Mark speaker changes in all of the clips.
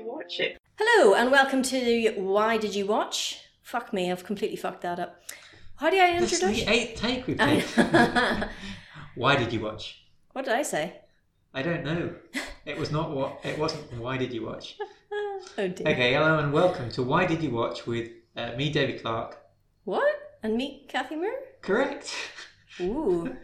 Speaker 1: watch it.
Speaker 2: Hello and welcome to Why Did You Watch? Fuck me, I've completely fucked that up. How do I
Speaker 1: That's
Speaker 2: introduce?
Speaker 1: the eighth take we've done.
Speaker 2: what
Speaker 1: Why did you watch?
Speaker 2: did I say?
Speaker 1: I don't know. It was not what. It wasn't. Why did you watch?
Speaker 2: Oh dear.
Speaker 1: Okay, hello and welcome to Why Did You Watch with uh, me, David Clark.
Speaker 2: What? And meet Kathy Moore?
Speaker 1: Correct.
Speaker 2: Ooh.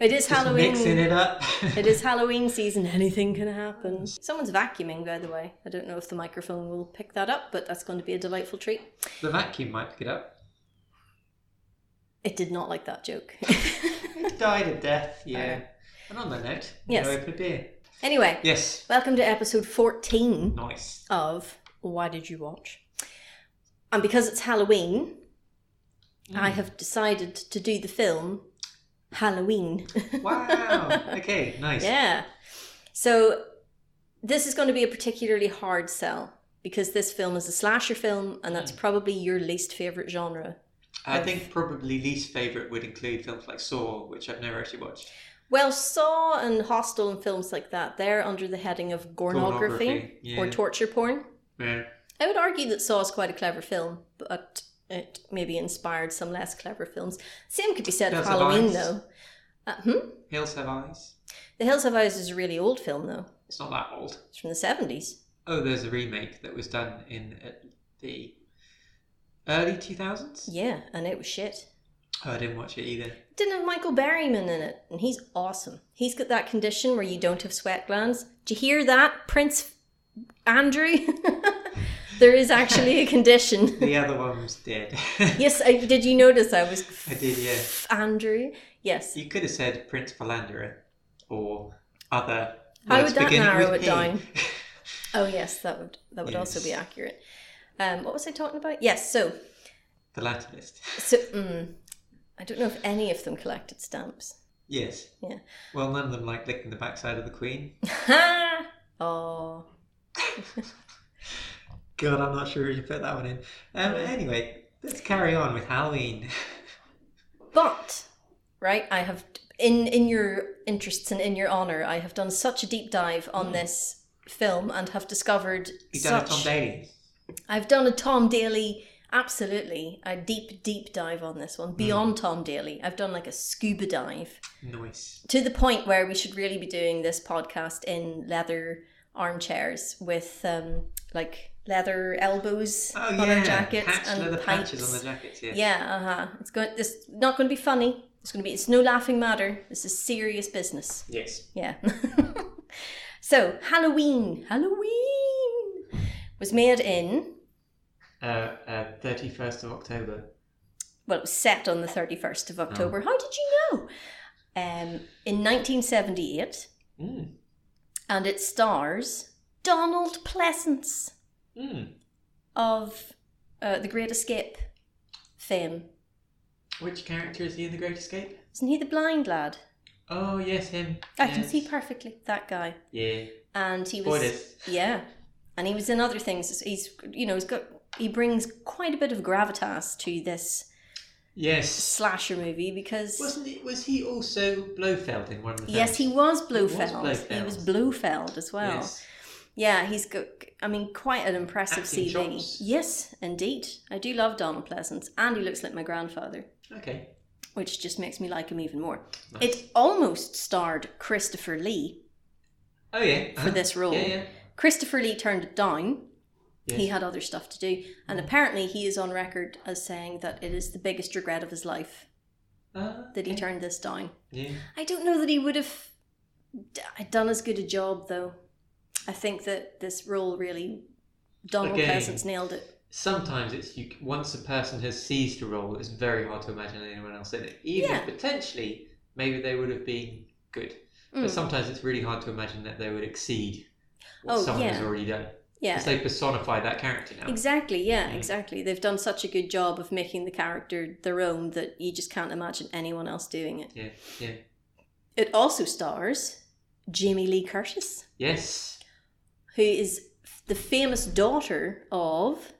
Speaker 2: It
Speaker 1: Just
Speaker 2: is Halloween.
Speaker 1: Mixing it up.
Speaker 2: It is Halloween season. Anything can happen. Someone's vacuuming, by the way. I don't know if the microphone will pick that up, but that's going to be a delightful treat.
Speaker 1: the vacuum might pick it up.
Speaker 2: It did not like that joke.
Speaker 1: It died a death. Yeah. and on that note,
Speaker 2: Yes.
Speaker 1: no open beer.
Speaker 2: anyway,
Speaker 1: Yes.
Speaker 2: welcome to episode 14.
Speaker 1: Nice.
Speaker 2: of Why Did You Watch? And because it's Halloween,
Speaker 1: Mm.
Speaker 2: I have decided to do the film Halloween.
Speaker 1: Wow. Okay. Nice.
Speaker 2: yeah. So this is going to be a particularly hard sell because this film is a slasher film and
Speaker 1: Mm.
Speaker 2: that's probably your least favorite genre.
Speaker 1: I think probably least favorite would include films like Saw, which I've never actually watched.
Speaker 2: Well, Saw and Hostel and films like that, they're under the heading of gornography
Speaker 1: Pornography, yeah.
Speaker 2: or torture porn.
Speaker 1: yeah.
Speaker 2: I would argue that Saw is quite a clever film, but it maybe inspired some less clever films. Same could be said of
Speaker 1: Hills Have
Speaker 2: Halloween,
Speaker 1: Eyes.
Speaker 2: though. Uh, hmm?
Speaker 1: Hills Have Eyes.
Speaker 2: The Hills Have Eyes is a really old film, though.
Speaker 1: It's not that old.
Speaker 2: It's from the 70s.
Speaker 1: Oh, there's a remake that was done in uh, the early 2000s.
Speaker 2: Yeah, and it was shit.
Speaker 1: Oh, I didn't watch it either.
Speaker 2: It didn't have Michael Berryman in it, and he's awesome. He's got that condition where you don't have sweat glands. Do you hear that, Prince Andrew? there is actually a condition.
Speaker 1: The other one was dead.
Speaker 2: yes, I, did you notice I was
Speaker 1: I did, yeah.
Speaker 2: Andrew? Yes.
Speaker 1: You could have said Prince Philanderer or other.
Speaker 2: How
Speaker 1: words
Speaker 2: would that
Speaker 1: beginning
Speaker 2: narrow
Speaker 1: with
Speaker 2: it
Speaker 1: P.
Speaker 2: down? Oh yes, that would that would also be
Speaker 1: Yes.
Speaker 2: accurate. Um, what was I talking about? Yes, so
Speaker 1: The Latinist.
Speaker 2: so mm, I don't know if any of them collected stamps.
Speaker 1: Yes.
Speaker 2: Yeah.
Speaker 1: Well, none of them like licking the backside of the Queen.
Speaker 2: Ha! oh,
Speaker 1: God, I'm not sure you put that one in. Um,
Speaker 2: Yeah.
Speaker 1: Anyway, let's carry on with Halloween.
Speaker 2: but right, I have in in your interests and in your honor, I have done such a deep dive on this film and have discovered
Speaker 1: You've Hmm. done
Speaker 2: such.
Speaker 1: a Tom Daly.
Speaker 2: I've done a Tom Daly. Absolutely, a deep, deep dive on this
Speaker 1: Hmm.
Speaker 2: one beyond Tom Daly. I've done like a scuba dive.
Speaker 1: Nice.
Speaker 2: to the point where we should really be doing this podcast in leather armchairs with um like leather elbows
Speaker 1: Oh,
Speaker 2: on
Speaker 1: yeah.
Speaker 2: our jackets
Speaker 1: Patch-
Speaker 2: and
Speaker 1: leather
Speaker 2: pipes.
Speaker 1: patches on the jackets, yeah.
Speaker 2: yeah, uh huh. It's going. This not going to be funny. It's going to be. It's no laughing matter. This is serious business.
Speaker 1: Yes.
Speaker 2: Yeah. so Halloween, Halloween was made in.
Speaker 1: Uh, uh, 31st of October.
Speaker 2: Well, it was set on the thirty first of
Speaker 1: Oh.
Speaker 2: October. How did you know? Um, in nineteen seventy eight.
Speaker 1: Mm.
Speaker 2: and it stars Donald Pleasance
Speaker 1: Mm.
Speaker 2: of uh, The Great Escape fame.
Speaker 1: Which character is he in The Great Escape?
Speaker 2: Isn't he the blind lad?
Speaker 1: Oh, yes, him.
Speaker 2: I can
Speaker 1: Yes.
Speaker 2: see perfectly that guy.
Speaker 1: Yeah.
Speaker 2: And he was
Speaker 1: Spoilers.
Speaker 2: yeah, and he was in other things. He's you know he's got he brings quite a bit of gravitas to this
Speaker 1: Yes.
Speaker 2: slasher movie because
Speaker 1: Wasn't it? Was he also Blofeld in one of the films?
Speaker 2: yes he was
Speaker 1: was
Speaker 2: Blofeld. He
Speaker 1: Blofeld.
Speaker 2: was Blofeld as well.
Speaker 1: Yes.
Speaker 2: Yeah, he's got, I mean, quite an impressive
Speaker 1: Acting
Speaker 2: CV.
Speaker 1: chops.
Speaker 2: Yes, indeed. I do love Donald Pleasance, and he looks like my grandfather,
Speaker 1: Okay.
Speaker 2: which just makes me like him even more.
Speaker 1: Nice.
Speaker 2: It almost starred Christopher Lee
Speaker 1: Oh yeah.
Speaker 2: for this role.
Speaker 1: Yeah, yeah.
Speaker 2: Christopher Lee turned it down.
Speaker 1: Yes. Mm-hmm.
Speaker 2: He had other stuff to do, and apparently he is on record as saying that it is the biggest regret of his life
Speaker 1: Ah,
Speaker 2: that he
Speaker 1: okay.
Speaker 2: turned this down.
Speaker 1: Yeah.
Speaker 2: I don't know that he would have d- uh, done as good a job, though. I think that this role really Donald
Speaker 1: Again.
Speaker 2: Pleasance nailed it.
Speaker 1: Sometimes it's you. Once a person has seized a role, it's very hard to imagine anyone else in it. Even
Speaker 2: Yeah.
Speaker 1: if potentially, maybe they would have been good. But
Speaker 2: Mm.
Speaker 1: sometimes it's really hard to imagine that they would exceed what
Speaker 2: Oh,
Speaker 1: someone has
Speaker 2: yeah.
Speaker 1: already done.
Speaker 2: Yeah,
Speaker 1: Because they personify that character now.
Speaker 2: exactly. Yeah,
Speaker 1: Mm.
Speaker 2: exactly. They've done such a good job of making the character their own that you just can't imagine anyone else doing it.
Speaker 1: Yeah, yeah.
Speaker 2: It also stars Jamie Lee Curtis,
Speaker 1: Yes.
Speaker 2: who is f- the famous daughter of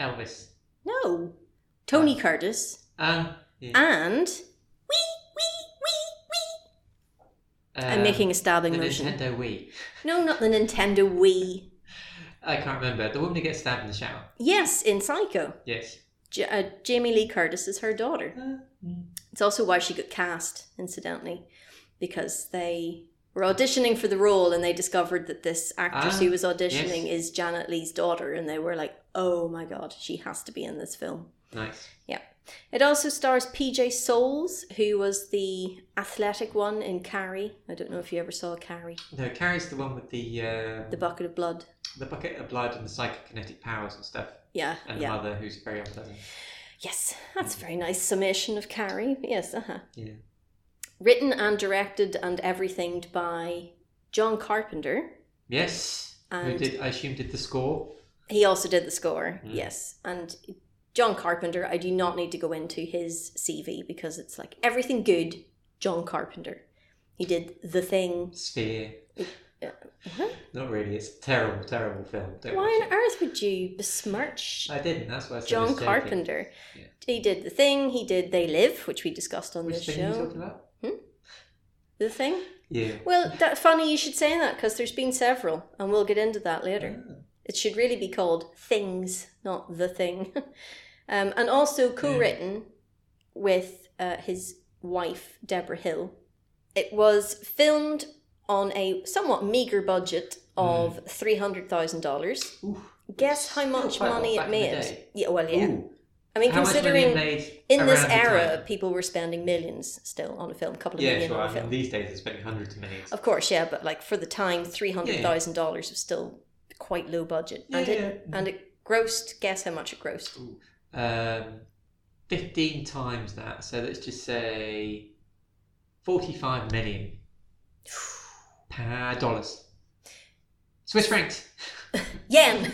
Speaker 1: Elvis.
Speaker 2: no Tony Curtis
Speaker 1: Uh,
Speaker 2: and wee wee wee wee. I'm making
Speaker 1: um,
Speaker 2: a
Speaker 1: the
Speaker 2: stabbing motion.
Speaker 1: Nintendo Wii.
Speaker 2: No, not the Nintendo Wii.
Speaker 1: I can't remember. The woman who gets stabbed in the shower.
Speaker 2: Yes, in Psycho.
Speaker 1: Yes.
Speaker 2: J- uh, Jamie Lee Curtis is her daughter.
Speaker 1: Uh, mm.
Speaker 2: It's also why she got cast, incidentally, because they were auditioning for the role and they discovered that this actress
Speaker 1: Ah,
Speaker 2: who was auditioning is Janet Lee's daughter, and they were like, oh my god, she has to be in this film.
Speaker 1: Nice.
Speaker 2: It also stars PJ Souls, who was the athletic one in Carrie. I don't know if you ever saw Carrie,
Speaker 1: No, Carrie's the one with the uh,
Speaker 2: The Bucket of Blood.
Speaker 1: the bucket of blood and the psychokinetic powers and stuff,
Speaker 2: Yeah,
Speaker 1: and
Speaker 2: yeah.
Speaker 1: the mother who's very unpleasant.
Speaker 2: Yes, that's a very nice summation of Carrie. Yes, uh huh.
Speaker 1: Yeah.
Speaker 2: Written and directed and everythinged by John Carpenter.
Speaker 1: Yes. Who
Speaker 2: And-
Speaker 1: did? I assume did the score.
Speaker 2: He also did the score,
Speaker 1: Mm.
Speaker 2: yes. And John Carpenter, I do not need to go into his CV because it's like everything good, John Carpenter. He did The Thing.
Speaker 1: Sphere.
Speaker 2: Uh,
Speaker 1: Not really. It's a terrible, terrible film. Don't
Speaker 2: Why
Speaker 1: watch
Speaker 2: on earth would you besmirch
Speaker 1: it. I didn't. That's why I said I
Speaker 2: John
Speaker 1: was joking.
Speaker 2: Carpenter?
Speaker 1: Yeah.
Speaker 2: He did The Thing, he did They Live, which we discussed on
Speaker 1: Which
Speaker 2: this
Speaker 1: thing are you
Speaker 2: show.
Speaker 1: talking about?
Speaker 2: The Thing?
Speaker 1: Yeah.
Speaker 2: Well, that funny you should say that because there's been several, and we'll get into that later.
Speaker 1: Ah.
Speaker 2: It should really be called Things, not The Thing. um, and also co written with uh, his wife, Deborah Hill. It was filmed on a somewhat meagre budget of $300,000.
Speaker 1: Oof.
Speaker 2: Guess how
Speaker 1: Hmm. Still
Speaker 2: much
Speaker 1: quite a lot
Speaker 2: money
Speaker 1: back
Speaker 2: it
Speaker 1: in the
Speaker 2: made?
Speaker 1: day.
Speaker 2: Yeah, well, yeah.
Speaker 1: Ooh.
Speaker 2: I mean,
Speaker 1: How much money it
Speaker 2: considering
Speaker 1: made
Speaker 2: in this
Speaker 1: around the
Speaker 2: era,
Speaker 1: time?
Speaker 2: people were spending millions still on a film, a couple of
Speaker 1: Yeah,
Speaker 2: million
Speaker 1: sure.
Speaker 2: on a
Speaker 1: I
Speaker 2: film.
Speaker 1: mean, these days it's spending hundreds of millions.
Speaker 2: Of course, yeah, but like for the time, three hundred thousand dollars was still quite low budget,
Speaker 1: Yeah,
Speaker 2: and it
Speaker 1: yeah.
Speaker 2: and it grossed. Guess how much it grossed?
Speaker 1: Ooh. Um, 15 times that. So let's just say 45 million pa- dollars. Swiss francs.
Speaker 2: Yen,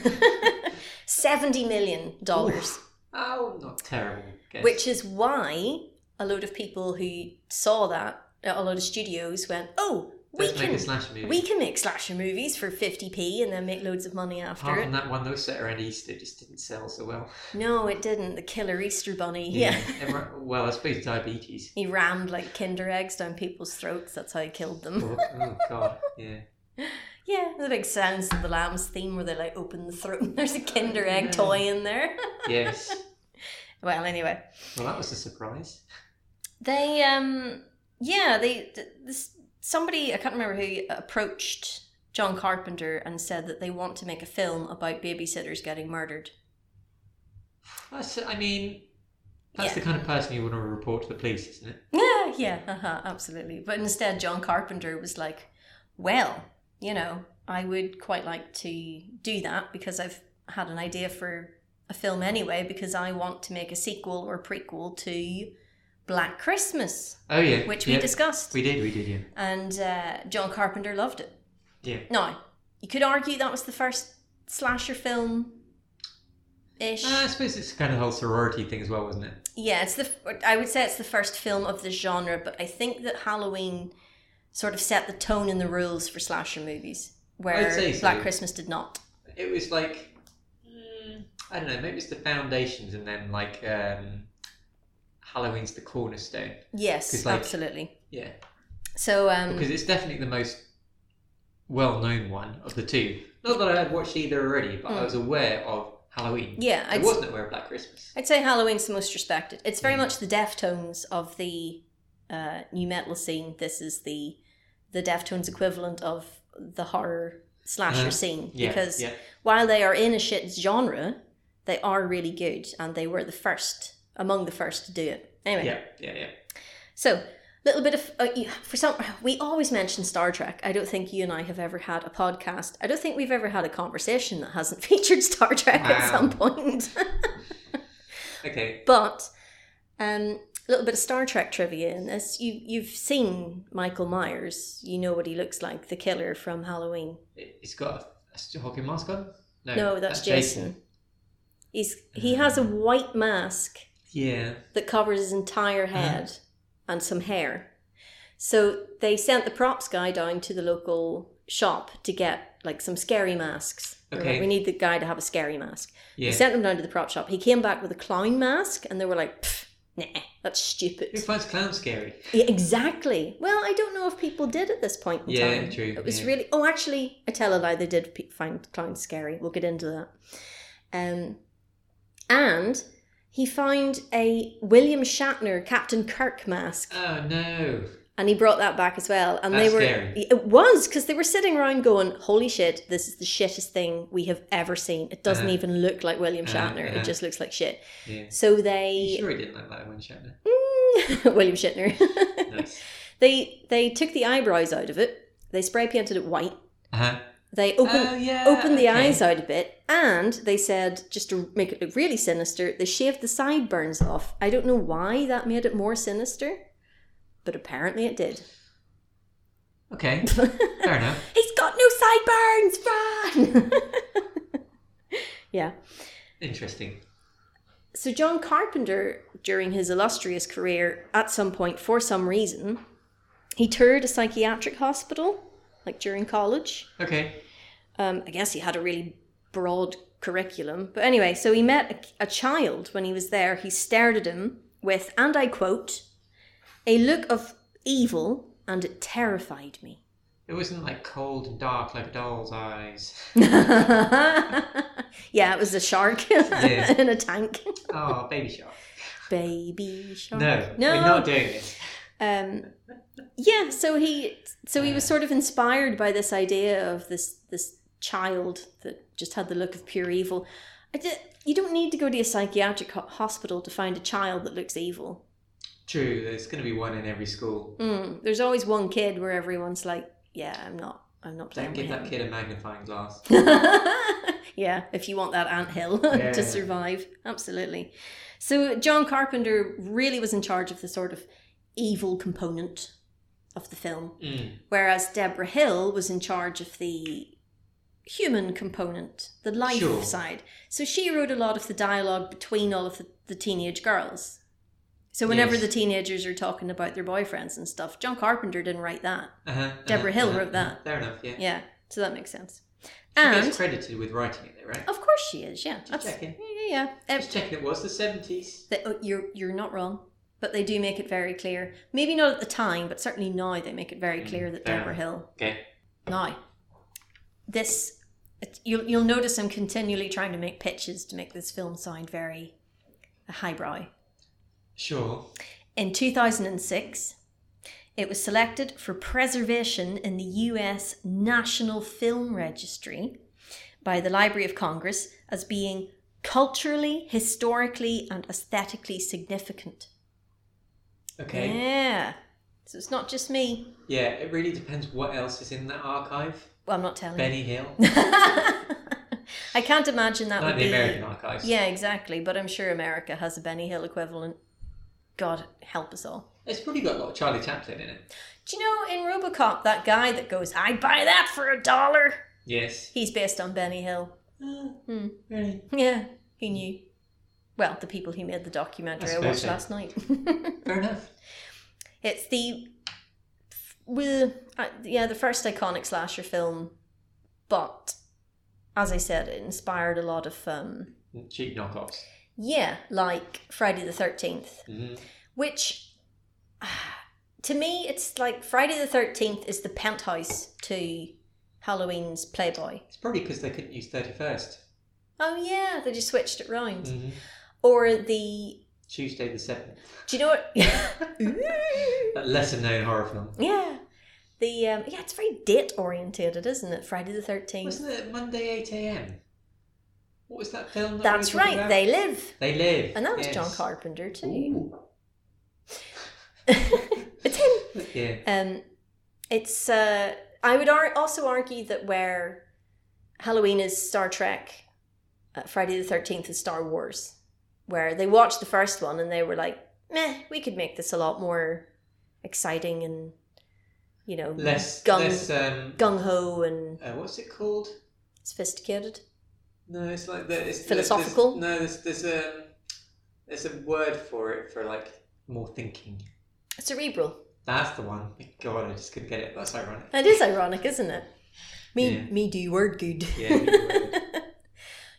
Speaker 2: seventy million dollars,
Speaker 1: Oof. Oh, not terrible. guess.
Speaker 2: which is why a load of people who saw that, a lot of studios went, "Oh, we
Speaker 1: Let's make a
Speaker 2: can."
Speaker 1: slash movie.
Speaker 2: We can make slasher movies for 50p and then make loads of money after
Speaker 1: Apart from
Speaker 2: it.
Speaker 1: that one that was set around Easter, just didn't sell so well.
Speaker 2: No, it didn't. The killer Easter bunny. Yeah.
Speaker 1: Everyone- well, I suppose diabetes.
Speaker 2: He rammed like Kinder eggs down people's throats. That's how he killed them.
Speaker 1: oh, oh, God. Yeah.
Speaker 2: Yeah, the big Silence of the Lambs theme where they like open the throat and there's a Kinder Egg
Speaker 1: Yeah.
Speaker 2: toy in there.
Speaker 1: Yes.
Speaker 2: well, anyway,
Speaker 1: Well, that was a surprise.
Speaker 2: they um yeah they th- this somebody I can't remember who approached John Carpenter and said that they want to make a film about babysitters getting murdered.
Speaker 1: That's, I mean, that's
Speaker 2: Yeah.
Speaker 1: the kind of person you want to report to the police, isn't it?
Speaker 2: Yeah, yeah, uh-huh, absolutely. But instead, John Carpenter was like, well, you know, I would quite like to do that because I've had an idea for a film anyway, because I want to make a sequel or prequel to Black Christmas,
Speaker 1: Oh, yeah.
Speaker 2: which
Speaker 1: yeah.
Speaker 2: we discussed.
Speaker 1: We did, we did, yeah.
Speaker 2: and uh, John Carpenter loved it.
Speaker 1: Yeah.
Speaker 2: Now, you could argue that was the first slasher film ish.
Speaker 1: Uh, I suppose it's kind of the whole sorority thing as well, wasn't it?
Speaker 2: Yeah, it's the. I would say it's the first film of the genre, but I think that Halloween sort of set the tone and the rules for slasher movies, where
Speaker 1: I'd say so.
Speaker 2: Black Christmas did not.
Speaker 1: It was like,
Speaker 2: Hmm.
Speaker 1: mm, I don't know, maybe it's the foundations and then like um, Halloween's the cornerstone.
Speaker 2: Yes,
Speaker 1: 'Cause, like-
Speaker 2: absolutely.
Speaker 1: Yeah.
Speaker 2: So, um,
Speaker 1: Because it's definitely the most well known one of the two. Not that I had watched either already, but I
Speaker 2: Mm.
Speaker 1: was aware of Halloween.
Speaker 2: yeah,
Speaker 1: I
Speaker 2: I'd,
Speaker 1: wasn't aware of Black Christmas.
Speaker 2: I'd say Halloween's the most respected. It's very
Speaker 1: Mm.
Speaker 2: much the Deftones of the uh, new metal scene. This is the the Deftones equivalent of the horror slasher
Speaker 1: Uh-huh.
Speaker 2: scene
Speaker 1: Yeah.
Speaker 2: because
Speaker 1: yeah.
Speaker 2: while they are in a shit genre, they are really good, and they were the first among the first to do it. Anyway,
Speaker 1: Yeah, yeah, yeah.
Speaker 2: so little bit of uh, you- for some we always mention Star Trek. I don't think you and I have ever had a podcast. I don't think we've ever had a conversation that hasn't featured Star Trek at
Speaker 1: Wow.
Speaker 2: some point.
Speaker 1: Okay.
Speaker 2: but um, a little bit of Star Trek trivia in this. You you've seen Michael Myers. You know what he looks like, the killer from Halloween.
Speaker 1: It- It's got a, a Stu- Hawking mask on? No,
Speaker 2: no, that's, Jason. He's he has a white mask
Speaker 1: Yeah.
Speaker 2: that covers his entire head and some hair. So they sent the props guy down to the local shop to get like some scary masks. They were like,
Speaker 1: Okay.
Speaker 2: we need the guy to have a scary mask.
Speaker 1: Yeah.
Speaker 2: They sent him down to the prop shop. He came back with a clown mask, and they were like, "Pff, Nah, that's stupid.
Speaker 1: Who finds clowns scary?
Speaker 2: Yeah, exactly. Well, I don't know if people did at this point in
Speaker 1: Yeah,
Speaker 2: time.
Speaker 1: true,
Speaker 2: It was
Speaker 1: yeah.
Speaker 2: really. Oh, actually, I tell a lie. They did pe- find clowns scary. We'll get into that. Um, and he found a William Shatner Captain Kirk mask,
Speaker 1: Oh no.
Speaker 2: and he brought that back as well. And
Speaker 1: That's
Speaker 2: they were. e-
Speaker 1: scary.
Speaker 2: It was because they were sitting around going, "Holy shit! This is the shittest thing we have ever seen. It doesn't
Speaker 1: Uh-huh.
Speaker 2: even look like William
Speaker 1: Uh-huh,
Speaker 2: Shatner.
Speaker 1: uh-huh.
Speaker 2: It just looks like shit."
Speaker 1: Yeah.
Speaker 2: So
Speaker 1: You
Speaker 2: they.
Speaker 1: sure he didn't like that one, Shatner?
Speaker 2: William Shatner.
Speaker 1: Nice.
Speaker 2: They they took the eyebrows out of it. They spray painted it white.
Speaker 1: Uh-huh.
Speaker 2: They opened
Speaker 1: oh yeah.
Speaker 2: opened the
Speaker 1: okay.
Speaker 2: eyes out a bit, and they said just to make it look really sinister, they shaved the sideburns off. I don't know why that made it more sinister, but apparently it did.
Speaker 1: Okay.
Speaker 2: He's
Speaker 1: Fair enough.
Speaker 2: got no sideburns. Run!
Speaker 1: Interesting.
Speaker 2: So John Carpenter, during his illustrious career, at some point for some reason, he toured a psychiatric hospital, like during college.
Speaker 1: Okay.
Speaker 2: um, I guess he had a really broad curriculum. But anyway, so he met a, a child when he was there. He stared at him with, and I quote, a look of evil, and it terrified me.
Speaker 1: It wasn't like cold and dark like a doll's eyes.
Speaker 2: yeah, it was a shark
Speaker 1: Yeah.
Speaker 2: in a tank.
Speaker 1: Oh, baby shark.
Speaker 2: Baby shark.
Speaker 1: No,
Speaker 2: Oh. No.
Speaker 1: we're not doing this.
Speaker 2: um yeah so he so he was sort of inspired by this idea of this this child that just had the look of pure evil I d- you don't need to go to a psychiatric ho- hospital to find a child that looks evil
Speaker 1: True, there's going to be one in every school.
Speaker 2: mm, there's always one kid where everyone's like yeah i'm not i'm not playing
Speaker 1: Don't give
Speaker 2: with
Speaker 1: that
Speaker 2: him."
Speaker 1: kid a magnifying glass.
Speaker 2: yeah, if you want that anthill
Speaker 1: Yeah.
Speaker 2: to survive. Absolutely. So John Carpenter really was in charge of the sort of evil component of the film,
Speaker 1: Mm.
Speaker 2: whereas Deborah Hill was in charge of the human component, the life
Speaker 1: Sure.
Speaker 2: side. So she wrote a lot of the dialogue between all of the, the teenage girls. So whenever
Speaker 1: Yes.
Speaker 2: the teenagers are talking about their boyfriends and stuff, John Carpenter didn't write that.
Speaker 1: Uh-huh,
Speaker 2: Deborah
Speaker 1: uh-huh,
Speaker 2: Hill
Speaker 1: uh-huh.
Speaker 2: wrote that.
Speaker 1: Fair enough, yeah.
Speaker 2: Yeah, so that makes sense.
Speaker 1: She
Speaker 2: And Oh,
Speaker 1: gets credited with writing it, though, right?
Speaker 2: of course she is. Yeah,
Speaker 1: Just
Speaker 2: that's, yeah,
Speaker 1: checking.
Speaker 2: yeah. yeah.
Speaker 1: Just checking, it was the 70s.
Speaker 2: They- oh, you're you're not wrong, but they do make it very clear. Maybe not at the time, but certainly now they make it very
Speaker 1: Mm,
Speaker 2: clear that
Speaker 1: fair
Speaker 2: Deborah Hill.
Speaker 1: Okay.
Speaker 2: Now, this it- you'll you'll notice I'm continually trying to make pitches to make this film sound very highbrow.
Speaker 1: Sure.
Speaker 2: In 2006, it was selected for preservation in the US National Film Registry by the Library of Congress as being culturally, historically, and aesthetically significant.
Speaker 1: Okay.
Speaker 2: Yeah. So it's not just me.
Speaker 1: Yeah, it really depends what else is in that archive.
Speaker 2: Well, I'm not telling you.
Speaker 1: Benny Hill.
Speaker 2: I can't imagine that
Speaker 1: Not
Speaker 2: would
Speaker 1: the
Speaker 2: be.
Speaker 1: American archives.
Speaker 2: Yeah, exactly. But I'm sure America has a Benny Hill equivalent. God help us all.
Speaker 1: It's probably got a lot of Charlie Chaplin in it.
Speaker 2: Do you know in Robocop that guy that goes, "I'd buy that for a dollar"?
Speaker 1: Yes.
Speaker 2: He's based on Benny Hill.
Speaker 1: Uh,
Speaker 2: Hmm.
Speaker 1: Really?
Speaker 2: Yeah, he knew. Well, the people who made the documentary I,
Speaker 1: I
Speaker 2: watched
Speaker 1: suppose so.
Speaker 2: last night.
Speaker 1: Fair enough.
Speaker 2: it's the well, uh, yeah, the first iconic slasher film, but as I said, it inspired a lot of um,
Speaker 1: Cheap knockoffs.
Speaker 2: yeah, like Friday the Thirteenth,
Speaker 1: Mm-hmm.
Speaker 2: which to me it's like Friday the Thirteenth is the penthouse to Halloween's Playboy.
Speaker 1: It's probably because they couldn't use 31st.
Speaker 2: Oh yeah, they just switched it round.
Speaker 1: hmm
Speaker 2: Or the
Speaker 1: Tuesday the 7th.
Speaker 2: do you know what?
Speaker 1: That lesser known horror film.
Speaker 2: yeah, the um, yeah, it's very date orientated, isn't it? Friday the Thirteenth.
Speaker 1: Wasn't it Monday 8 a.m.? What was that film? That we
Speaker 2: That's
Speaker 1: were talking
Speaker 2: right.
Speaker 1: about?
Speaker 2: They live,
Speaker 1: They live.
Speaker 2: and that was
Speaker 1: yes.
Speaker 2: John Carpenter too.
Speaker 1: Ooh.
Speaker 2: it's him.
Speaker 1: Yeah.
Speaker 2: Um, it's uh, I would ar- also argue that where Halloween is Star Trek, uh, Friday the Thirteenth is Star Wars, where they watched the first one and they were like, "Meh, we could make this a lot more exciting and you know
Speaker 1: Less.
Speaker 2: gung
Speaker 1: less um,
Speaker 2: gung ho and
Speaker 1: uh, what's it called?
Speaker 2: sophisticated."
Speaker 1: No, it's like the, it's
Speaker 2: Philosophical?
Speaker 1: There's, no, there's there's um there's a word for it for like more thinking.
Speaker 2: Cerebral.
Speaker 1: That's the one. God, I just couldn't get it. That's ironic.
Speaker 2: That is ironic, isn't it? Me,
Speaker 1: Yeah.
Speaker 2: me do word good.
Speaker 1: Yeah, me do word.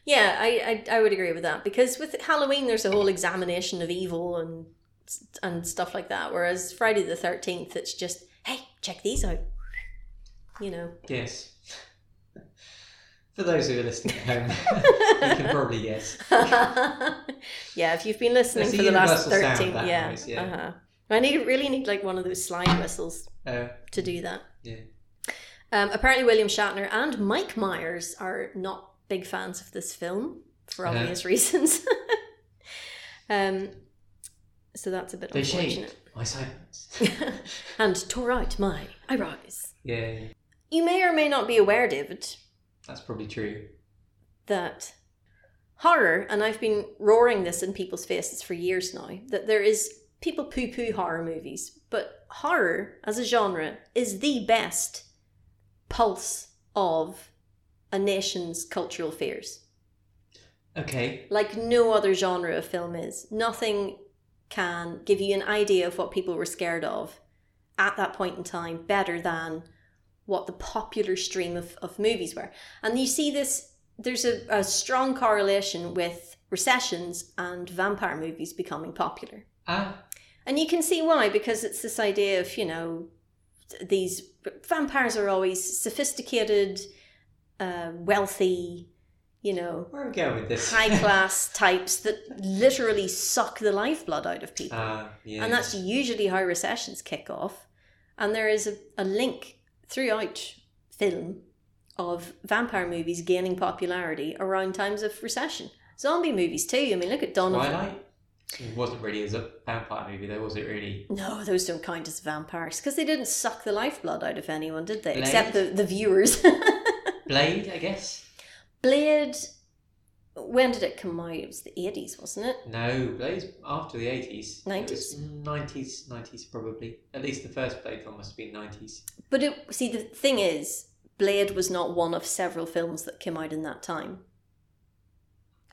Speaker 2: yeah, I, I, I would agree with that because with Halloween, there's a whole examination of evil and and stuff like that. Whereas Friday the 13th, it's just, hey, check these out. You know.
Speaker 1: Yes. For those who are listening at home, you can probably guess.
Speaker 2: yeah, if you've been listening
Speaker 1: It's a
Speaker 2: for the last
Speaker 1: universal sound,
Speaker 2: 13,
Speaker 1: that
Speaker 2: yeah.
Speaker 1: noise, yeah.
Speaker 2: Uh-huh. I need really need like one of those slide whistles
Speaker 1: Uh,
Speaker 2: to do that.
Speaker 1: Yeah.
Speaker 2: Um, apparently, William Shatner and Mike Myers are not big fans of this film for
Speaker 1: Uh-huh.
Speaker 2: obvious reasons. um, so that's a bit
Speaker 1: they
Speaker 2: unfortunate.
Speaker 1: shaped my silence.
Speaker 2: and tore out my eyebrows.
Speaker 1: yeah, yeah,
Speaker 2: You may or may not be aware, David,
Speaker 1: that's probably true.
Speaker 2: that horror, and I've been roaring this in people's faces for years now, that there is people poo poo horror movies, but horror as a genre is the best pulse of a nation's cultural fears.
Speaker 1: Okay.
Speaker 2: Like no other genre of film is. Nothing can give you an idea of what people were scared of at that point in time better than what the popular stream of, of movies were. And you see this, there's a, a strong correlation with recessions and vampire movies becoming popular.
Speaker 1: Ah,
Speaker 2: And you can see why, because it's this idea of, you know, th- these vampires are always sophisticated, uh, wealthy, you know,
Speaker 1: where are we going with this?
Speaker 2: high class types that literally suck the lifeblood out of people.
Speaker 1: Ah, yeah.
Speaker 2: And that's usually how recessions kick off. And there is a, a link throughout film of vampire movies gaining popularity around times of recession. Zombie movies too. I mean, look at Donovan.
Speaker 1: Twilight. It wasn't really as a vampire movie, though, was it? Really?
Speaker 2: No, those don't count as vampires because they didn't suck the lifeblood out of anyone, did they?
Speaker 1: Blade?
Speaker 2: Except the, the viewers.
Speaker 1: Blade, I guess.
Speaker 2: Blade, when did it come out? It was the 80s, wasn't it?
Speaker 1: No, Blade's after the eighties.
Speaker 2: 90s?
Speaker 1: Nineties, nineties probably. At least the first Blade film must have been nineties.
Speaker 2: But it, see, the thing is, Blade was not one of several films that came out in that time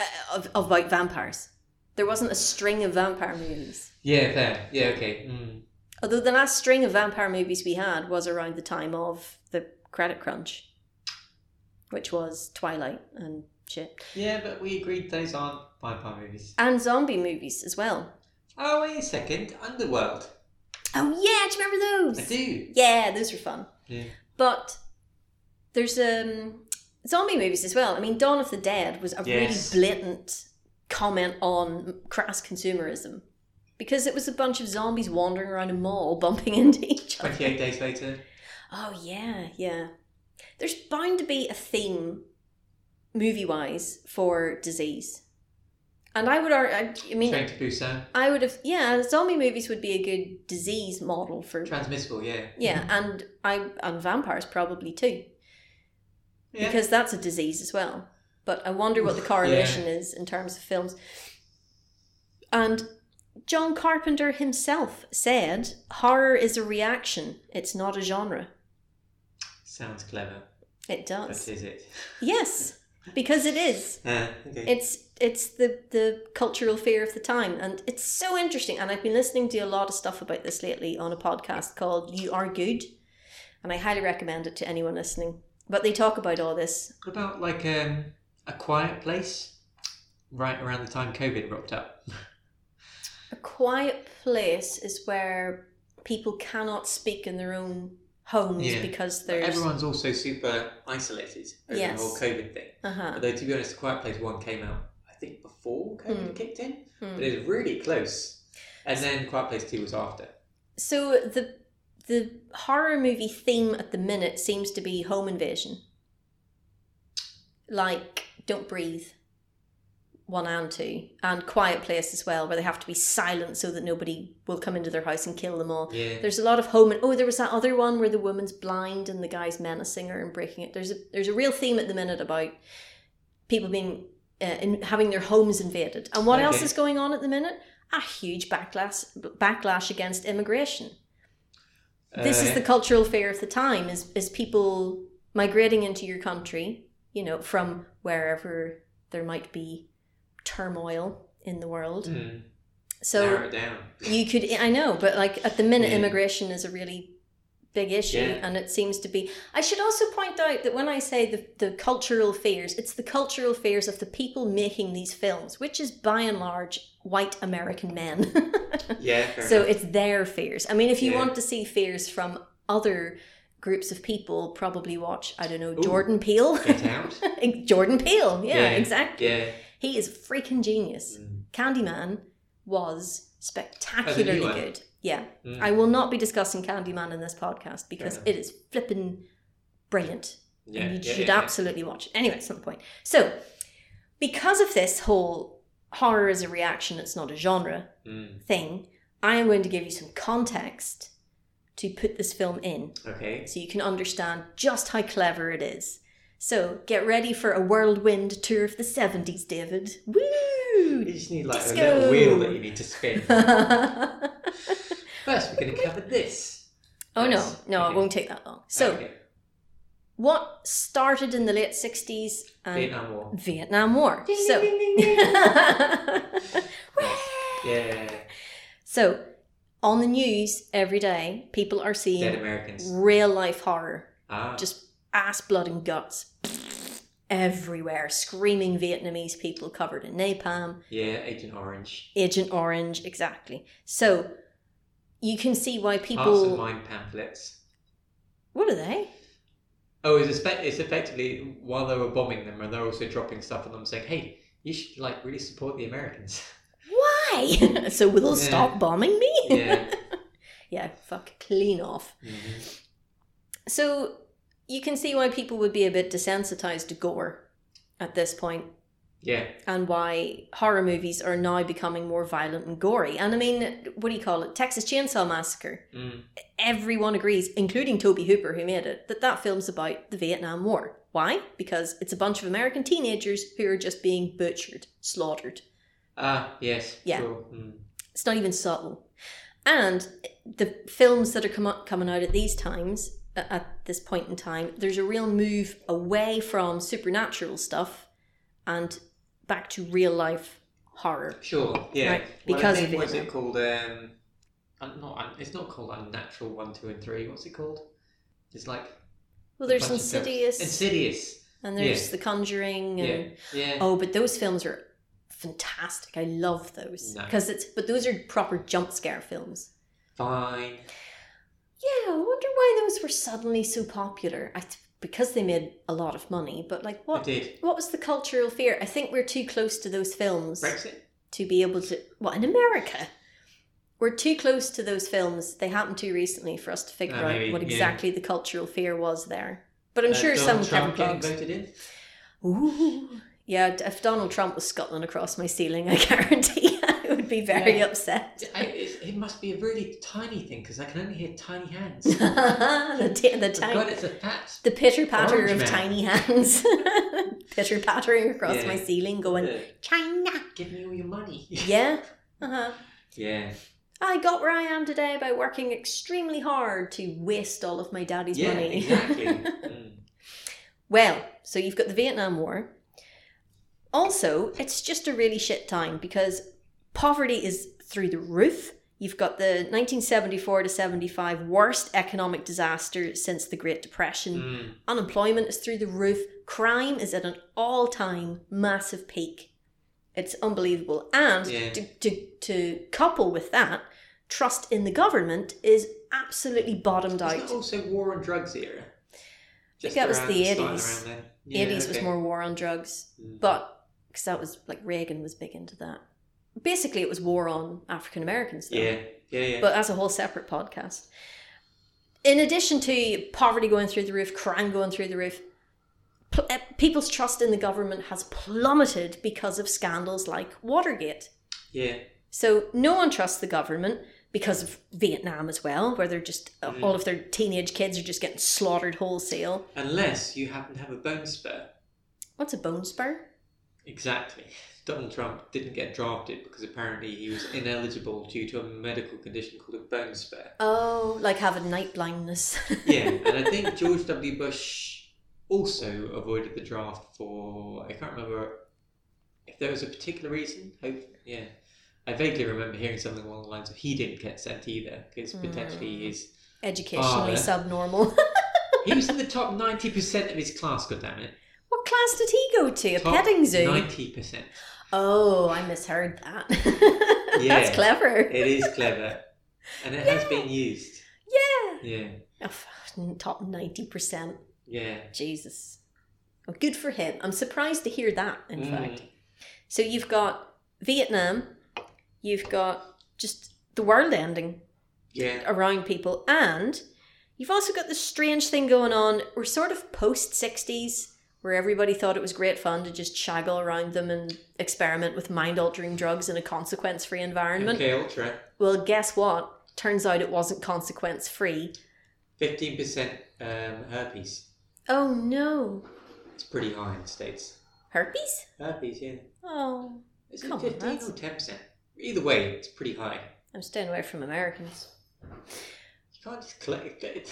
Speaker 2: uh, of, of about vampires. There wasn't a string of vampire movies.
Speaker 1: Yeah, fair. Yeah, okay. Mm.
Speaker 2: Although the last string of vampire movies we had was around the time of the credit crunch, which was Twilight and shit,
Speaker 1: Yeah, but we agreed those aren't vampire movies.
Speaker 2: and zombie movies as well.
Speaker 1: Oh, wait a second. Underworld.
Speaker 2: Oh yeah, do you remember
Speaker 1: I
Speaker 2: those?
Speaker 1: do.
Speaker 2: Yeah, those were fun.
Speaker 1: Yeah.
Speaker 2: But there's um zombie movies as well. I mean, Dawn of the Dead was a
Speaker 1: Yes.
Speaker 2: really blatant comment on crass consumerism because it was a bunch of zombies wandering around a mall bumping into each other.
Speaker 1: 28 Days Later.
Speaker 2: Oh yeah, yeah. There's bound to be a theme, movie-wise, for disease, and I would, ar- I, I mean,
Speaker 1: Train to Busan.
Speaker 2: I would have, yeah, zombie movies would be a good disease model for,
Speaker 1: Transmissible, yeah.
Speaker 2: yeah, and I and vampires probably too
Speaker 1: Yeah.
Speaker 2: because that's a disease as well. But I wonder what the
Speaker 1: Oof,
Speaker 2: correlation is in terms of films. And John Carpenter himself said horror is a reaction, it's not a genre.
Speaker 1: Sounds clever. But
Speaker 2: It does.
Speaker 1: is it?
Speaker 2: Yes, because it is.
Speaker 1: Uh, okay.
Speaker 2: It's it's the the cultural fear of the time and it's so interesting and I've been listening to a lot of stuff about this lately on a podcast called You Are Good and I highly recommend it to anyone listening. But they talk about all this.
Speaker 1: What about like um, a quiet place? Right around the time COVID rocked up.
Speaker 2: A quiet place is where people cannot speak in their own homes
Speaker 1: Yeah.
Speaker 2: because there's
Speaker 1: Everyone's also super isolated over
Speaker 2: Yes.
Speaker 1: the whole COVID thing.
Speaker 2: uh-huh.
Speaker 1: Although to be honest, the Quiet Place One came out I think before COVID kicked in,
Speaker 2: Hmm.
Speaker 1: but it was really close. And then Quiet Place Two was after.
Speaker 2: So the the horror movie theme at the minute seems to be home invasion. Like Don't Breathe, one and two, and Quiet Place as well, where they have to be silent so that nobody will come into their house and kill them all.
Speaker 1: Yeah,
Speaker 2: There's a lot of home and oh, there was that other one where the woman's blind and the guy's menacing her and breaking it. There's a there's a real theme at the minute about people being uh, in, having their homes invaded. And what else
Speaker 1: Okay.
Speaker 2: is going on at the minute? A huge backlash backlash against immigration. This is
Speaker 1: Uh,
Speaker 2: the cultural fear of the time: is is people migrating into your country, you know, from wherever there might be turmoil in the world.
Speaker 1: hmm,
Speaker 2: So
Speaker 1: narrow it down.
Speaker 2: you could i know but like at the minute
Speaker 1: Yeah.
Speaker 2: immigration is a really big issue
Speaker 1: Yeah.
Speaker 2: and it seems to be i should also point out that when i say the, the cultural fears it's the cultural fears of the people making these films which is by and large white american men
Speaker 1: Yeah, fair
Speaker 2: so
Speaker 1: enough.
Speaker 2: it's their fears i mean if you
Speaker 1: Yeah.
Speaker 2: want to see fears from other groups of people probably watch i don't know
Speaker 1: Ooh.
Speaker 2: jordan peele
Speaker 1: Get out.
Speaker 2: jordan peele yeah,
Speaker 1: Yeah.
Speaker 2: exactly
Speaker 1: Yeah.
Speaker 2: he is freaking genius
Speaker 1: Mm.
Speaker 2: candyman was spectacularly
Speaker 1: one.
Speaker 2: good yeah
Speaker 1: Mm.
Speaker 2: I will not be discussing Candyman in this podcast because
Speaker 1: enough.
Speaker 2: it is flippin' brilliant.
Speaker 1: yeah.
Speaker 2: and you
Speaker 1: yeah,
Speaker 2: should
Speaker 1: yeah, yeah.
Speaker 2: absolutely watch it. Anyway, it's not the point. So, because of this whole horror is a reaction, it's not a genre
Speaker 1: Mm.
Speaker 2: thing, I am going to give you some context to put this film in
Speaker 1: Okay.
Speaker 2: so you can understand just how clever it is. So, get ready for a whirlwind tour of the 70s, David.
Speaker 1: You
Speaker 2: Woo!
Speaker 1: just need like
Speaker 2: Disco.
Speaker 1: a little wheel that you need to spin.
Speaker 2: oh
Speaker 1: First, we're going to cover this.
Speaker 2: no,
Speaker 1: Yes.
Speaker 2: no, it
Speaker 1: Okay.
Speaker 2: won't take that long. So,
Speaker 1: Okay.
Speaker 2: what started in the late 60s and
Speaker 1: Vietnam War.
Speaker 2: Vietnam War. So
Speaker 1: yeah.
Speaker 2: So on the news every day people are
Speaker 1: Dead
Speaker 2: seeing
Speaker 1: Americans.
Speaker 2: real life horror.
Speaker 1: Ah.
Speaker 2: Just ass blood and guts everywhere. Screaming Vietnamese people covered in napalm.
Speaker 1: yeah, Agent Orange.
Speaker 2: Agent Orange, exactly. So you can see why
Speaker 1: Hearts and
Speaker 2: people
Speaker 1: Mind pamphlets.
Speaker 2: What are they?
Speaker 1: Oh, it's, espe- it's effectively while they were bombing them, and they're also dropping stuff on them saying, "Hey, you should like really support the Americans."
Speaker 2: Why? so will
Speaker 1: Yeah.
Speaker 2: stop bombing me?
Speaker 1: yeah.
Speaker 2: yeah, fuck clean off.
Speaker 1: Mhm.
Speaker 2: So you can see why people would be a bit desensitized to gore at this point
Speaker 1: Yeah.
Speaker 2: and why horror movies are now becoming more violent and gory. And I mean, what do you call it? Texas Chainsaw Massacre.
Speaker 1: Mm.
Speaker 2: Everyone agrees, including Toby Hooper who made it, that that film's about the Vietnam War. Why? Because it's a bunch of American teenagers who are just being butchered, slaughtered.
Speaker 1: Ah, yes.
Speaker 2: Yeah.
Speaker 1: Cool. Mm.
Speaker 2: It's not even subtle. And the films that are come up, coming out at these times, a- at this point in time, there's a real move away from supernatural stuff and back to real life horror.
Speaker 1: Sure. Yeah.
Speaker 2: Right,
Speaker 1: Well, I
Speaker 2: because
Speaker 1: think-
Speaker 2: of
Speaker 1: what's it
Speaker 2: Vietnam.
Speaker 1: called? Um, un- not un- it's not called Unnatural One, Two, and Three. What's it called? It's like
Speaker 2: Well, there's
Speaker 1: bunch of films.
Speaker 2: Insidious,
Speaker 1: Insidious.
Speaker 2: and there's The Conjuring,
Speaker 1: Yeah.
Speaker 2: and
Speaker 1: Yeah. Yeah.
Speaker 2: oh, but those films are fantastic. I love those
Speaker 1: No.
Speaker 2: because it's but those are proper jump scare films.
Speaker 1: Fine.
Speaker 2: Yeah, I wonder why those were suddenly so popular. I th- because they made a lot of money, but like
Speaker 1: I
Speaker 2: what
Speaker 1: did.
Speaker 2: What was the cultural fear? I think we're too close to those films
Speaker 1: Brexit.
Speaker 2: to be able to. What, in America? We're too close to those films. They happened too recently for us to figure
Speaker 1: Uh,
Speaker 2: out
Speaker 1: maybe,
Speaker 2: what
Speaker 1: yeah.
Speaker 2: exactly the cultural fear was there. But I'm
Speaker 1: Uh,
Speaker 2: sure some
Speaker 1: Donald
Speaker 2: clever
Speaker 1: Trump getting
Speaker 2: bugs.
Speaker 1: voted in.
Speaker 2: Ooh. Yeah, d- if Donald Trump was Scotland across my ceiling, I guarantee I would be very
Speaker 1: Yeah.
Speaker 2: upset.
Speaker 1: I, it, it must be a really tiny thing because I can only hear tiny hands.
Speaker 2: the, t- the,
Speaker 1: But
Speaker 2: tiny-
Speaker 1: God, it's a fat.
Speaker 2: the pitter patter
Speaker 1: Orange
Speaker 2: of
Speaker 1: man.
Speaker 2: tiny hands, pitter pattering across
Speaker 1: Yeah.
Speaker 2: my ceiling, going,
Speaker 1: Uh,
Speaker 2: China!
Speaker 1: give me all your money.
Speaker 2: Yeah. Uh-huh.
Speaker 1: yeah.
Speaker 2: I got where I am today by working extremely hard to waste all of my daddy's
Speaker 1: Yeah,
Speaker 2: money.
Speaker 1: exactly. Mm.
Speaker 2: well, so you've got the Vietnam War. Also, it's just a really shit time because poverty is through the roof. You've got the 1974 to 75 worst economic disaster since the Great Depression.
Speaker 1: Mm.
Speaker 2: Unemployment is through the roof. Crime is at an all time massive peak. It's unbelievable. And
Speaker 1: Yeah.
Speaker 2: to, to, to couple with that, trust in the government is absolutely bottomed
Speaker 1: Isn't that
Speaker 2: out.
Speaker 1: also war on drugs era? Just
Speaker 2: that was
Speaker 1: around-
Speaker 2: the
Speaker 1: starting
Speaker 2: 80s.
Speaker 1: around there.
Speaker 2: The
Speaker 1: Yeah,
Speaker 2: 80s was
Speaker 1: okay.
Speaker 2: more war on drugs,
Speaker 1: Mm.
Speaker 2: but because that was like Reagan was big into that. Basically, it was war on African Americans, though.
Speaker 1: Yeah, yeah, yeah.
Speaker 2: But that's a whole separate podcast. In addition to poverty going through the roof, crime going through the roof, pl- uh, people's trust in the government has plummeted because of scandals like Watergate.
Speaker 1: yeah,
Speaker 2: So no one trusts the government because of Vietnam as well, where they're just uh,
Speaker 1: Mm.
Speaker 2: all of their teenage kids are just getting slaughtered wholesale.
Speaker 1: unless you happen to have a bone spur.
Speaker 2: What's a bone spur?
Speaker 1: Exactly. Donald Trump didn't get drafted because apparently he was ineligible due to a medical condition called a bone spur.
Speaker 2: Oh, like having night blindness.
Speaker 1: yeah, and I think George W. Bush also avoided the draft for I can't remember if there was a particular reason. Hope, yeah, I vaguely remember hearing something along the lines of he didn't get sent either because potentially
Speaker 2: Hmm.
Speaker 1: his
Speaker 2: educationally
Speaker 1: Father.
Speaker 2: subnormal.
Speaker 1: He was in the top 90% of his class, goddammit.
Speaker 2: what class did he go to? A
Speaker 1: Top
Speaker 2: petting zoo?
Speaker 1: 90%.
Speaker 2: Oh, I misheard that. That's
Speaker 1: Yeah.
Speaker 2: clever.
Speaker 1: It is clever. And it has been used.
Speaker 2: Yeah.
Speaker 1: Yeah.
Speaker 2: Oh, fucking top 90%.
Speaker 1: Yeah.
Speaker 2: Jesus. Well, good for him. I'm surprised to hear that, in
Speaker 1: Mm.
Speaker 2: fact. So you've got Vietnam, you've got just the world ending
Speaker 1: Yeah.
Speaker 2: around people, and you've also got this strange thing going on. We're sort of post 60s, where everybody thought it was great fun to just shaggle around them and experiment with mind altering drugs in a consequence free environment.
Speaker 1: Okay, Ultra.
Speaker 2: Well, guess what? Turns out it wasn't consequence free.
Speaker 1: 15% um, herpes.
Speaker 2: Oh no.
Speaker 1: It's pretty high in the States.
Speaker 2: Herpes?
Speaker 1: Herpes, yeah.
Speaker 2: Oh.
Speaker 1: Is
Speaker 2: Come on,
Speaker 1: it 15
Speaker 2: that's-
Speaker 1: or 10%? Either way, it's pretty high.
Speaker 2: I'm staying away from Americans.
Speaker 1: You can't just collect it.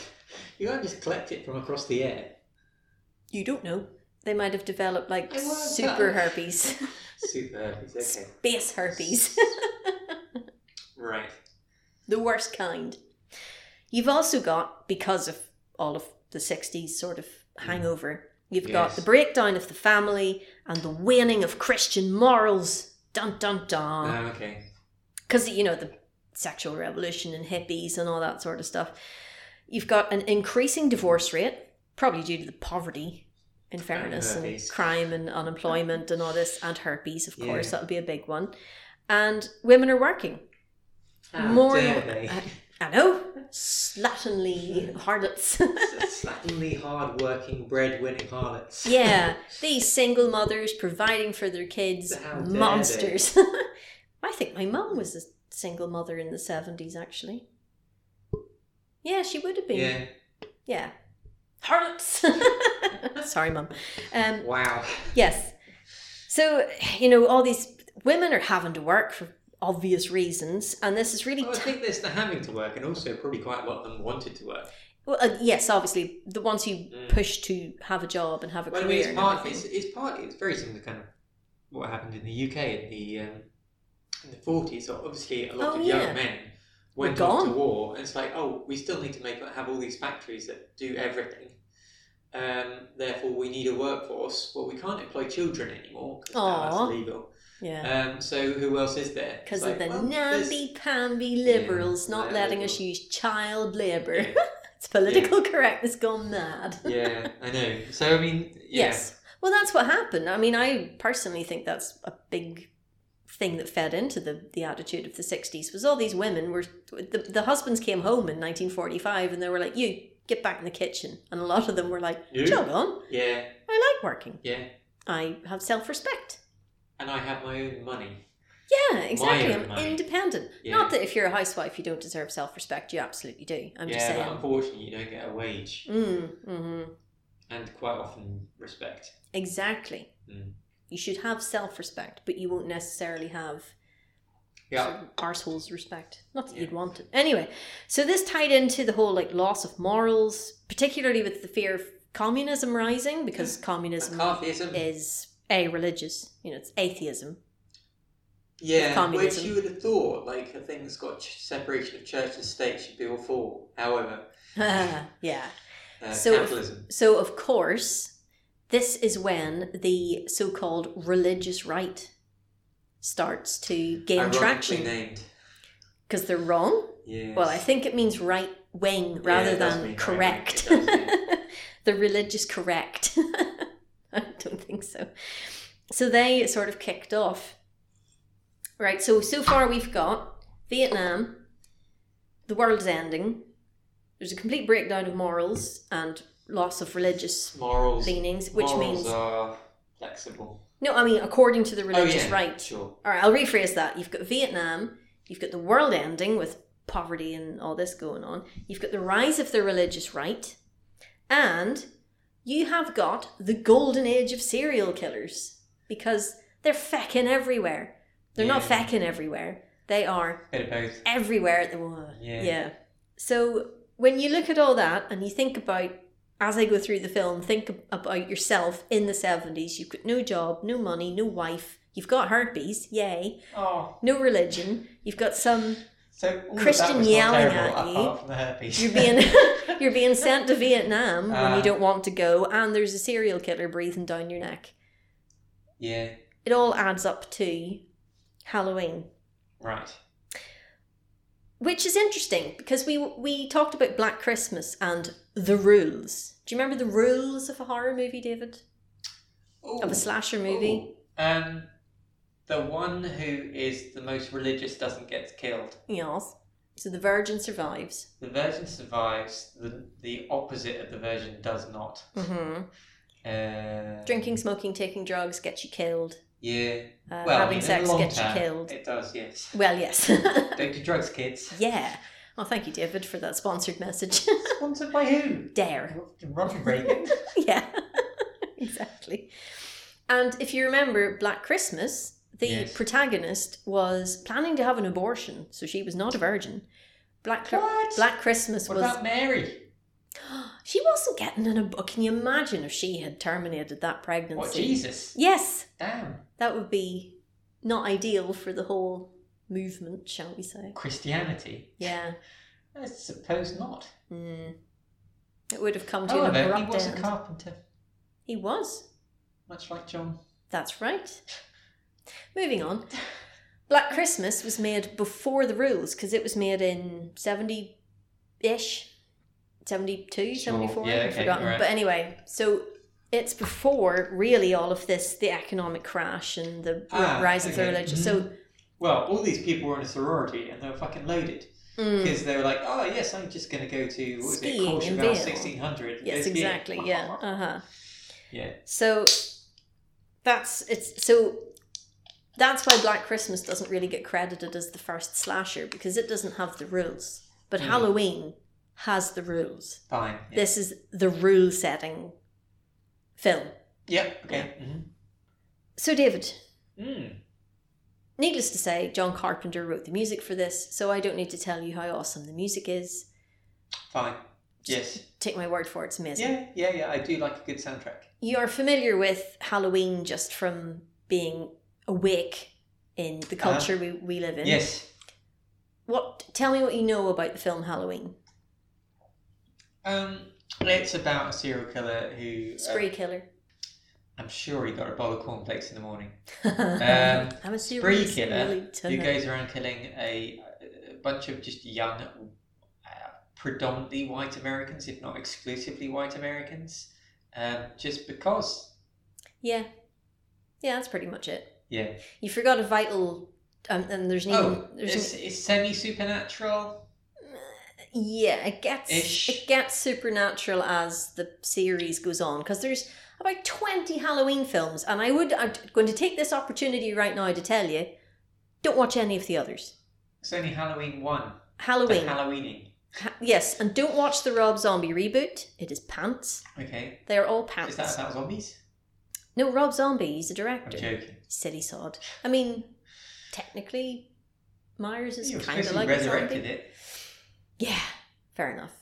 Speaker 1: You can't just collect it from across the air.
Speaker 2: You don't know. They might have developed like
Speaker 1: I was,
Speaker 2: super
Speaker 1: uh,
Speaker 2: herpes,
Speaker 1: Super herpes, okay.
Speaker 2: space herpes,
Speaker 1: Right.
Speaker 2: the worst kind. You've also got, because of all of the 60s sort of hangover, you've got
Speaker 1: Yes.
Speaker 2: the breakdown of the family and the waning of Christian morals. Dun dun dun.
Speaker 1: Ah, okay.
Speaker 2: because you know the sexual revolution and hippies and all that sort of stuff you've got an increasing divorce rate probably due to the poverty in fairness and,
Speaker 1: herpes.
Speaker 2: crime and unemployment and all this and herpes of course
Speaker 1: Yeah.
Speaker 2: that'll be a big one and women are working
Speaker 1: How
Speaker 2: More-
Speaker 1: dare they.
Speaker 2: uh, i know slatternly harlots
Speaker 1: Slatternly hard-working, breadwinning harlots.
Speaker 2: yeah these single mothers providing for their kids
Speaker 1: How dare they.
Speaker 2: monsters i think my mum was a single mother in the 70s actually yeah she would have been
Speaker 1: yeah.
Speaker 2: Yeah. Harlots. Sorry, mum. Um,
Speaker 1: Wow.
Speaker 2: yes. So, you know, all these women are having to work for obvious reasons, and this is really.
Speaker 1: Well, I
Speaker 2: T-
Speaker 1: think there's the having to work, and also probably quite a lot of them wanted to work.
Speaker 2: well, uh, yes, obviously, the ones who
Speaker 1: Mm.
Speaker 2: push to have a job and have a
Speaker 1: Well, I mean, it's
Speaker 2: career. and
Speaker 1: part. It's,
Speaker 2: everything.
Speaker 1: it's partly. It's very similar, to kind of what happened in the UK in the um, in the forties. So obviously, a lot
Speaker 2: Oh,
Speaker 1: of
Speaker 2: yeah.
Speaker 1: young men
Speaker 2: Were
Speaker 1: went off to
Speaker 2: gone.
Speaker 1: war, and it's like, oh, we still need to make have all these factories that do everything. Um, therefore, we need a workforce. Well, we can't employ children anymore because
Speaker 2: Aw.
Speaker 1: that's illegal.
Speaker 2: yeah.
Speaker 1: Um, so who else is there? It's
Speaker 2: Because
Speaker 1: like,
Speaker 2: of the
Speaker 1: well, there's-
Speaker 2: namby pamby liberals
Speaker 1: Yeah,
Speaker 2: not
Speaker 1: they're
Speaker 2: letting
Speaker 1: liberal.
Speaker 2: us use child labour.
Speaker 1: Yeah.
Speaker 2: it's political correctness gone mad.
Speaker 1: yeah, I know. So I mean, yeah.
Speaker 2: Yes. Well, that's what happened. I mean, I personally think that's a big thing that fed into the, the attitude of the 60s was all these women were the, the husbands came home in 1945 and they were like you get back in the kitchen and a lot of them were like
Speaker 1: You?
Speaker 2: jog on
Speaker 1: Yeah,
Speaker 2: i like working
Speaker 1: yeah.
Speaker 2: i have self-respect
Speaker 1: And I have my own money.
Speaker 2: yeah exactly
Speaker 1: own
Speaker 2: i'm
Speaker 1: money.
Speaker 2: independent
Speaker 1: Yeah.
Speaker 2: not that if you're a housewife you don't deserve self-respect you absolutely do i'm
Speaker 1: yeah,
Speaker 2: just
Speaker 1: but
Speaker 2: saying
Speaker 1: unfortunately, you don't get a wage.
Speaker 2: mm, mhm.
Speaker 1: and quite often respect.
Speaker 2: exactly
Speaker 1: Mm.
Speaker 2: you should have self-respect but you won't necessarily have
Speaker 1: Yeah,
Speaker 2: sort of arseholes respect. Not that
Speaker 1: Yeah.
Speaker 2: you'd want it. Anyway, so this tied into the whole like loss of morals, particularly with the fear of communism rising, because communism
Speaker 1: McCarthyism.
Speaker 2: is a religious, you know, it's atheism.
Speaker 1: yeah, which
Speaker 2: communism.
Speaker 1: you would have thought, like a thing that's got ch- separation of church and state, should be all for. However,
Speaker 2: yeah.
Speaker 1: uh,
Speaker 2: So-
Speaker 1: capitalism.
Speaker 2: So of course, this is when the so-called religious right starts to gain
Speaker 1: ironically
Speaker 2: traction
Speaker 1: named.
Speaker 2: because they're wrong.
Speaker 1: Yes.
Speaker 2: Well, I think it means right wing rather
Speaker 1: it does
Speaker 2: than
Speaker 1: mean right wing.
Speaker 2: correct.
Speaker 1: It does,
Speaker 2: the religious correct. I don't think so. So they sort of kicked off. Right, so so far we've got Vietnam, the world's ending, there's a complete breakdown of morals and loss of religious
Speaker 1: morals.
Speaker 2: leanings, which
Speaker 1: morals
Speaker 2: means
Speaker 1: are flexible.
Speaker 2: no, I mean according to the religious
Speaker 1: oh, yeah,
Speaker 2: right.
Speaker 1: Sure.
Speaker 2: All right, I'll rephrase that. You've got Vietnam, you've got the world ending with poverty and all this going on, you've got the rise of the religious right, and you have got the golden age of serial killers because they're fecking everywhere. They're not
Speaker 1: Yeah.
Speaker 2: fecking everywhere, they are
Speaker 1: Bit of both.
Speaker 2: everywhere at the moment.
Speaker 1: Yeah.
Speaker 2: So when you look at all that and you think about, as I go through the film, think ab- about yourself in the 70s. You've got no job, no money, no wife. You've got herpes, yay.
Speaker 1: Oh,
Speaker 2: No religion. You've got some
Speaker 1: So all
Speaker 2: Christian
Speaker 1: of that was not
Speaker 2: yelling
Speaker 1: terrible,
Speaker 2: at you.
Speaker 1: apart from the herpes.
Speaker 2: You're being you're being sent to Vietnam when
Speaker 1: Ah.
Speaker 2: you don't want to go, and there's a serial killer breathing down your neck.
Speaker 1: yeah,
Speaker 2: It all adds up to Halloween,
Speaker 1: right.
Speaker 2: which is interesting because we we talked about Black Christmas and the rules. Do you remember the rules of a horror movie, David?
Speaker 1: Ooh,
Speaker 2: Of a slasher movie?
Speaker 1: ooh. Um, the one who is the most religious doesn't get killed.
Speaker 2: Yes. So the Virgin survives.
Speaker 1: The virgin survives. The the opposite of the virgin does not.
Speaker 2: Mm-hmm.
Speaker 1: Uh,
Speaker 2: Drinking, smoking, taking drugs gets you killed.
Speaker 1: Yeah.
Speaker 2: Uh,
Speaker 1: Well, I mean, in
Speaker 2: having
Speaker 1: the
Speaker 2: sex
Speaker 1: long
Speaker 2: gets
Speaker 1: term,
Speaker 2: you killed.
Speaker 1: It does. Yes.
Speaker 2: Well, yes.
Speaker 1: Don't do drugs, kids.
Speaker 2: yeah. Oh, thank you, David, for that sponsored message.
Speaker 1: Sponsored by who?
Speaker 2: Dare.
Speaker 1: Ronald Reagan.
Speaker 2: yeah, exactly. And if you remember Black Christmas, the
Speaker 1: Yes.
Speaker 2: protagonist was planning to have an abortion, so she was not a virgin. Black Cri-
Speaker 1: what?
Speaker 2: Black Christmas
Speaker 1: what
Speaker 2: was.
Speaker 1: about Mary?
Speaker 2: She wasn't getting an abortion. Can you imagine if she had terminated that pregnancy?
Speaker 1: What Jesus?
Speaker 2: Yes,
Speaker 1: Damn.
Speaker 2: that would be not ideal for the whole movement, shall we say?
Speaker 1: Christianity?
Speaker 2: Yeah.
Speaker 1: I suppose not.
Speaker 2: Mm. It would have come to an
Speaker 1: However, he
Speaker 2: abrupt
Speaker 1: was
Speaker 2: end.
Speaker 1: a carpenter,
Speaker 2: he was.
Speaker 1: much like John.
Speaker 2: That's right. Moving on. Black Christmas was made before the rules because it was made in 70 ish, 72,
Speaker 1: Sure.
Speaker 2: 74,
Speaker 1: Yeah,
Speaker 2: I've
Speaker 1: okay,
Speaker 2: forgotten.
Speaker 1: alright.
Speaker 2: But anyway, so it's before really all of this the economic crash and the r-
Speaker 1: Ah,
Speaker 2: rise of the
Speaker 1: okay,
Speaker 2: religion. So,
Speaker 1: Well, all these people were in a sorority and they were fucking loaded
Speaker 2: mm,
Speaker 1: because they were like, "Oh yes, I'm just going to go to what was it,
Speaker 2: Skiing
Speaker 1: Courchevel
Speaker 2: in Vail.
Speaker 1: 1600."
Speaker 2: yes,
Speaker 1: Go skiing.
Speaker 2: exactly. Yeah. Uh huh.
Speaker 1: Yeah.
Speaker 2: So that's it's so that's why Black Christmas doesn't really get credited as the first slasher because it doesn't have the rules. But
Speaker 1: Mm.
Speaker 2: Halloween has the rules.
Speaker 1: Fine. Yeah.
Speaker 2: This is the rule setting film.
Speaker 1: Yep. Okay. Mhm.
Speaker 2: So David,
Speaker 1: Mm.
Speaker 2: needless to say, John Carpenter wrote the music for this, so I don't need to tell you how awesome the music is.
Speaker 1: Fine.
Speaker 2: Just
Speaker 1: Yes.
Speaker 2: Take my word for it, it's amazing.
Speaker 1: Yeah. Yeah. Yeah. I do like a good soundtrack.
Speaker 2: You're familiar with Halloween just from being awake in the
Speaker 1: Uh-huh.
Speaker 2: culture we, we live in.
Speaker 1: Yes.
Speaker 2: What? Tell me what you know about the film Halloween.
Speaker 1: Um, it's about a serial killer who uh,
Speaker 2: Spree killer.
Speaker 1: I'm sure he got a bowl of cornflakes in the morning.
Speaker 2: I'm a
Speaker 1: spree um, killer
Speaker 2: killer.
Speaker 1: who goes around killing a, a bunch of just young, uh, predominantly white Americans, if not exclusively white Americans, um, just because.
Speaker 2: Yeah, yeah, that's pretty much it.
Speaker 1: Yeah.
Speaker 2: You forgot a vital, um, and there's an even
Speaker 1: Oh,
Speaker 2: there's
Speaker 1: it's,
Speaker 2: an,
Speaker 1: it's semi supernatural.
Speaker 2: yeah, it gets
Speaker 1: Ish.
Speaker 2: it gets supernatural as the series goes on because there's about twenty Halloween films, and I would I'm going to take this opportunity right now to tell you, don't watch any of the others.
Speaker 1: It's only Halloween one. The
Speaker 2: Halloween,
Speaker 1: Halloweening.
Speaker 2: Ha- yes, and don't watch the Rob Zombie reboot. It is pants.
Speaker 1: Okay.
Speaker 2: They are all pants.
Speaker 1: Is that about zombies?
Speaker 2: No, Rob Zombie, he's a
Speaker 1: I'm
Speaker 2: director.
Speaker 1: joking.
Speaker 2: Silly sod. I mean, technically, Myers is
Speaker 1: You were
Speaker 2: kind
Speaker 1: supposed
Speaker 2: of
Speaker 1: to
Speaker 2: like a
Speaker 1: resurrected
Speaker 2: zombie.
Speaker 1: it.
Speaker 2: Yeah, fair enough.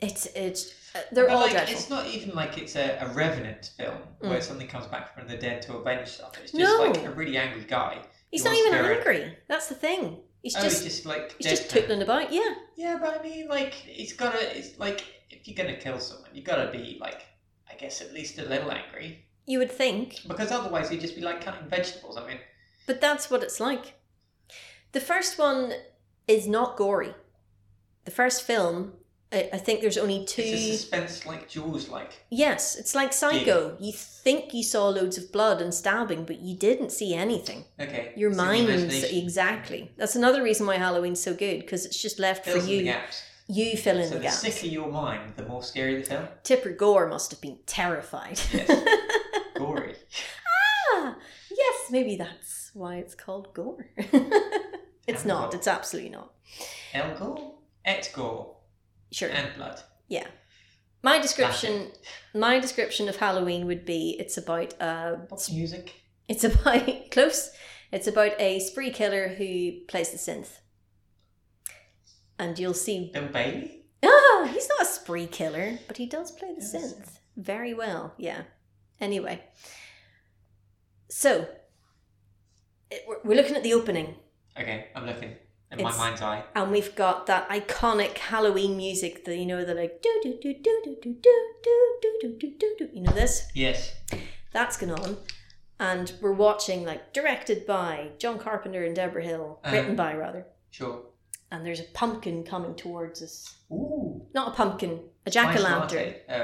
Speaker 2: It's it's uh, they're
Speaker 1: But,
Speaker 2: all
Speaker 1: like,
Speaker 2: dreadful.
Speaker 1: It's not even like it's a, a revenant film
Speaker 2: Mm.
Speaker 1: where something comes back from the dead to avenge stuff. It's just
Speaker 2: No.
Speaker 1: like a really angry guy.
Speaker 2: He's
Speaker 1: your
Speaker 2: not even
Speaker 1: spirit.
Speaker 2: angry. That's the thing. He's
Speaker 1: oh,
Speaker 2: just
Speaker 1: he's just like
Speaker 2: he's just
Speaker 1: deadpan.
Speaker 2: tootling about. Yeah,
Speaker 1: Yeah, but I mean, like, it's gotta. It's like if you're gonna kill someone, you gotta be like, I guess at least a little angry,
Speaker 2: you would think,
Speaker 1: because otherwise you'd just be like cutting vegetables. I mean,
Speaker 2: but that's what it's like. The first one is not gory. The first film, I, I think there's only two.
Speaker 1: it's a suspense like Jaws, like.
Speaker 2: Yes, it's like Psycho. You think you saw loads of blood and stabbing, but you didn't see anything.
Speaker 1: Okay.
Speaker 2: Your
Speaker 1: it's in the
Speaker 2: mind's
Speaker 1: imagination.
Speaker 2: exactly. That's another reason why Halloween's so good because it's just left
Speaker 1: Fills
Speaker 2: for
Speaker 1: in the
Speaker 2: you.
Speaker 1: gaps.
Speaker 2: You fill in
Speaker 1: So
Speaker 2: the
Speaker 1: the,
Speaker 2: gaps.
Speaker 1: sicker your mind, the more scary the film.
Speaker 2: Tipper Gore must have been terrified.
Speaker 1: Yes. Gory.
Speaker 2: ah, yes, maybe that's why it's called Gore. it's
Speaker 1: Damn
Speaker 2: not.
Speaker 1: Gore.
Speaker 2: It's absolutely not.
Speaker 1: El gore, et gore,
Speaker 2: Sure.
Speaker 1: and blood.
Speaker 2: My description, my description of Halloween would be it's about a
Speaker 1: What's music?
Speaker 2: It's about close. It's about a spree killer who plays the synth. And you'll see
Speaker 1: Bill Bailey.
Speaker 2: Ah, he's not a spree killer, but he does play the
Speaker 1: Yeah, the
Speaker 2: synth very well. Yeah. Anyway. So, it, we're, we're looking at the opening.
Speaker 1: Okay, I'm looking. in my
Speaker 2: It's-
Speaker 1: mind's eye.
Speaker 2: And we've got that iconic Halloween music that you know the like do do do do do do do do do do do do do. You know this?
Speaker 1: Yes.
Speaker 2: That's going on. And we're watching like directed by John Carpenter and Deborah Hill,
Speaker 1: Uh-huh.
Speaker 2: written by rather.
Speaker 1: Sure.
Speaker 2: And there's a pumpkin coming towards us.
Speaker 1: Ooh.
Speaker 2: Not a pumpkin, a jack o'
Speaker 1: nice
Speaker 2: lantern.
Speaker 1: latte. Oh,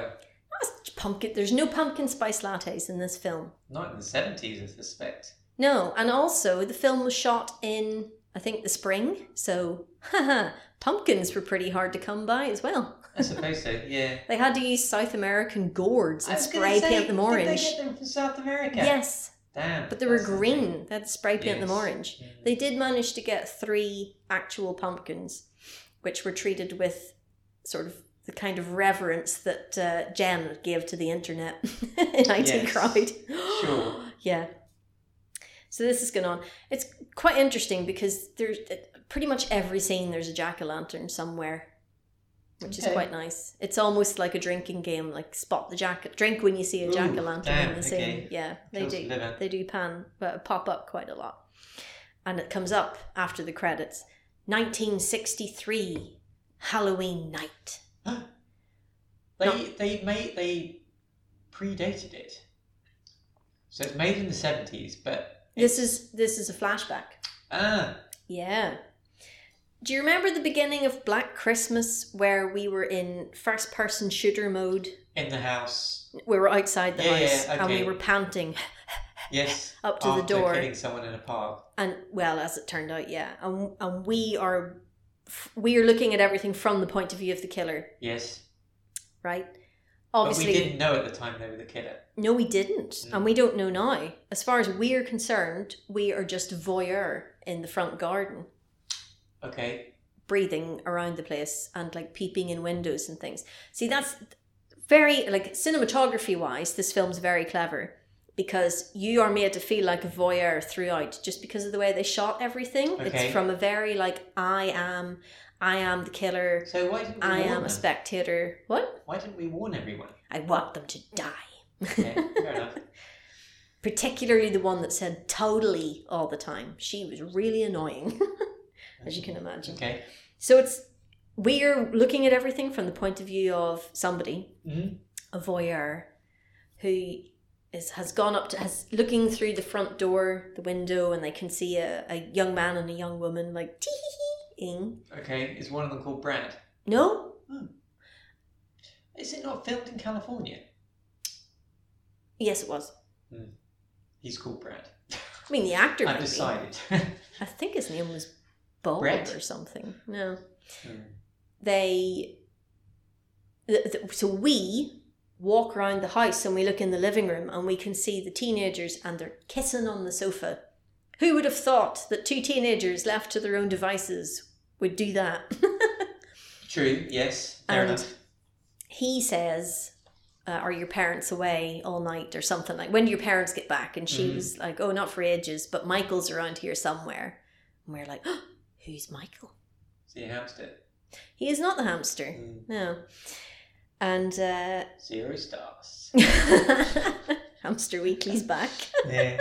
Speaker 2: Not a pumpkin. There's no pumpkin spice lattes in this film.
Speaker 1: not in the seventies, I suspect.
Speaker 2: No, and also the film was shot in I think the spring, so haha, pumpkins were pretty hard to come by as well.
Speaker 1: I suppose so. Yeah.
Speaker 2: They had to use South American gourds
Speaker 1: I
Speaker 2: and
Speaker 1: was gonna
Speaker 2: spray
Speaker 1: say,
Speaker 2: paint them
Speaker 1: Did they
Speaker 2: orange.
Speaker 1: get them from South America?
Speaker 2: Yes,
Speaker 1: Damn.
Speaker 2: but they were
Speaker 1: that's something.
Speaker 2: green. They had to spray paint them
Speaker 1: Yes.
Speaker 2: orange.
Speaker 1: Mm.
Speaker 2: They did manage to get three actual pumpkins, which were treated with sort of the kind of reverence that uh, Jen gave to the internet in IT
Speaker 1: Yes.
Speaker 2: Crowd.
Speaker 1: Sure.
Speaker 2: yeah. So this is going on. It's quite interesting because there's pretty much every scene there's a jack o' lantern somewhere, which is
Speaker 1: Okay.
Speaker 2: quite nice. It's almost like a drinking game, like spot the jack, drink when you see a
Speaker 1: Ooh,
Speaker 2: jack o' lantern
Speaker 1: damn,
Speaker 2: in the
Speaker 1: okay.
Speaker 2: scene. Yeah, they
Speaker 1: Kills
Speaker 2: do
Speaker 1: the liver.
Speaker 2: they do pan uh, pop up quite a lot and it comes up after the credits 1963 halloween night
Speaker 1: They
Speaker 2: No.
Speaker 1: they made they predated it. So it's made in the seventies, but
Speaker 2: this is this is a flashback
Speaker 1: ah
Speaker 2: yeah do you remember the beginning of black christmas where we were in first person shooter mode
Speaker 1: in the house.
Speaker 2: we were outside the
Speaker 1: Yeah, yeah,
Speaker 2: house and we
Speaker 1: okay. Oh,
Speaker 2: were panting
Speaker 1: Yes.
Speaker 2: up to the
Speaker 1: after
Speaker 2: door
Speaker 1: killing someone in a park.
Speaker 2: and well as it turned out yeah and, and we are we are looking at everything from the point of view of the killer
Speaker 1: Yes.
Speaker 2: right obviously
Speaker 1: But we didn't know at the time they were the killer.
Speaker 2: No, we didn't. And
Speaker 1: Mm.
Speaker 2: we don't know now. As far as we are concerned, we are just voyeur in the front garden,
Speaker 1: Okay.
Speaker 2: breathing around the place and like peeping in windows and things. See, that's very, like, cinematography wise, this film's very clever because you are made to feel like a voyeur throughout just because of the way they shot everything.
Speaker 1: Okay.
Speaker 2: It's from a very, like, I am, I am the killer,
Speaker 1: So why didn't we
Speaker 2: I
Speaker 1: warn
Speaker 2: am a
Speaker 1: them?
Speaker 2: spectator. What?
Speaker 1: Why didn't we warn everyone?
Speaker 2: I want them to die.
Speaker 1: Okay, fair enough.
Speaker 2: particularly the one that said totally all the time. She was really annoying, as you can imagine.
Speaker 1: Okay.
Speaker 2: So it's we're looking at everything from the point of view of somebody,
Speaker 1: Mhm.
Speaker 2: a voyeur, who is has gone up to has looking through the front door, the window, and they can see a, a young man and a young woman like tee hee ing.
Speaker 1: Okay. Is one of them called Brad?
Speaker 2: No,
Speaker 1: Is it not filmed in California?
Speaker 2: yes, it was.
Speaker 1: He's called Brad.
Speaker 2: I mean, the actor. might
Speaker 1: I've
Speaker 2: be.
Speaker 1: decided.
Speaker 2: I think his name was Bob
Speaker 1: Brett?
Speaker 2: or something. No.
Speaker 1: Hmm.
Speaker 2: they th- th- so we walk around the house and we look in the living room and we can see the teenagers and they're kissing on the sofa who would have thought that two teenagers left to their own devices would do that
Speaker 1: True. Yes. Fair
Speaker 2: And-
Speaker 1: enough.
Speaker 2: he says uh, are your parents away all night or something like when do your parents get back and she
Speaker 1: Mhm.
Speaker 2: was like oh not for ages but michael's around here somewhere and we're like who's michael
Speaker 1: See a hamster.
Speaker 2: he is not the hamster
Speaker 1: Mm.
Speaker 2: no and uh
Speaker 1: Zero stars.
Speaker 2: Hamster Weekly's back.
Speaker 1: yeah.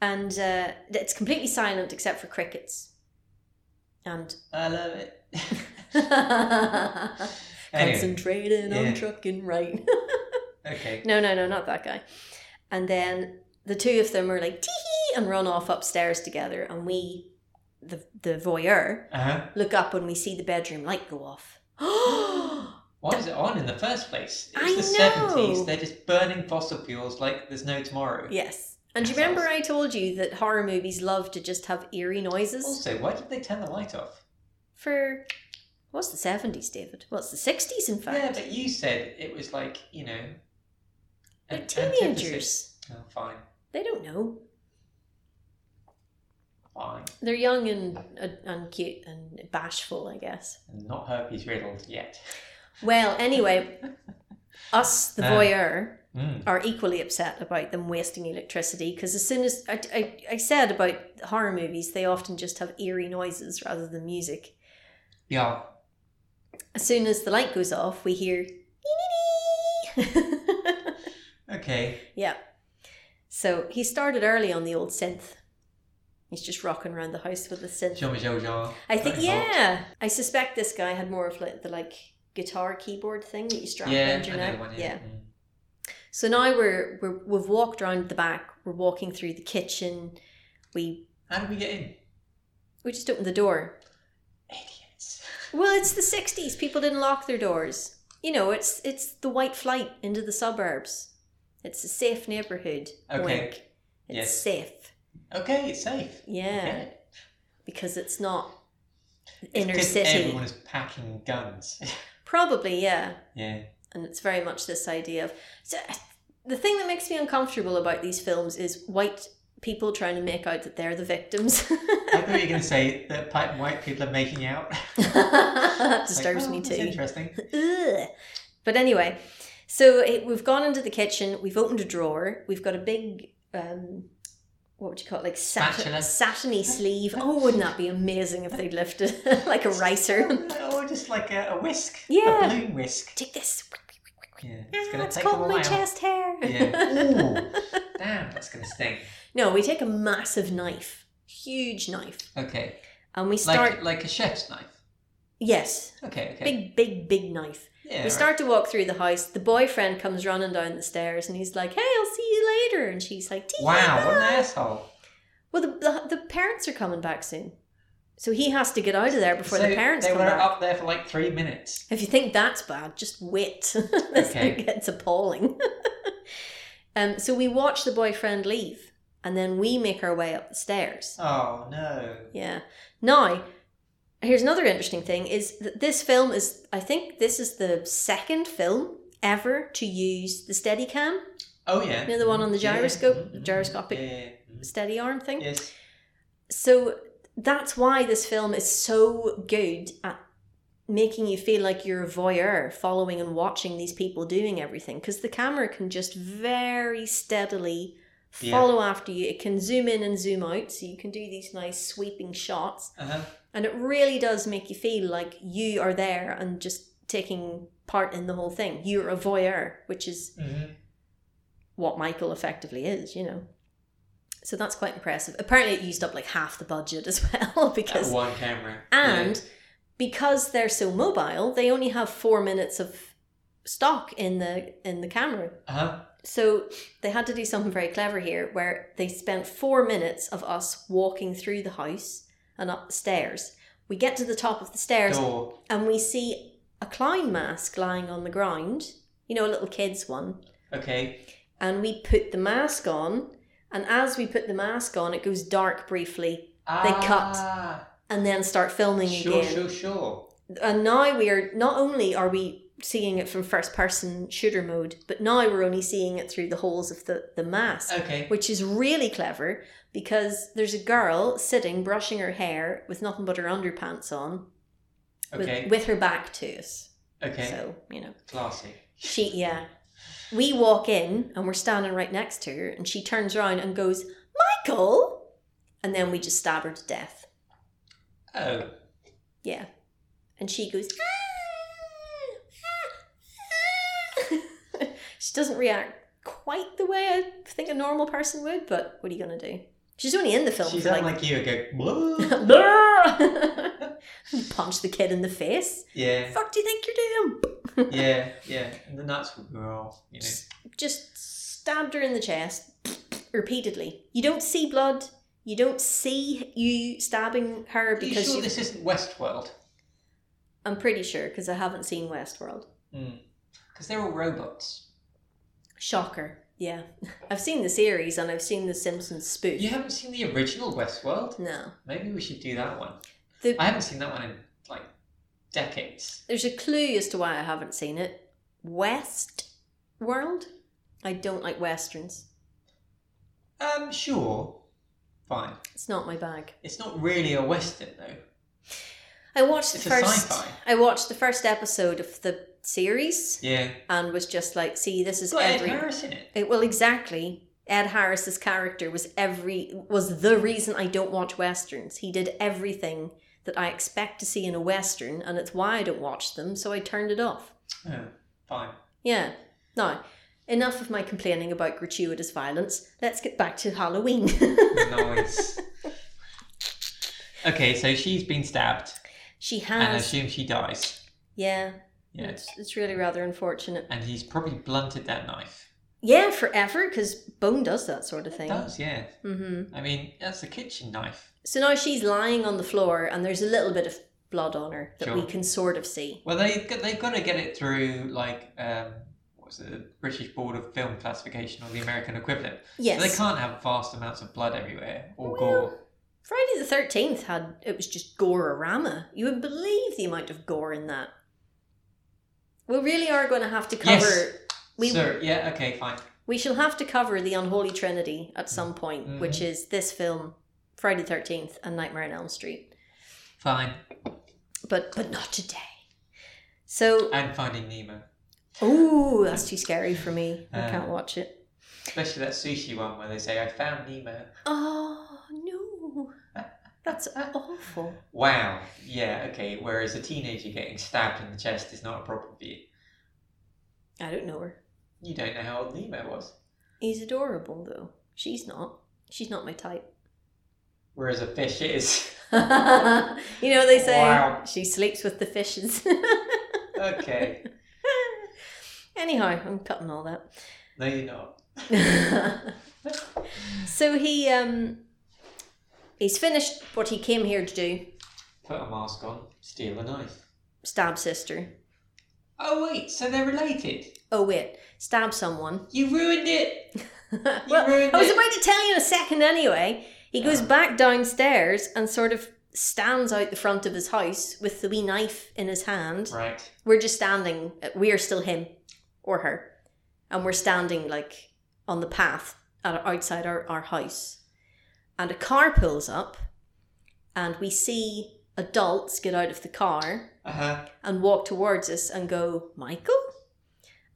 Speaker 2: And uh, it's completely silent except for crickets. And
Speaker 1: I love it. anyway.
Speaker 2: concentrating
Speaker 1: yeah.
Speaker 2: on trucking right.
Speaker 1: Okay.
Speaker 2: no, no, no, not that guy. And then the two of them are like tee hee and run off upstairs together. And we, the, the voyeur,
Speaker 1: Uh huh.
Speaker 2: look up and we see the bedroom light go off.
Speaker 1: Why is it on in the first place? It's
Speaker 2: I
Speaker 1: the
Speaker 2: know.
Speaker 1: seventies. They're just burning fossil fuels like there's no tomorrow.
Speaker 2: yes. And do you
Speaker 1: Sounds-
Speaker 2: remember I told you that horror movies love to just have eerie noises?
Speaker 1: Also, why did they turn the light off?
Speaker 2: for what's the seventies, David? What's the sixties, in
Speaker 1: Yeah,
Speaker 2: fact?
Speaker 1: but you said it was like you know.
Speaker 2: They're
Speaker 1: an antithesis.
Speaker 2: teenagers.
Speaker 1: Oh, fine,
Speaker 2: They don't know.
Speaker 1: fine,
Speaker 2: They're young and and- and cute and bashful, I guess.
Speaker 1: and not herpes riddled yet.
Speaker 2: Well, anyway, us the
Speaker 1: Uh.
Speaker 2: voyeur
Speaker 1: Mm.
Speaker 2: are equally upset about them wasting electricity because as soon as I, I, I said about horror movies, they often just have eerie noises rather than music.
Speaker 1: Yeah.
Speaker 2: As soon as the light goes off, we hear.
Speaker 1: Okay.
Speaker 2: yeah. So he started early on the old synth. He's just rocking around the house with the synth.
Speaker 1: Jean Michel Jarre.
Speaker 2: I think,
Speaker 1: very involved.
Speaker 2: yeah. I suspect this guy had more of like the like guitar keyboard thing that you strap
Speaker 1: Yeah,
Speaker 2: around
Speaker 1: I
Speaker 2: your
Speaker 1: know
Speaker 2: neck.
Speaker 1: the one,
Speaker 2: yeah.
Speaker 1: yeah. Mm.
Speaker 2: So now we're, we're we've walked around the back. We're walking through the kitchen. We
Speaker 1: How did we get in?
Speaker 2: we just opened the door.
Speaker 1: Idiots.
Speaker 2: Well, it's the '60s. People didn't lock their doors. You know, it's it's the white flight into the suburbs. It's a safe neighborhood.
Speaker 1: Okay.
Speaker 2: Wink. It's
Speaker 1: Yes.
Speaker 2: safe
Speaker 1: Okay, it's safe.
Speaker 2: Yeah.
Speaker 1: Okay.
Speaker 2: because it's not inner
Speaker 1: Because
Speaker 2: city.
Speaker 1: Everyone is packing guns.
Speaker 2: Probably, yeah.
Speaker 1: yeah.
Speaker 2: and it's very much this idea of so the thing that makes me uncomfortable about these films is white people trying to make out that they're the victims
Speaker 1: I thought you were going to say that pi- white people are making out.
Speaker 2: That
Speaker 1: It's like,
Speaker 2: disturbs
Speaker 1: oh,
Speaker 2: me
Speaker 1: that's
Speaker 2: too
Speaker 1: Interesting.
Speaker 2: Ugh. but anyway so it, we've gone into the kitchen we've opened a drawer we've got a big um what would you call it like satin,
Speaker 1: Spatula.
Speaker 2: satiny sleeve oh wouldn't that be amazing if they'd lifted like a ricer
Speaker 1: or just like a, a whisk.
Speaker 2: Yeah.
Speaker 1: A balloon whisk.
Speaker 2: take this
Speaker 1: Yeah. It's
Speaker 2: ah,
Speaker 1: going to
Speaker 2: it's
Speaker 1: take a
Speaker 2: caught in
Speaker 1: while.
Speaker 2: my chest hair
Speaker 1: Yeah. Ooh. Damn, that's going to sting.
Speaker 2: No, we take a massive knife, huge knife,
Speaker 1: Okay.
Speaker 2: and we
Speaker 1: Like
Speaker 2: start.
Speaker 1: like a chef's knife.
Speaker 2: yes,
Speaker 1: Okay, okay.
Speaker 2: big, big, big knife.
Speaker 1: yeah,
Speaker 2: we
Speaker 1: right.
Speaker 2: start to walk through the house. The boyfriend comes running down the stairs, and he's like, "Hey, I'll see you later." And she's like, "Tee,
Speaker 1: Wow, what an
Speaker 2: bye."
Speaker 1: asshole.
Speaker 2: Well, the, the the parents are coming back soon, so he has to get out of there before
Speaker 1: So
Speaker 2: the parents
Speaker 1: They
Speaker 2: come
Speaker 1: were
Speaker 2: back.
Speaker 1: up there for like three minutes.
Speaker 2: If you think that's bad, just wait. this
Speaker 1: Okay.
Speaker 2: gets appalling. um, so we watch the boyfriend leave, and then we make our way up the stairs.
Speaker 1: Oh no.
Speaker 2: Yeah. Now, here's another interesting thing is that this film is I think this is the second film ever to use the Steadicam,
Speaker 1: Oh yeah.
Speaker 2: You know the one on the
Speaker 1: Yeah.
Speaker 2: gyroscope?
Speaker 1: Mhm.
Speaker 2: Gyroscopic-
Speaker 1: Yeah, yeah, yeah.
Speaker 2: steady arm thing.
Speaker 1: Yes.
Speaker 2: So that's why this film is so good at making you feel like you're a voyeur following and watching these people doing everything because the camera can just very steadily
Speaker 1: Yeah.
Speaker 2: follow after you. It can zoom in and zoom out so you can do these nice sweeping shots.
Speaker 1: Uh-huh.
Speaker 2: And it really does make you feel like you are there and just taking part in the whole thing. You're a voyeur, which is
Speaker 1: Mhm.
Speaker 2: what Michael effectively is, you know. So that's quite impressive. Apparently, it used up like half the budget as well
Speaker 1: That
Speaker 2: because
Speaker 1: one camera.
Speaker 2: and because they're so mobile, they only have four minutes of stock in the in the camera.
Speaker 1: yeah. uh-huh.
Speaker 2: So they had to do something very clever here, where they spent four minutes of us walking through the house and up the stairs. We get to the top of the stairs,
Speaker 1: door.
Speaker 2: and we see a clown mask lying on the ground, you know, a little kid's one.
Speaker 1: Okay.
Speaker 2: And we put the mask on, and as we put the mask on, it goes dark briefly
Speaker 1: ah,
Speaker 2: and then start filming
Speaker 1: Sure,
Speaker 2: again.
Speaker 1: sure, sure.
Speaker 2: And now we are not only are we seeing it from first person shooter mode, but now we're only seeing it through the holes of the, the mask.
Speaker 1: Okay.
Speaker 2: Which is really clever because there's a girl sitting brushing her hair with nothing but her underpants on,
Speaker 1: Okay.
Speaker 2: with, with her back to us.
Speaker 1: okay.
Speaker 2: So, you know.
Speaker 1: Classy.
Speaker 2: She, yeah. We walk in and we're standing right next to her, and she turns around and goes, Michael! And then we just stab her to death.
Speaker 1: Oh.
Speaker 2: Yeah. And she goes, "Ah, ah, ah." She doesn't react quite the way I think a normal person would, but what are you going to do? She's only in the film
Speaker 1: She's
Speaker 2: for
Speaker 1: not
Speaker 2: like.
Speaker 1: like you. Go. Whoa.
Speaker 2: Punch the kid in the face.
Speaker 1: yeah.
Speaker 2: fuck do you think you're doing?
Speaker 1: Yeah. Yeah. And the nuts will grow. You know.
Speaker 2: just stabbed her in the chest repeatedly. You don't see blood. You don't see you stabbing her
Speaker 1: Are you
Speaker 2: because
Speaker 1: sure
Speaker 2: you
Speaker 1: this isn't Westworld?
Speaker 2: I'm pretty sure because I haven't seen Westworld.
Speaker 1: Because Hmm. they're all robots.
Speaker 2: Shocker. Yeah. I've seen the series and I've seen the Simpsons spoof.
Speaker 1: You haven't seen the original Westworld?
Speaker 2: No.
Speaker 1: Maybe we should do that one.
Speaker 2: The-
Speaker 1: I haven't seen that one in like decades.
Speaker 2: There's a clue as to why I haven't seen it. West World? I don't like westerns.
Speaker 1: Um, sure. Fine.
Speaker 2: It's not my bag.
Speaker 1: It's not really a Western though.
Speaker 2: I watched the
Speaker 1: It's a
Speaker 2: first
Speaker 1: sci-fi.
Speaker 2: I watched the first episode of the series
Speaker 1: Yeah.
Speaker 2: and was just like, see, this is
Speaker 1: It's got Ed
Speaker 2: every
Speaker 1: Harris in it.
Speaker 2: It- Eh, well, exactly. Ed Harris's character was every was the reason I don't watch westerns. He did everything that I expect to see in a western, and it's why I don't watch them. So I turned it off.
Speaker 1: Oh, fine.
Speaker 2: Yeah. Now, enough of my complaining about gratuitous violence. Let's get back to Halloween.
Speaker 1: nice. Okay, so she's been stabbed,
Speaker 2: She
Speaker 1: and I
Speaker 2: has.
Speaker 1: assume she dies.
Speaker 2: yeah.
Speaker 1: Yeah,
Speaker 2: It's, it's really rather unfortunate.
Speaker 1: and he's probably blunted that knife.
Speaker 2: Yeah, forever, because Bone does that sort of
Speaker 1: It
Speaker 2: thing.
Speaker 1: does, yeah.
Speaker 2: hmm
Speaker 1: I mean, that's a kitchen knife.
Speaker 2: So now she's lying on the floor, and there's a little bit of blood on her that we
Speaker 1: Sure.
Speaker 2: can sort of see.
Speaker 1: Well, they they've got to get it through like um, what's it, the British Board of Film Classification or the American equivalent. So
Speaker 2: Yes.
Speaker 1: they can't have vast amounts of blood everywhere or
Speaker 2: Well,
Speaker 1: gore.
Speaker 2: Friday the Thirteenth had it was just gore-orama. You would believe the amount of gore in that. We really are going to have to cover.
Speaker 1: Yes.
Speaker 2: We
Speaker 1: so yeah, okay, fine.
Speaker 2: we shall have to cover the unholy trinity at some point,
Speaker 1: Mhm.
Speaker 2: which is this film, Friday the Thirteenth, and Nightmare on Elm Street,
Speaker 1: Fine.
Speaker 2: but but not today. So,
Speaker 1: And Finding Nemo.
Speaker 2: oh, that's too scary for me. I
Speaker 1: Uh.
Speaker 2: can't watch it.
Speaker 1: Especially that sushi one where they say, I found Nemo.
Speaker 2: Oh no, that's awful.
Speaker 1: Wow. Yeah, okay. Whereas a teenager getting stabbed in the chest is not a problem for you.
Speaker 2: I don't know her.
Speaker 1: You don't know how old Nemo was.
Speaker 2: He's adorable though. She's not. She's not my type.
Speaker 1: Whereas a fish is.
Speaker 2: you know what they say
Speaker 1: Wow.
Speaker 2: she sleeps with the fishes.
Speaker 1: Okay.
Speaker 2: Anyhow, I'm cutting all
Speaker 1: no, you're not.
Speaker 2: that. so he um he's finished what he came here to do.
Speaker 1: Put a mask on, steal a knife.
Speaker 2: Stab sister.
Speaker 1: Oh, wait, so they're related.
Speaker 2: Oh wait, stab someone.
Speaker 1: You ruined it.
Speaker 2: well,
Speaker 1: You ruined
Speaker 2: I was
Speaker 1: it.
Speaker 2: about to tell you in a second anyway. He goes
Speaker 1: Oh.
Speaker 2: back downstairs and sort of stands out the front of his house with the wee knife in his hand.
Speaker 1: Right.
Speaker 2: we're just standing we are still him or her and we're standing like on the path at, outside our, our house and a car pulls up and we see adults get out of the car
Speaker 1: Uh huh.
Speaker 2: and walk towards us and go michael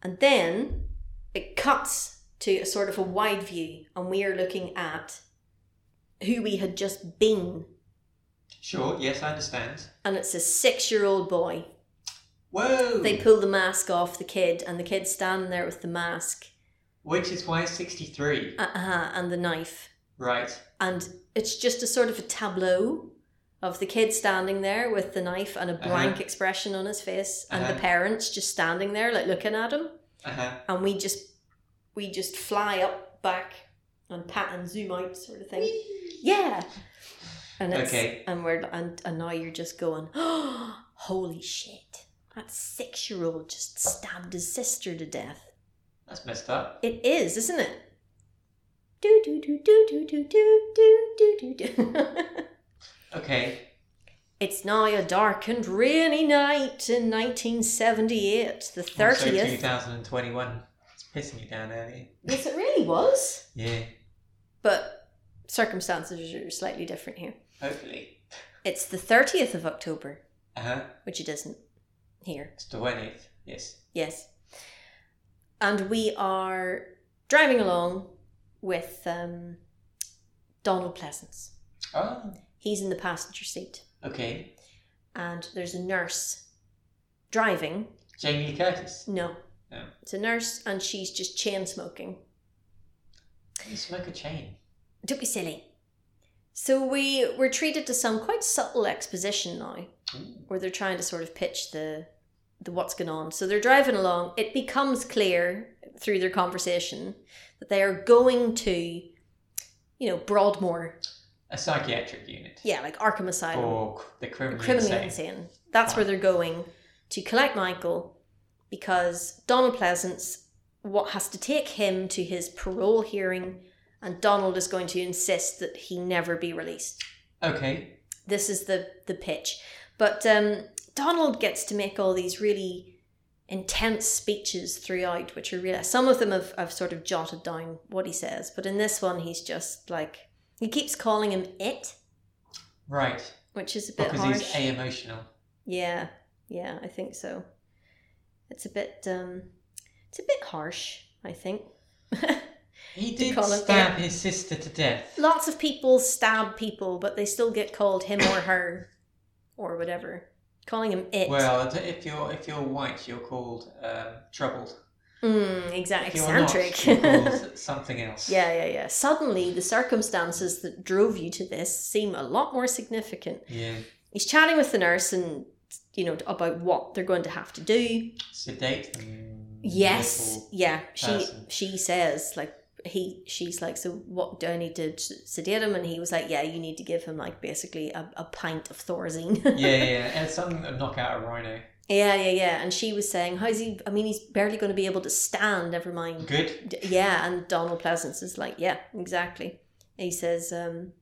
Speaker 2: and then it cuts to a sort of a wide view and we are looking at who we had just been
Speaker 1: Sure, yes, I understand.
Speaker 2: and it's a six year old boy
Speaker 1: Whoa!
Speaker 2: They pull the mask off the kid, and the kid's standing there with the mask
Speaker 1: Which is why it's 63.
Speaker 2: uh, uh, and the knife.
Speaker 1: Right.
Speaker 2: And it's just a sort of a tableau of the kid standing there with the knife and a blank
Speaker 1: Uh-huh.
Speaker 2: expression on his face, and the
Speaker 1: Uh-huh.
Speaker 2: parents just standing there, like looking at him.
Speaker 1: Uh huh.
Speaker 2: And we just, we just fly up, back, and pat and zoom out, sort of thing. Yeah. And it's,
Speaker 1: Okay.
Speaker 2: And we're and, and now you're just going, oh, holy shit! That six-year-old just stabbed his sister to death.
Speaker 1: That's messed up.
Speaker 2: It is, isn't it? Do do do do do do do do do do do.
Speaker 1: Okay.
Speaker 2: It's now a dark and rainy night in 1978,
Speaker 1: Also
Speaker 2: the 30th.
Speaker 1: 2021. It's pissing you down early.
Speaker 2: yes, it really was.
Speaker 1: Yeah,
Speaker 2: But circumstances are slightly different here.
Speaker 1: hopefully.
Speaker 2: It's the 30th of October,
Speaker 1: Uh huh.
Speaker 2: which it isn't here.
Speaker 1: It's the 20th. Yes.
Speaker 2: Yes. And we are driving along with um, Donald Pleasance.
Speaker 1: Oh,
Speaker 2: He's in the passenger seat.
Speaker 1: okay.
Speaker 2: and there's a nurse driving.
Speaker 1: Jamie Lee Curtis.
Speaker 2: No.
Speaker 1: No.
Speaker 2: It's a nurse and she's just chain smoking.
Speaker 1: You smoke a chain.
Speaker 2: Don't be silly. So we were treated to some quite subtle exposition now,
Speaker 1: Ooh.
Speaker 2: where they're trying to sort of pitch the the what's going on. So they're driving along. It becomes clear through their conversation that they are going to, you know, Broadmoor.
Speaker 1: A psychiatric unit.
Speaker 2: Yeah, like Arkham Asylum.
Speaker 1: Or c- the
Speaker 2: The
Speaker 1: criminal
Speaker 2: criminally
Speaker 1: insane.
Speaker 2: insane. That's where they're going to collect Michael because Donald Pleasance what has to take him to his parole hearing and Donald is going to insist that he never be released.
Speaker 1: Okay.
Speaker 2: This is the the pitch. But um, Donald gets to make all these really intense speeches throughout, which are real. Some of them have, have sort of jotted down what he says, but in this one, he's just like he keeps calling him it,
Speaker 1: Right.
Speaker 2: which is a bit
Speaker 1: Because
Speaker 2: harsh.
Speaker 1: Oh, he's a emotional.
Speaker 2: Yeah, yeah, I think so. It's a bit um it's a bit harsh, I think.
Speaker 1: He
Speaker 2: To
Speaker 1: did
Speaker 2: call it-
Speaker 1: stab his sister to death.
Speaker 2: Lots of people stab people, but they still get called him or her or whatever. Calling him it.
Speaker 1: Well, if you're if you're white, you're called um, troubled.
Speaker 2: Mm, exactly.
Speaker 1: If you're not,
Speaker 2: Eccentric.
Speaker 1: she calls it something else.
Speaker 2: yeah, yeah, yeah. Suddenly, the circumstances that drove you to this seem a lot more significant.
Speaker 1: Yeah.
Speaker 2: He's chatting with the nurse and, you know, about what they're going to have to do.
Speaker 1: Sedate. Mm, and
Speaker 2: Yes.
Speaker 1: little-
Speaker 2: Yeah. She
Speaker 1: person.
Speaker 2: she says like he she's like so what do I need to s- sedate him and he was like yeah you need to give him like basically a, a pint of thorazine.
Speaker 1: yeah, yeah, yeah. And something to knock out a rhino.
Speaker 2: yeah, yeah, yeah. And she was saying how's he? I mean he's barely going to be able to stand. Never mind
Speaker 1: Good.
Speaker 2: D- yeah and donald pleasance is like yeah exactly he says um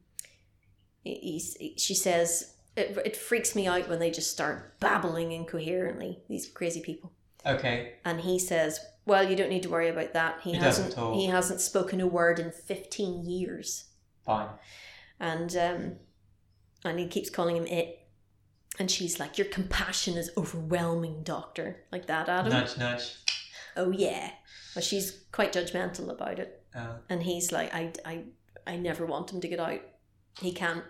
Speaker 2: he- he's, he- she says it, it freaks me out when they just start babbling incoherently these crazy people
Speaker 1: Okay.
Speaker 2: and he says well you don't need to worry about that he,
Speaker 1: He doesn't
Speaker 2: hasn't
Speaker 1: talk.
Speaker 2: he hasn't spoken a word in 15 years
Speaker 1: Fine.
Speaker 2: and um and he keeps calling him it and she's like your compassion is overwhelming doctor like that adam
Speaker 1: Nudge, nudge.
Speaker 2: oh yeah well she's quite judgmental about it
Speaker 1: Uh,
Speaker 2: and he's like I, I i never want him to get out he can't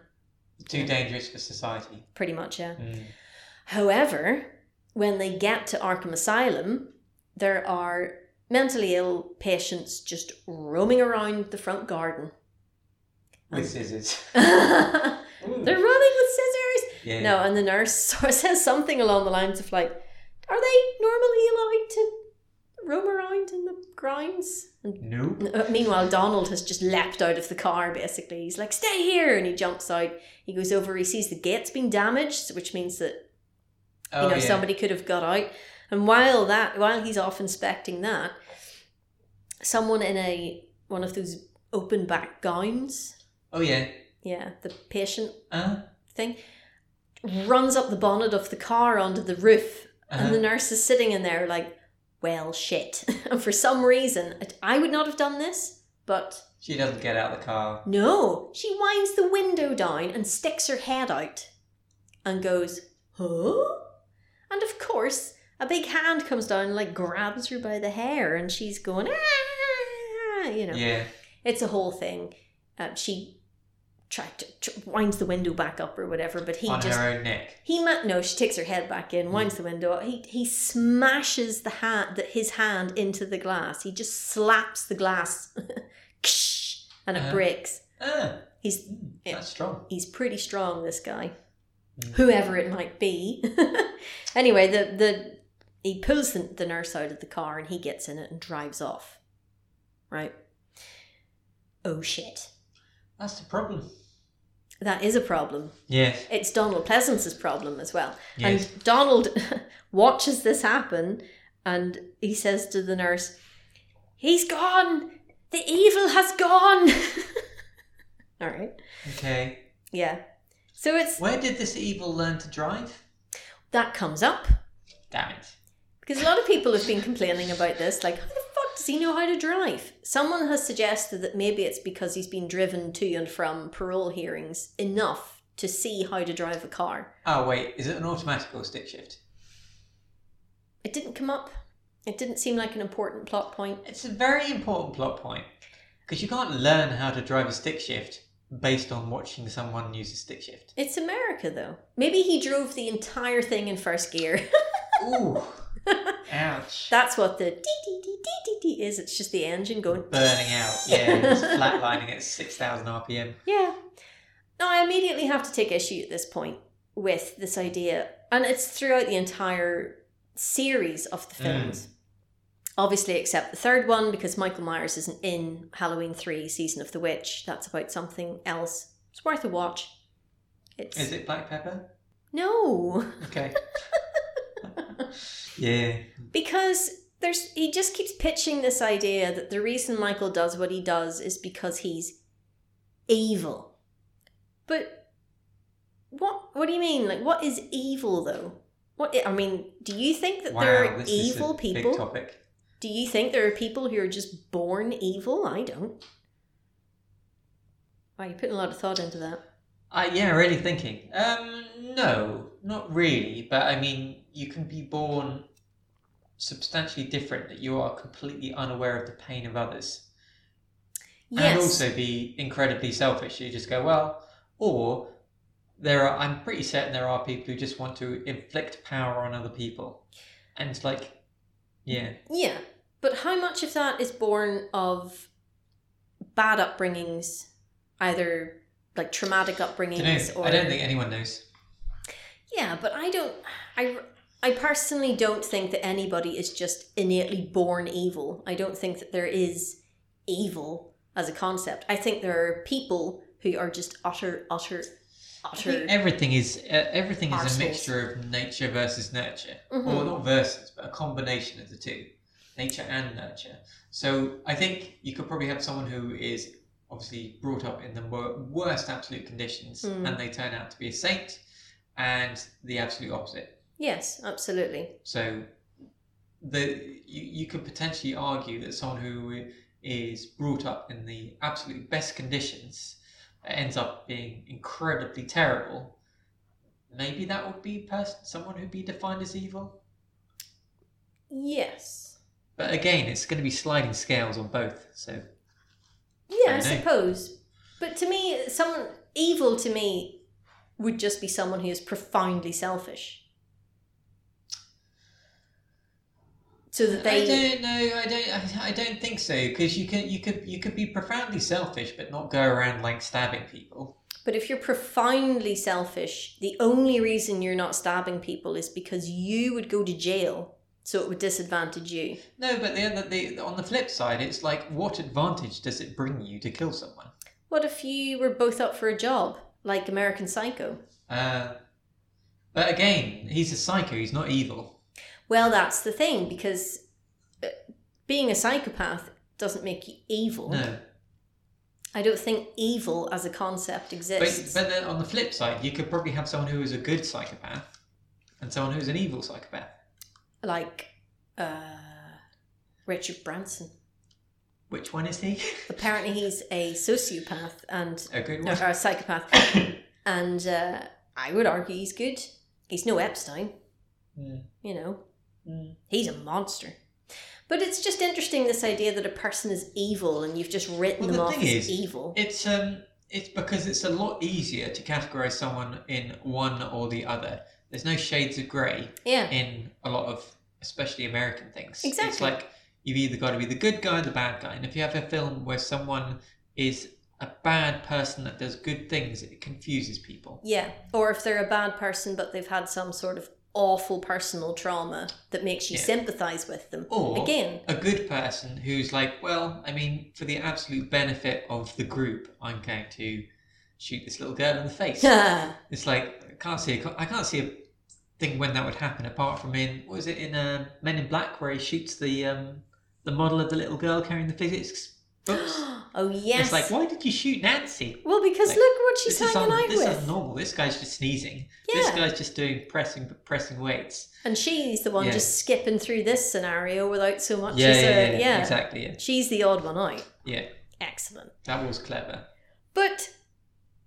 Speaker 1: too dangerous for society.
Speaker 2: pretty much yeah
Speaker 1: Mm.
Speaker 2: however when they get to arkham asylum there are mentally ill patients just roaming around the front garden
Speaker 1: With scissors.
Speaker 2: they're
Speaker 1: Ooh.
Speaker 2: running with scissors
Speaker 1: Yeah.
Speaker 2: no and the nurse sort of says something along the lines of like are they normally allowed to roam around in the grounds and
Speaker 1: No.
Speaker 2: Uh, Meanwhile, Donald has just leapt out of the car, basically. He's like, stay here! And he jumps out. He goes over, he sees the gate's been damaged, which means that, you
Speaker 1: Oh,
Speaker 2: know,
Speaker 1: yeah.
Speaker 2: somebody could have got out. And while that, while he's off inspecting that, someone in a, one of those open back gowns,
Speaker 1: Oh, yeah.
Speaker 2: yeah, the patient
Speaker 1: Uh,
Speaker 2: thing, runs up the bonnet of the car onto the roof
Speaker 1: uh,
Speaker 2: and the nurse is sitting in there like, well, shit. and for some reason, I would not have done this, but
Speaker 1: she doesn't get out of the car.
Speaker 2: No, she winds the window down and sticks her head out and goes, Huh? And of course, a big hand comes down and like grabs her by the hair and she's going, Ah! You know,
Speaker 1: Yeah.
Speaker 2: it's a whole thing. Um, she tried to, tr- winds the window back up or whatever, but he
Speaker 1: on
Speaker 2: just.
Speaker 1: her Mm. own neck.
Speaker 2: He ma- no, she takes her head back in, winds the window. up. He he smashes the hand that his hand into the glass. He just slaps the glass, Ksh! and it
Speaker 1: Uh-huh.
Speaker 2: breaks.
Speaker 1: Ah,
Speaker 2: He's Yeah.
Speaker 1: that's strong.
Speaker 2: he's pretty strong this guy
Speaker 1: Mm.
Speaker 2: whoever it might be anyway the the he pulls the, the nurse out of the car and he gets in it and drives off right oh shit
Speaker 1: That's the problem.
Speaker 2: that is a problem
Speaker 1: Yes.
Speaker 2: it's donald pleasance's problem as well
Speaker 1: Yes.
Speaker 2: and donald watches this happen and he says to the nurse he's gone the evil has gone all right
Speaker 1: okay.
Speaker 2: yeah so it's
Speaker 1: Where did this evil learn to drive?
Speaker 2: that comes up
Speaker 1: Damn it.
Speaker 2: Because a lot of people have been complaining about this, like, how the fuck does he know how to drive? Someone has suggested that maybe it's because he's been driven to and from parole hearings enough to see how to drive a car.
Speaker 1: Oh, wait. Is it an automatic or stick shift?
Speaker 2: It didn't come up. It didn't seem like an important plot point.
Speaker 1: It's a very important plot point. Because you can't learn how to drive a stick shift based on watching someone use a stick shift.
Speaker 2: It's America, though. Maybe he drove the entire thing in first gear.
Speaker 1: Ooh. Ouch.
Speaker 2: That's what the dee dee dee dee dee dee is. It's just the engine going.
Speaker 1: Burning out. Yeah, it's flatlining at 6,000 RPM.
Speaker 2: Yeah. Now, I immediately have to take issue at this point with this idea, and it's throughout the entire series of the
Speaker 1: Mm.
Speaker 2: films. Obviously, except the third one, because Michael Myers isn't in Halloween 3 Season of the Witch. That's about something else. It's worth a watch. It's.
Speaker 1: Is it black pepper?
Speaker 2: No!
Speaker 1: Okay. yeah.
Speaker 2: Because there's he just keeps pitching this idea that the reason Michael does what he does is because he's evil. But what what do you mean? Like what is evil though? What I mean, do you think that
Speaker 1: Wow,
Speaker 2: there are
Speaker 1: this is
Speaker 2: evil
Speaker 1: a
Speaker 2: people?
Speaker 1: Big topic.
Speaker 2: Do you think there are people who are just born evil? I don't. Wow, you're putting a lot of thought into that.
Speaker 1: Uh, yeah, really thinking. Um, no, not really. But I mean, you can be born substantially different that you are completely unaware of the pain of others, and
Speaker 2: Yes.
Speaker 1: also be incredibly selfish. You just go well, or there are. I'm pretty certain there are people who just want to inflict power on other people, and like, yeah,
Speaker 2: yeah. But how much of that is born of bad upbringings, either like traumatic upbringings
Speaker 1: Dunno.
Speaker 2: or
Speaker 1: I don't think anyone knows.
Speaker 2: yeah, but I don't. I I personally don't think that anybody is just innately born evil. I don't think that there is evil as a concept. I think there are people who are just utter, utter,
Speaker 1: I
Speaker 2: utter.
Speaker 1: think everything is uh, everything is
Speaker 2: Arseholes.
Speaker 1: a mixture of nature versus nurture, or
Speaker 2: Mhm.
Speaker 1: not versus, but a combination of the two, nature and nurture. So I think you could probably have someone who is obviously brought up in the wor- worst absolute conditions,
Speaker 2: Mm.
Speaker 1: and they turn out to be a saint, and the absolute opposite.
Speaker 2: Yes, absolutely.
Speaker 1: So the you, you could potentially argue that someone who is brought up in the absolute best conditions ends up being incredibly terrible, maybe that would be pers- someone who'd be defined as evil.
Speaker 2: Yes.
Speaker 1: But again, it's going to be sliding scales on both. So
Speaker 2: Yeah, I
Speaker 1: I know.
Speaker 2: suppose. But to me, someone evil to me would just be someone who is profoundly selfish. So that they.
Speaker 1: I don't know. I don't. I, I don't think so. Because you can. You could. You could be profoundly selfish, but not go around like stabbing people.
Speaker 2: But if you're profoundly selfish, the only reason you're not stabbing people is because you would go to jail, so it would disadvantage you.
Speaker 1: No, but the other. The on the flip side, it's like, what advantage does it bring you to kill someone?
Speaker 2: What if you were both up for a job, like American Psycho?
Speaker 1: Uh, but again, he's a psycho. He's not evil.
Speaker 2: Well, that's the thing, because uh, being a psychopath doesn't make you evil.
Speaker 1: No.
Speaker 2: I don't think evil as a concept
Speaker 1: But,
Speaker 2: exists.
Speaker 1: but then on the flip side, you could probably have someone who is a good psychopath and someone who's an evil psychopath.
Speaker 2: like uh, Richard Branson.
Speaker 1: Which one is he?
Speaker 2: Apparently, he's a sociopath and
Speaker 1: a good
Speaker 2: no,
Speaker 1: one.
Speaker 2: or a psychopath. and uh, I would argue he's good. He's no Epstein,
Speaker 1: Mm,
Speaker 2: you know.
Speaker 1: mm.
Speaker 2: He's a monster. But it's just interesting this idea that a person is evil and you've just written
Speaker 1: Well,
Speaker 2: them
Speaker 1: the
Speaker 2: off
Speaker 1: thing
Speaker 2: as
Speaker 1: is,
Speaker 2: evil.
Speaker 1: It's um, it's because it's a lot easier to categorize someone in one or the other. There's no shades of grey
Speaker 2: yeah,
Speaker 1: in a lot of, especially American things. It's
Speaker 2: Exactly.
Speaker 1: like you've either got to be the good guy or the bad guy. And if you have a film where someone is a bad person that does good things, it confuses people.
Speaker 2: yeah. Or if they're a bad person but they've had some sort of awful personal trauma that makes you
Speaker 1: Yeah. Oh.
Speaker 2: sympathise with them.
Speaker 1: Or
Speaker 2: Again,
Speaker 1: a good person who's like, well, I mean, for the absolute benefit of the group, I'm going to shoot this little girl in the face. it's like I can't see, a, I can't see a thing when that would happen. Apart from in what was it in uh, Men in Black where he shoots the um, the model of the little girl carrying the physics books.
Speaker 2: oh yes.
Speaker 1: It's like, why did you shoot Nancy?
Speaker 2: well, because
Speaker 1: like,
Speaker 2: look what she's
Speaker 1: this is
Speaker 2: hanging
Speaker 1: un-
Speaker 2: out
Speaker 1: this
Speaker 2: with.
Speaker 1: is normal. This guy's just sneezing. This
Speaker 2: yeah.
Speaker 1: guy's just doing pressing pressing weights.
Speaker 2: And she's the one
Speaker 1: Yeah.
Speaker 2: just skipping through this scenario without so much
Speaker 1: yeah,
Speaker 2: as
Speaker 1: yeah,
Speaker 2: a
Speaker 1: yeah,
Speaker 2: uh, yeah.
Speaker 1: exactly. Yeah,
Speaker 2: She's the odd one out.
Speaker 1: yeah,
Speaker 2: Excellent.
Speaker 1: that was clever.
Speaker 2: But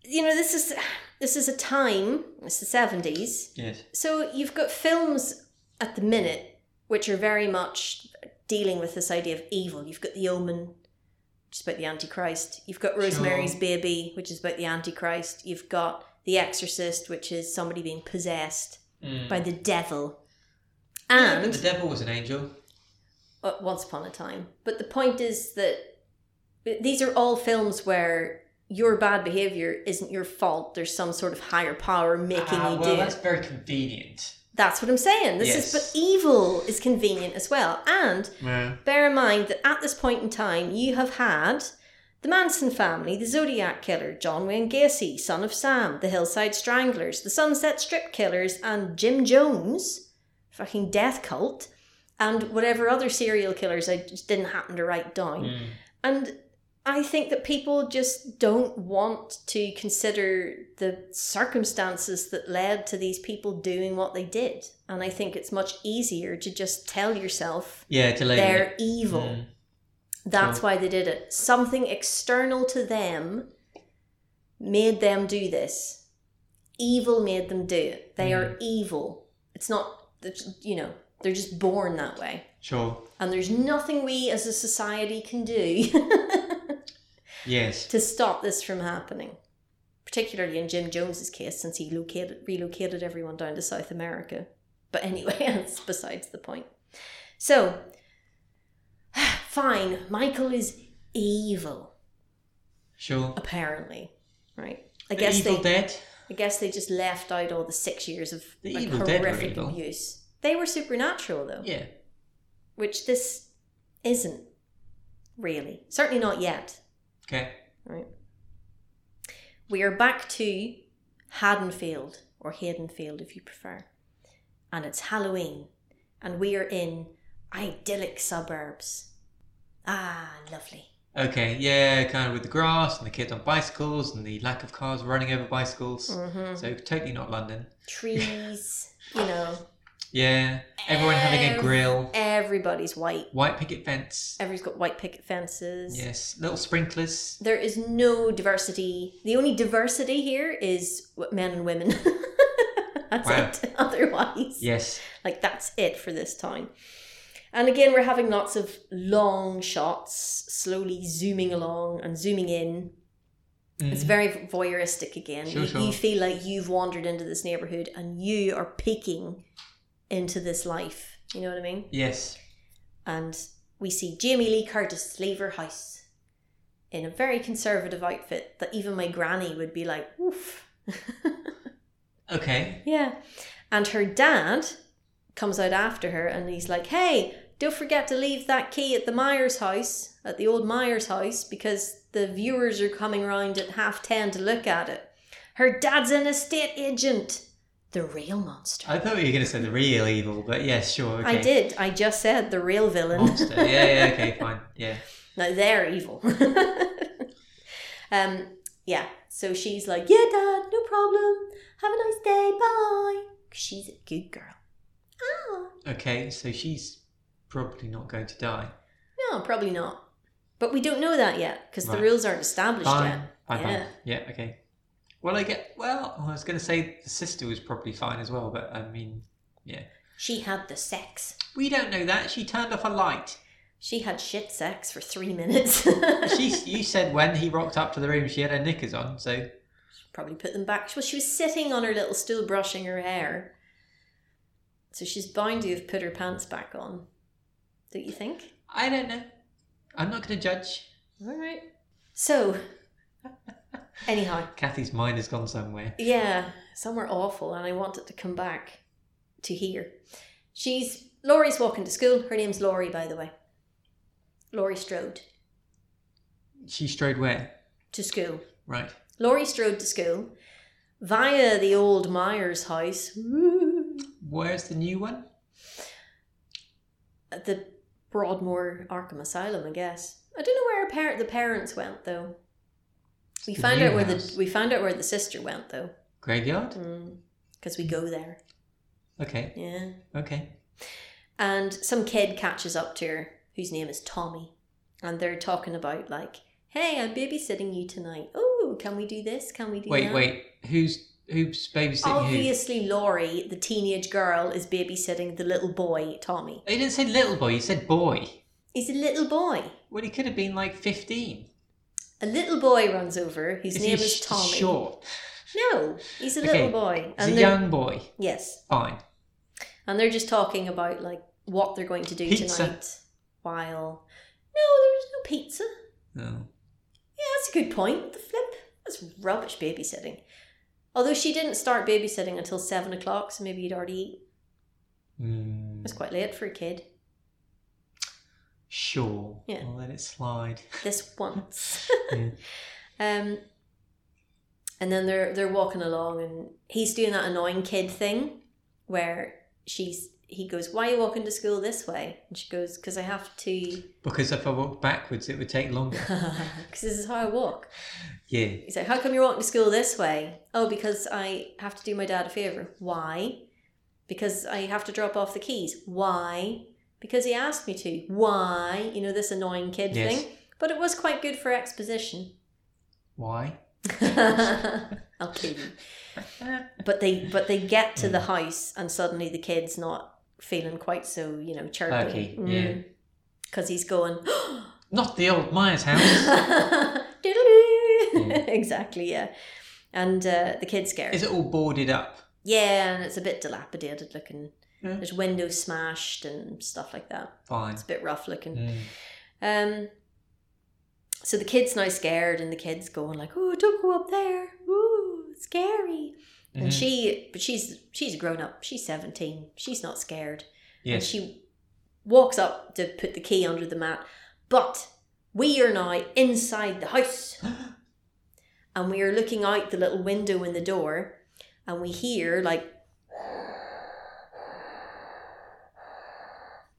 Speaker 2: you know, this is this is a time, it's the seventies.
Speaker 1: Yes.
Speaker 2: So you've got films at the minute which are very much dealing with this idea of evil. You've got The Omen, which is about the Antichrist. You've got Rosemary's
Speaker 1: Sure.
Speaker 2: Baby, which is about the Antichrist. You've got The Exorcist, which is somebody being possessed
Speaker 1: Mm.
Speaker 2: by the devil.
Speaker 1: Yeah, but
Speaker 2: And
Speaker 1: the devil was an angel.
Speaker 2: uh, Once Upon a Time. But the point is that these are all films where your bad behavior isn't your fault. There's some sort of higher power making
Speaker 1: Ah,
Speaker 2: you
Speaker 1: well,
Speaker 2: do
Speaker 1: that's
Speaker 2: it.
Speaker 1: very convenient.
Speaker 2: That's what I'm saying. This
Speaker 1: Yes.
Speaker 2: is, but evil is convenient as well. And
Speaker 1: Yeah.
Speaker 2: bear in mind that at this point in time, you have had the Manson family, the Zodiac Killer, John Wayne Gacy, Son of Sam, the Hillside Stranglers, the Sunset Strip Killers, and Jim Jones, fucking death cult, and whatever other serial killers I just didn't happen to write down.
Speaker 1: Mm.
Speaker 2: And I think that people just don't want to consider the circumstances that led to these people doing what they did. And I think it's much easier to just tell yourself
Speaker 1: Yeah, to label
Speaker 2: they're
Speaker 1: it.
Speaker 2: evil.
Speaker 1: Mm.
Speaker 2: That's
Speaker 1: Yeah.
Speaker 2: why they did it. Something external to them made them do this. Evil made them do it. They are evil. It's not, it's- you know, they're just born that way.
Speaker 1: Sure.
Speaker 2: And there's nothing we as a society can do
Speaker 1: Yes.
Speaker 2: to stop this from happening. Particularly in Jim Jones's case, since he located, relocated everyone down to South America. But anyway, that's besides the point. So, fine, Michael is evil,
Speaker 1: Sure.
Speaker 2: apparently. Right. I
Speaker 1: The
Speaker 2: guess
Speaker 1: Evil
Speaker 2: they
Speaker 1: Dead.
Speaker 2: I guess they just left out all the six years of
Speaker 1: The
Speaker 2: like,
Speaker 1: Evil Dead were
Speaker 2: horrific
Speaker 1: evil.
Speaker 2: abuse. They were supernatural though.
Speaker 1: Yeah.
Speaker 2: Which this isn't really. Certainly not yet.
Speaker 1: Okay.
Speaker 2: Right. We are back to Haddonfield, or Haddonfield if you prefer. And it's Halloween, and we are in idyllic suburbs. Ah, lovely.
Speaker 1: Okay. Yeah. Kind of with the grass and the kids on bicycles and the lack of cars running over bicycles.
Speaker 2: Mm-hmm.
Speaker 1: So totally not London.
Speaker 2: Trees, you know.
Speaker 1: Yeah. Everyone having a
Speaker 2: Ev-
Speaker 1: grill.
Speaker 2: Everybody's white.
Speaker 1: White picket fence.
Speaker 2: Everybody's got white picket fences.
Speaker 1: Yes. Little sprinklers.
Speaker 2: There is no diversity. The only diversity here is w- men and women. That's
Speaker 1: Wow.
Speaker 2: it. Otherwise,
Speaker 1: Yes.
Speaker 2: Like that's it for this time. And again, we're having lots of long shots, slowly zooming along and zooming in. It's
Speaker 1: Mm.
Speaker 2: very voyeuristic again.
Speaker 1: Sure,
Speaker 2: you,
Speaker 1: sure.
Speaker 2: you feel like you've wandered into this neighborhood and you are peeking into this life. You know what I mean?
Speaker 1: Yes.
Speaker 2: And we see Jamie Lee Curtis leave her house in a very conservative outfit that even my granny would be like, oof.
Speaker 1: Okay.
Speaker 2: Yeah. And her dad comes out after her and he's like, hey, don't forget to leave that key at the Myers house, at the old Myers house, because the viewers are coming round at half ten to look at it. Her dad's an estate agent. The real monster.
Speaker 1: I thought you were going to say the real evil, but yeah, sure. Okay. Oh.
Speaker 2: I did. I just said the real villain.
Speaker 1: Monster. Yeah. Yeah. Okay. Fine. Yeah.
Speaker 2: No, they're evil. um, yeah. So she's like, yeah, Dad, no problem. Have a nice day. Bye. 'Cause She's a good girl. Ah.
Speaker 1: Okay. So she's probably not going to die.
Speaker 2: No, probably not. But we don't know that yet because
Speaker 1: Right.
Speaker 2: the rules aren't established
Speaker 1: Fine.
Speaker 2: yet.
Speaker 1: Fine.
Speaker 2: Yeah.
Speaker 1: Fine. Yeah. Okay. Well, I get. Well, I was going to say the sister was probably fine as well, but I mean,
Speaker 2: She had the sex.
Speaker 1: we don't know that. She turned off a light.
Speaker 2: She had shit sex for three minutes.
Speaker 1: She. you said when he rocked up to the room, she had her knickers on. So
Speaker 2: probably put them back. Well, she was sitting on her little stool brushing her hair. So she's bound to have put her pants back on. Don't you think?
Speaker 1: I don't know. I'm not going to judge.
Speaker 2: All right. So, anyhow,
Speaker 1: Kathy's mind has gone somewhere.
Speaker 2: Yeah, somewhere awful, and I want it to come back to here. She's Laurie's walking to school. Her name's Laurie, by the way. Laurie Strode
Speaker 1: She strode where?
Speaker 2: to school.
Speaker 1: Right.
Speaker 2: Laurie Strode to school via the old Myers house. Woo.
Speaker 1: Where's the new one?
Speaker 2: At the Broadmoor Arkham Asylum, I guess. I don't know where her parent, the parents went though. We
Speaker 1: The
Speaker 2: found
Speaker 1: new
Speaker 2: out where
Speaker 1: house.
Speaker 2: the we found out where the sister went though,
Speaker 1: Graveyard.
Speaker 2: because we go there.
Speaker 1: Okay.
Speaker 2: Yeah.
Speaker 1: Okay.
Speaker 2: and some kid catches up to her whose name is Tommy and they're talking about like hey I'm babysitting you tonight oh can we do this can we do
Speaker 1: Wait.
Speaker 2: that
Speaker 1: Wait. Who's who's babysitting who?
Speaker 2: obviously Laurie the teenage girl is babysitting the little boy Tommy
Speaker 1: He didn't say little boy. He said boy.
Speaker 2: he's a little boy
Speaker 1: Well, he could have been like 15.
Speaker 2: a little boy runs over whose
Speaker 1: Is
Speaker 2: name
Speaker 1: he
Speaker 2: is
Speaker 1: sh-
Speaker 2: Tommy
Speaker 1: Short.
Speaker 2: no he's a
Speaker 1: Okay.
Speaker 2: little boy
Speaker 1: He's a
Speaker 2: they're-
Speaker 1: young boy.
Speaker 2: yes
Speaker 1: Fine.
Speaker 2: and they're just talking about like what they're going to do
Speaker 1: Pizza.
Speaker 2: tonight while no there was no pizza
Speaker 1: No.
Speaker 2: Yeah, that's a good point. The flip. That's rubbish babysitting. Although she didn't start babysitting until seven o'clock, so maybe you'd already eat.
Speaker 1: Mm,
Speaker 2: It's quite late for a kid.
Speaker 1: sure.
Speaker 2: Yeah.
Speaker 1: I'll let it slide.
Speaker 2: This once.
Speaker 1: Yeah.
Speaker 2: um and then they're they're walking along and he's doing that annoying kid thing where she's he goes, Why are you walking to school this way? And she goes, Because I have to
Speaker 1: Because if I walked backwards, it would take longer.
Speaker 2: because this is how I walk.
Speaker 1: yeah.
Speaker 2: He's like, How come you're walking to school this way? Oh, because I have to do my dad a favour. Why? Because I have to drop off the keys. Why? Because he asked me to. Why? You know, this annoying kid
Speaker 1: Yes.
Speaker 2: thing. But it was quite good for exposition.
Speaker 1: Why?
Speaker 2: I'll kill you.
Speaker 1: Eh,
Speaker 2: But they but they get to the
Speaker 1: Mm.
Speaker 2: house and suddenly the kid's not feeling quite so, you know, chirpy.
Speaker 1: Perky, yeah.
Speaker 2: Because he's going,
Speaker 1: Not the old Myers house.
Speaker 2: Diddle-oo.
Speaker 1: Yeah.
Speaker 2: exactly, yeah. And uh, the kid's scared.
Speaker 1: Hmm. Is it all boarded up?
Speaker 2: Yeah, and it's a bit dilapidated looking.
Speaker 1: Yeah.
Speaker 2: There's windows smashed and stuff like that.
Speaker 1: Fine.
Speaker 2: It's a bit rough looking.
Speaker 1: Mm.
Speaker 2: Um, so the kid's now scared, and the kid's going like, "Oh, don't go up there! Ooh, scary!" And
Speaker 1: Mhm.
Speaker 2: she, but she's she's grown up. She's seventeen. She's not scared. And
Speaker 1: yes.
Speaker 2: she walks up to put the key under the mat, but we are now inside the house and we are looking out the little window in the door and we hear like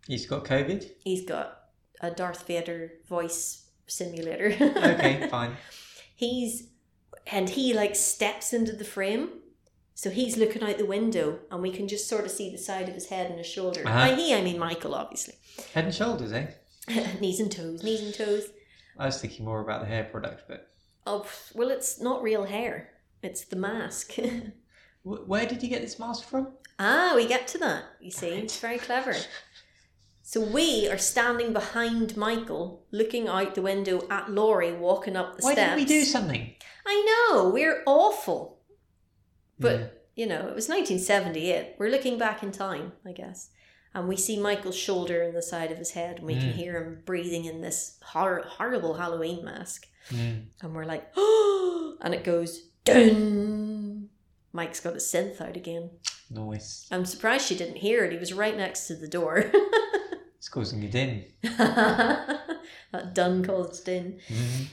Speaker 1: He's got COVID.
Speaker 2: he's got a Darth Vader voice simulator.
Speaker 1: Okay, fine.
Speaker 2: he's and he like steps into the frame. So he's looking out the window and we can just sort of see the side of his head and his shoulder.
Speaker 1: Uh-huh.
Speaker 2: By he I mean Michael obviously.
Speaker 1: Head and shoulders, eh?
Speaker 2: knees and toes, knees and toes.
Speaker 1: I was thinking more about the hair product, but
Speaker 2: Oh well it's not real hair. It's the mask.
Speaker 1: Wh- where did you get this mask from?
Speaker 2: Ah, we get to that. You see, it's very clever. So we are standing behind Michael, looking out the window at Laurie walking up the
Speaker 1: Why
Speaker 2: steps.
Speaker 1: didn't we do something?
Speaker 2: I know we're awful, but
Speaker 1: Yeah.
Speaker 2: you know it was 1978. We're looking back in time, I guess, and we see Michael's shoulder and the side of his head, and we can
Speaker 1: Mm.
Speaker 2: hear him breathing in this hor- horrible Halloween mask,
Speaker 1: Mm.
Speaker 2: and we're like, oh, and it goes dun. Mike's got his synth out again.
Speaker 1: noise.
Speaker 2: I'm surprised she didn't hear it. He was right next to the door.
Speaker 1: It's causing a din.
Speaker 2: that dun caused din.
Speaker 1: Mhm.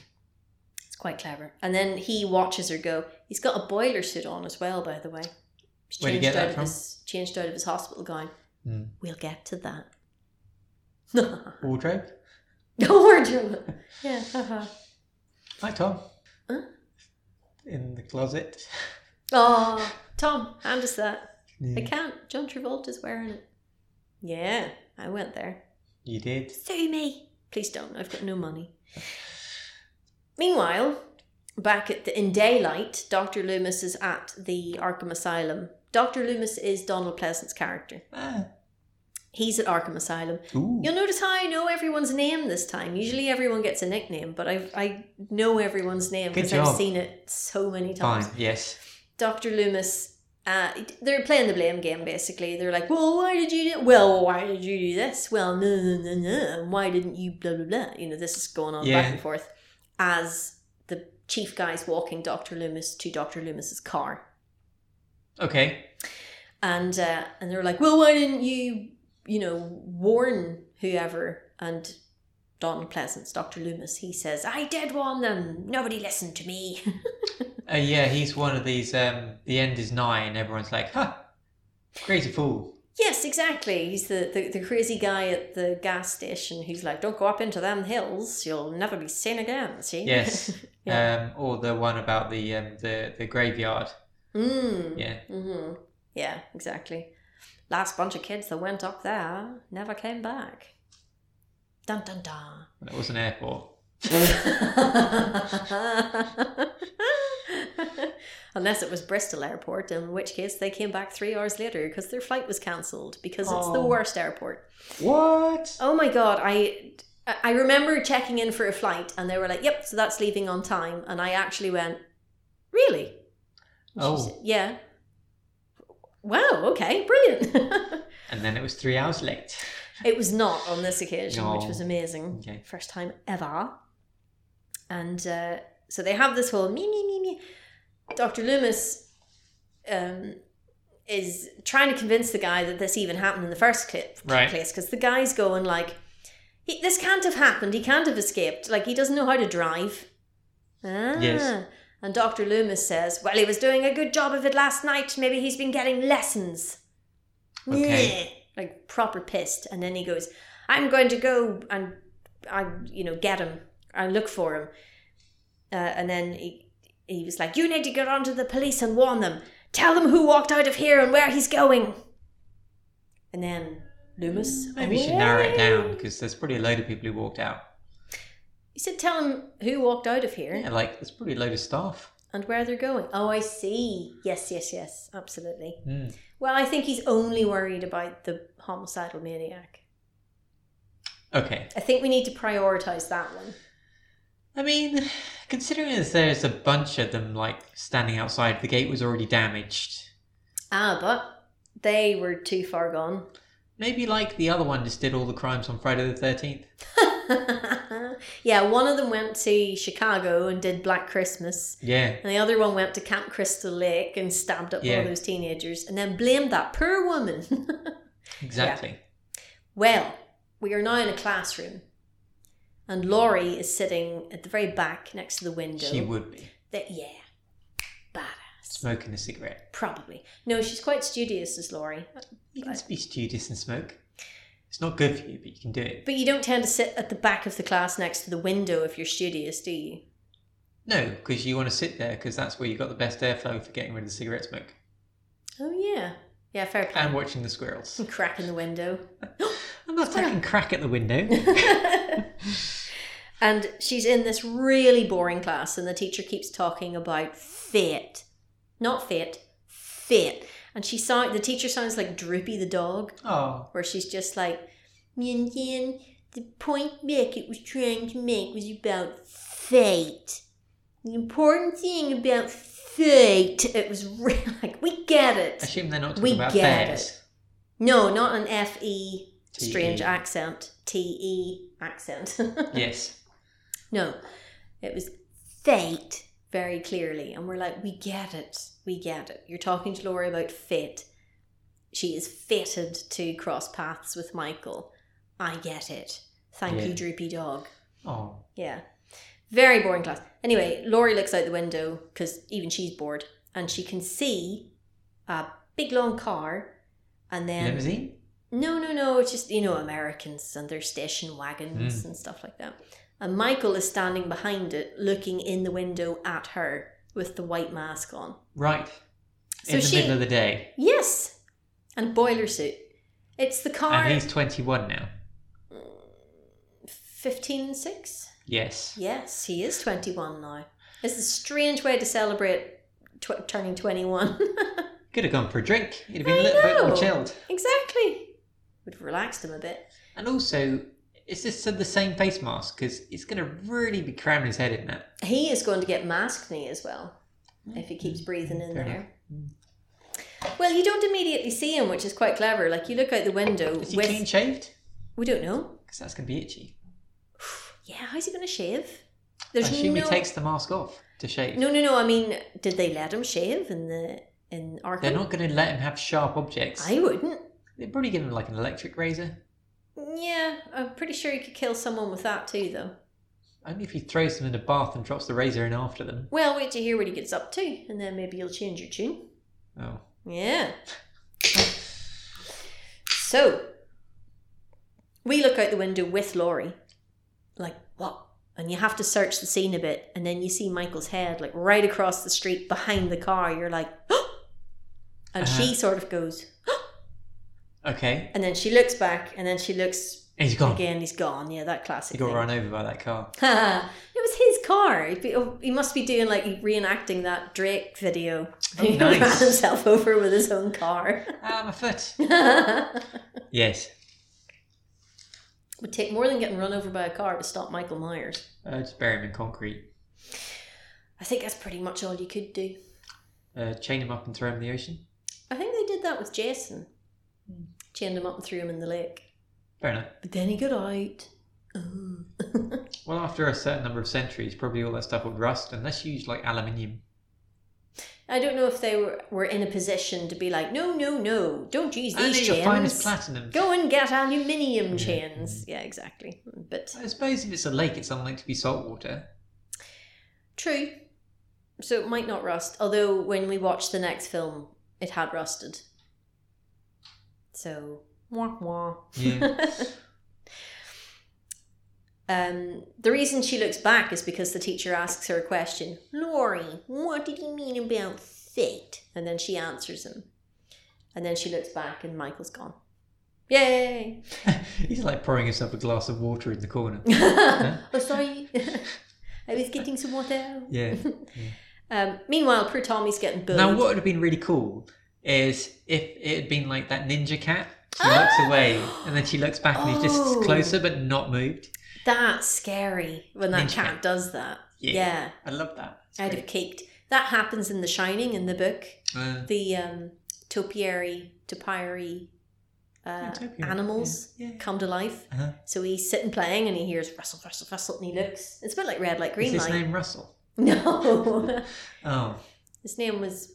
Speaker 2: It's quite clever. And then he watches her go. He's got a boiler suit on as well, by the way. He's
Speaker 1: Where'd he
Speaker 2: changed
Speaker 1: get that
Speaker 2: out of
Speaker 1: from?
Speaker 2: his changed out of his hospital gown.
Speaker 1: Hmm.
Speaker 2: We'll get to that.
Speaker 1: Wardrobe.
Speaker 2: Wardrobe. Yeah. haha.
Speaker 1: Hi, Tom.
Speaker 2: Huh?
Speaker 1: In the closet.
Speaker 2: oh, Tom, hand us that. I
Speaker 1: Yeah.
Speaker 2: can't. John Travolta's wearing it. Yeah, I went there.
Speaker 1: You did.
Speaker 2: Sue me. Please don't. I've got no money. Meanwhile, back at the, in daylight, Dr. Loomis is at the Arkham Asylum. Dr. Loomis is Donald Pleasant's character.
Speaker 1: Ah.
Speaker 2: He's at Arkham Asylum.
Speaker 1: Ooh.
Speaker 2: You'll notice how I know everyone's name this time. Usually everyone gets a nickname, but I I know everyone's name
Speaker 1: Good
Speaker 2: because I've
Speaker 1: job.
Speaker 2: seen it so many times.
Speaker 1: Fine. Yes.
Speaker 2: Dr. Loomis, uh, they're playing the blame game basically. They're like, well, why did you do Well, why did you do this? Well, no, no, no, no. and Why didn't you blah, blah, blah? You know, this is going on
Speaker 1: Yeah.
Speaker 2: back and forth as the chief guy's walking Dr. Loomis to Dr. Loomis's car.
Speaker 1: Okay.
Speaker 2: And, uh, and they're like, well, why didn't you, you know, warn whoever? And Donald Pleasance, Dr. Loomis, he says, I did warn them. Nobody listened to me.
Speaker 1: Uh, yeah, he's one of these. Um, the end is nigh, and everyone's like, "Ha! Crazy fool."
Speaker 2: Yes, exactly. He's the, the, the crazy guy at the gas station who's like, don't go up into them hills, you'll never be seen again, see?
Speaker 1: Yes.
Speaker 2: Yeah.
Speaker 1: Um, or the one about the um, the the graveyard.
Speaker 2: mm.
Speaker 1: Yeah.
Speaker 2: hmm Yeah, exactly. Last bunch of kids that went up there never came back. Dun dun dun.
Speaker 1: That was an airport.
Speaker 2: Unless it was Bristol Airport, in which case they came back three hours later because their flight was cancelled because it's the
Speaker 1: Oh.
Speaker 2: worst airport.
Speaker 1: What?
Speaker 2: Oh my god, I I remember checking in for a flight and they were like, "Yep, so that's leaving on time." And I actually went, "Really?" And she
Speaker 1: Oh.
Speaker 2: said, "Yeah." Wow, okay, brilliant.
Speaker 1: And then it was three hours late.
Speaker 2: it was not on this occasion, which
Speaker 1: No.
Speaker 2: was amazing.
Speaker 1: Okay.
Speaker 2: First time ever. And uh, so they have this whole me me me me. Dr. Loomis um, is trying to convince the guy that this even happened in the first clip,
Speaker 1: Right.
Speaker 2: place because the guy's going like, he, "This can't have happened. He can't have escaped. Like he doesn't know how to drive." Ah.
Speaker 1: Yes.
Speaker 2: And Dr. Loomis says, "Well, he was doing a good job of it last night. Maybe he's been getting lessons."
Speaker 1: Okay.
Speaker 2: Nyeh. Like proper pissed, and then he goes, "I'm going to go and I, you know, get him. I look for him." Uh, and then he he was like, "You need to get on to the police and warn them. Tell them who walked out of here and where he's going." And then Loomis. "Oh,
Speaker 1: Maybe you should narrow it down because there's probably a load of people who walked out.
Speaker 2: You said tell them who walked out of here
Speaker 1: Yeah, like there's probably a load of staff.
Speaker 2: and where they're going. Oh, I see. Yes, yes, yes. Absolutely.
Speaker 1: Hmm.
Speaker 2: Well, I think he's only worried about the homicidal maniac.
Speaker 1: Okay.
Speaker 2: I think we need to prioritize that one.
Speaker 1: I mean, considering that there's a bunch of them like standing outside, the gate was already damaged.
Speaker 2: Ah, but they were too far gone.
Speaker 1: Maybe like the other one just did all the crimes on Friday the Thirteenth.
Speaker 2: yeah, one of them went to Chicago and did Black Christmas,
Speaker 1: Yeah.
Speaker 2: and the other one went to Camp Crystal Lake and stabbed up one
Speaker 1: Yeah.
Speaker 2: of those teenagers, and then blamed that poor woman.
Speaker 1: Exactly.
Speaker 2: well, we are now in a classroom, and Laurie is sitting at the very back next to the window.
Speaker 1: She would be
Speaker 2: That- yeah, badass.
Speaker 1: smoking a cigarette.
Speaker 2: Probably. No, she's quite studious, is Laurie.
Speaker 1: You can be studious and smoke. It's not good for you, but you can do it.
Speaker 2: But you don't tend to sit at the back of the class next to the window if you're studious, do you?
Speaker 1: No, because you want to sit there because that's where you got the best airflow for getting rid of the cigarette smoke
Speaker 2: Oh, yeah. Yeah, fair play.
Speaker 1: and watching the squirrels.
Speaker 2: Some crack in the window.
Speaker 1: I'm not taking crack at the window.
Speaker 2: and she's in this really boring class, and the teacher keeps talking about fate. Not fate, fate. And she sound, the teacher sounds like Droopy the dog,
Speaker 1: Oh,
Speaker 2: where she's just like, and then the point Beckett was trying to make was about fate. The important thing about fate, it was really like, we get
Speaker 1: I
Speaker 2: it.
Speaker 1: assume they're not talking
Speaker 2: We
Speaker 1: about
Speaker 2: get
Speaker 1: bears.
Speaker 2: No, not an F E
Speaker 1: T E.
Speaker 2: strange accent, T E accent.
Speaker 1: Yes.
Speaker 2: No, it was fate very clearly. And we're like, we get it. We get it. You're talking to Laura about fate. She is fated to cross paths with Michael. I get it. Thank you,
Speaker 1: Yeah.
Speaker 2: Droopy Dog.
Speaker 1: Oh,
Speaker 2: Yeah. Very boring class. Anyway, Laurie looks out the window because even she's bored and she can see a big long car and then.
Speaker 1: limousine.
Speaker 2: No, no, no. It's just, you know, Americans and their station
Speaker 1: Hmm.
Speaker 2: wagons and stuff like that. And Michael is standing behind it, looking in the window at her with the white mask on.
Speaker 1: Right.
Speaker 2: So
Speaker 1: in the
Speaker 2: she-
Speaker 1: middle of the day,
Speaker 2: Yes! And boiler suit. It's the car.
Speaker 1: and he's 21 now.
Speaker 2: 15 and 6?
Speaker 1: Yes.
Speaker 2: Yes, he is 21 now. It's a strange way to celebrate tw- turning 21.
Speaker 1: Could have gone for a drink. You'd have been
Speaker 2: I
Speaker 1: a little bit
Speaker 2: know.
Speaker 1: more chilled.
Speaker 2: exactly! Would have relaxed him a bit.
Speaker 1: And also, is this the same face mask? Because he's going to really be cramming his head in that.
Speaker 2: He is going to get maskne as well. if he keeps breathing in
Speaker 1: Mm. Fair Mm.
Speaker 2: there. Well, you don't immediately see him, which is quite clever. Like you look out the window
Speaker 1: Is he
Speaker 2: with
Speaker 1: clean shaved?
Speaker 2: we don't know.
Speaker 1: Because that's going to be itchy.
Speaker 2: Yeah, how's he going to shave?
Speaker 1: I
Speaker 2: There's
Speaker 1: assume
Speaker 2: no
Speaker 1: he takes the mask off to shave.
Speaker 2: no no no. I mean, did they let him shave in the in Arkham?
Speaker 1: They're not going to let him have sharp objects.
Speaker 2: I wouldn't.
Speaker 1: They'd probably give him like an electric razor.
Speaker 2: Yeah, I'm pretty sure you could kill someone with that too, though.
Speaker 1: Only if he throws them in a bath and drops the razor in after them.
Speaker 2: Well, wait to hear what he gets up to, and then maybe you'll change your tune.
Speaker 1: Oh.
Speaker 2: Yeah. So we look out the window with Laurie, like what? And you have to search the scene a bit, and then you see Michael's head like right across the street behind the car. You're like,
Speaker 1: Uh-huh.
Speaker 2: and she sort of goes,
Speaker 1: Okay.
Speaker 2: and then she looks back, and then she looks
Speaker 1: And he's gone.
Speaker 2: again. He's gone. Yeah, that
Speaker 1: He
Speaker 2: classic.
Speaker 1: got
Speaker 2: thing.
Speaker 1: run over by that car.
Speaker 2: it was his car. He'd be- oh, He must be doing like reenacting that Drake video.
Speaker 1: Oh,
Speaker 2: he ran
Speaker 1: nice.
Speaker 2: himself over with his own car.
Speaker 1: Ah, my foot.
Speaker 2: would
Speaker 1: Yes.
Speaker 2: take more than getting run over by a car to stop Michael Myers.
Speaker 1: Uh, just bury him in concrete.
Speaker 2: I think that's pretty much all you could do.
Speaker 1: Uh, chain him up and throw him in the ocean.
Speaker 2: I think they did that with Jason.
Speaker 1: Hmm.
Speaker 2: Chained him up and threw him in the lake.
Speaker 1: Fair enough.
Speaker 2: But then he got out. Oh.
Speaker 1: Well, after a certain number of centuries, probably all that stuff would rust unless you use like aluminium.
Speaker 2: I don't know if they were, were in a position to be like, no, no, no, don't use
Speaker 1: Only
Speaker 2: these
Speaker 1: your finest
Speaker 2: chains.
Speaker 1: platinum.
Speaker 2: Go and get aluminium
Speaker 1: Yeah.
Speaker 2: chains. Yeah, exactly. But
Speaker 1: I suppose if it's a lake, it's unlikely to be salt water.
Speaker 2: true. So it might not rust. Although when we watched the next film, it had rusted. So, wah wah.
Speaker 1: Yeah.
Speaker 2: um, the reason she looks back is because the teacher asks her a question. Laurie, what did you mean about fate? And then she answers him. And then she looks back and Michael's gone. Yay!
Speaker 1: He's like pouring himself a glass of water in the corner.
Speaker 2: oh, sorry. I was getting some water.
Speaker 1: Yeah.
Speaker 2: Um, meanwhile, poor Tommy's getting bullied.
Speaker 1: now, what would have been really cool is if it had been like that ninja cat. She looks
Speaker 2: Ah!
Speaker 1: away and then she looks back and he's
Speaker 2: Oh.
Speaker 1: just closer but not moved.
Speaker 2: That's scary when that
Speaker 1: Ninja
Speaker 2: cat
Speaker 1: cat.
Speaker 2: does that.
Speaker 1: Yeah.
Speaker 2: yeah.
Speaker 1: I love that. It's
Speaker 2: I'd have
Speaker 1: great.
Speaker 2: caked. That happens in The Shining in the book.
Speaker 1: Uh,
Speaker 2: The um, topiary, topiary uh,
Speaker 1: Utopia.
Speaker 2: animals
Speaker 1: Yeah. yeah.
Speaker 2: come to life.
Speaker 1: Uh-huh.
Speaker 2: So he's sitting playing and he hears rustle, rustle, rustle, and he looks. It's a bit like red, like green
Speaker 1: Is his
Speaker 2: light.
Speaker 1: name Russell?
Speaker 2: No,
Speaker 1: Oh,
Speaker 2: his name was.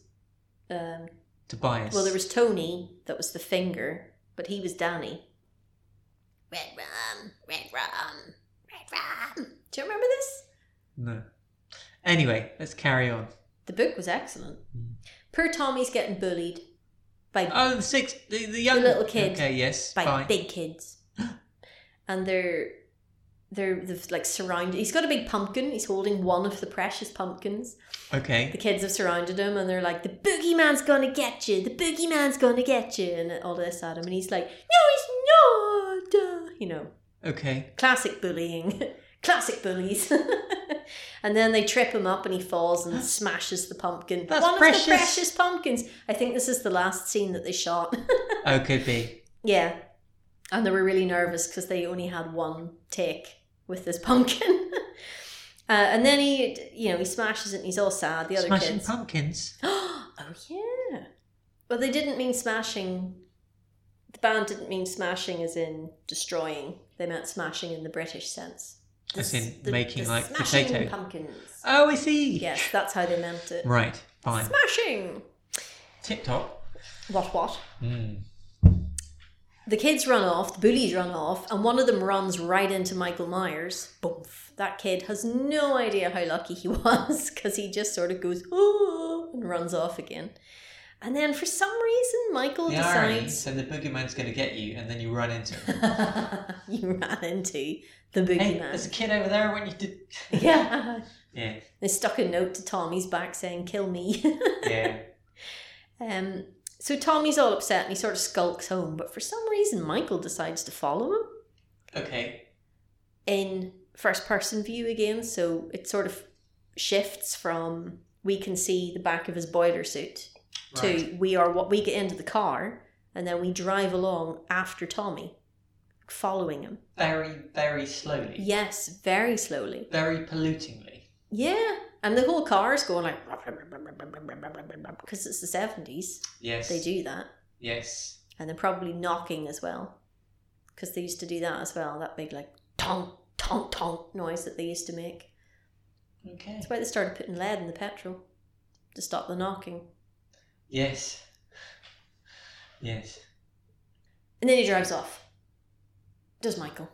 Speaker 2: Um,
Speaker 1: Tobias.
Speaker 2: well, there was Tony that was the finger, but he was Danny. Red rum, red rum, red rum. Do you remember this?
Speaker 1: no. Anyway, let's carry on.
Speaker 2: The book was excellent.
Speaker 1: Mm.
Speaker 2: Poor Tommy's getting bullied by
Speaker 1: Oh, the six, the, the young
Speaker 2: little kid.
Speaker 1: Okay, yes,
Speaker 2: by
Speaker 1: fine.
Speaker 2: big kids, and they're they're, they're like surrounded. He's got a big pumpkin. He's holding one of the precious pumpkins. The
Speaker 1: Okay,
Speaker 2: kids have surrounded him, and they're like, "The boogeyman's gonna get you. The boogeyman's gonna get you," and all this at him. And he's like, "No, he's not." uh," You know,
Speaker 1: okay.
Speaker 2: classic bullying, classic bullies. and then they trip him up, and he falls and smashes the pumpkin.
Speaker 1: That's
Speaker 2: one
Speaker 1: precious.
Speaker 2: of the precious pumpkins. I think this is the last scene that they shot.
Speaker 1: Oh, could be.
Speaker 2: Yeah. And they were really nervous because they only had one take with this pumpkin. uh, and then he, you know, he smashes it and he's all sad. The other
Speaker 1: Smashing
Speaker 2: kids.
Speaker 1: pumpkins.
Speaker 2: oh, yeah. Well, they didn't mean smashing. The band didn't mean smashing as in destroying. They meant smashing in the British sense.
Speaker 1: As
Speaker 2: The-
Speaker 1: in
Speaker 2: the-
Speaker 1: making,
Speaker 2: the
Speaker 1: like,
Speaker 2: smashing
Speaker 1: potato.
Speaker 2: pumpkins.
Speaker 1: Oh, I see.
Speaker 2: yes, that's how they meant it.
Speaker 1: Right, fine.
Speaker 2: Smashing!
Speaker 1: Tip top.
Speaker 2: What, what?
Speaker 1: Mm.
Speaker 2: The kids run off, the bullies run off, and one of them runs right into Michael Myers. Boomf. That kid has no idea how lucky he was because he just sort of goes, oh, and runs off again. And then for some reason, Michael
Speaker 1: The irony,
Speaker 2: decides
Speaker 1: so the boogeyman's going to get you, and then you run into him.
Speaker 2: you ran into the
Speaker 1: hey, there's a
Speaker 2: boogeyman.
Speaker 1: kid over there when you did.
Speaker 2: yeah.
Speaker 1: Yeah,
Speaker 2: They stuck a note to Tommy's back saying, kill me.
Speaker 1: yeah.
Speaker 2: Um, so Tommy's all upset and he sort of skulks home, but for some reason, Michael decides to follow him.
Speaker 1: okay.
Speaker 2: in first person view again, so it sort of shifts from we can see the back of his boiler suit
Speaker 1: Right.
Speaker 2: to we are what we get into the car and then we drive along after Tommy, following him.
Speaker 1: Very, very slowly.
Speaker 2: Yes, very slowly.
Speaker 1: Very pollutingly.
Speaker 2: Yeah, and the whole car is going like because it's the seventies.
Speaker 1: Yes.
Speaker 2: They do that,
Speaker 1: Yes.
Speaker 2: and they're probably knocking as well because they used to do that as well. That big like tonk tonk tonk noise that they used to make.
Speaker 1: Okay.
Speaker 2: That's why they started putting lead in the petrol to stop the knocking.
Speaker 1: Yes. Yes.
Speaker 2: And then he drives off. Does Michael?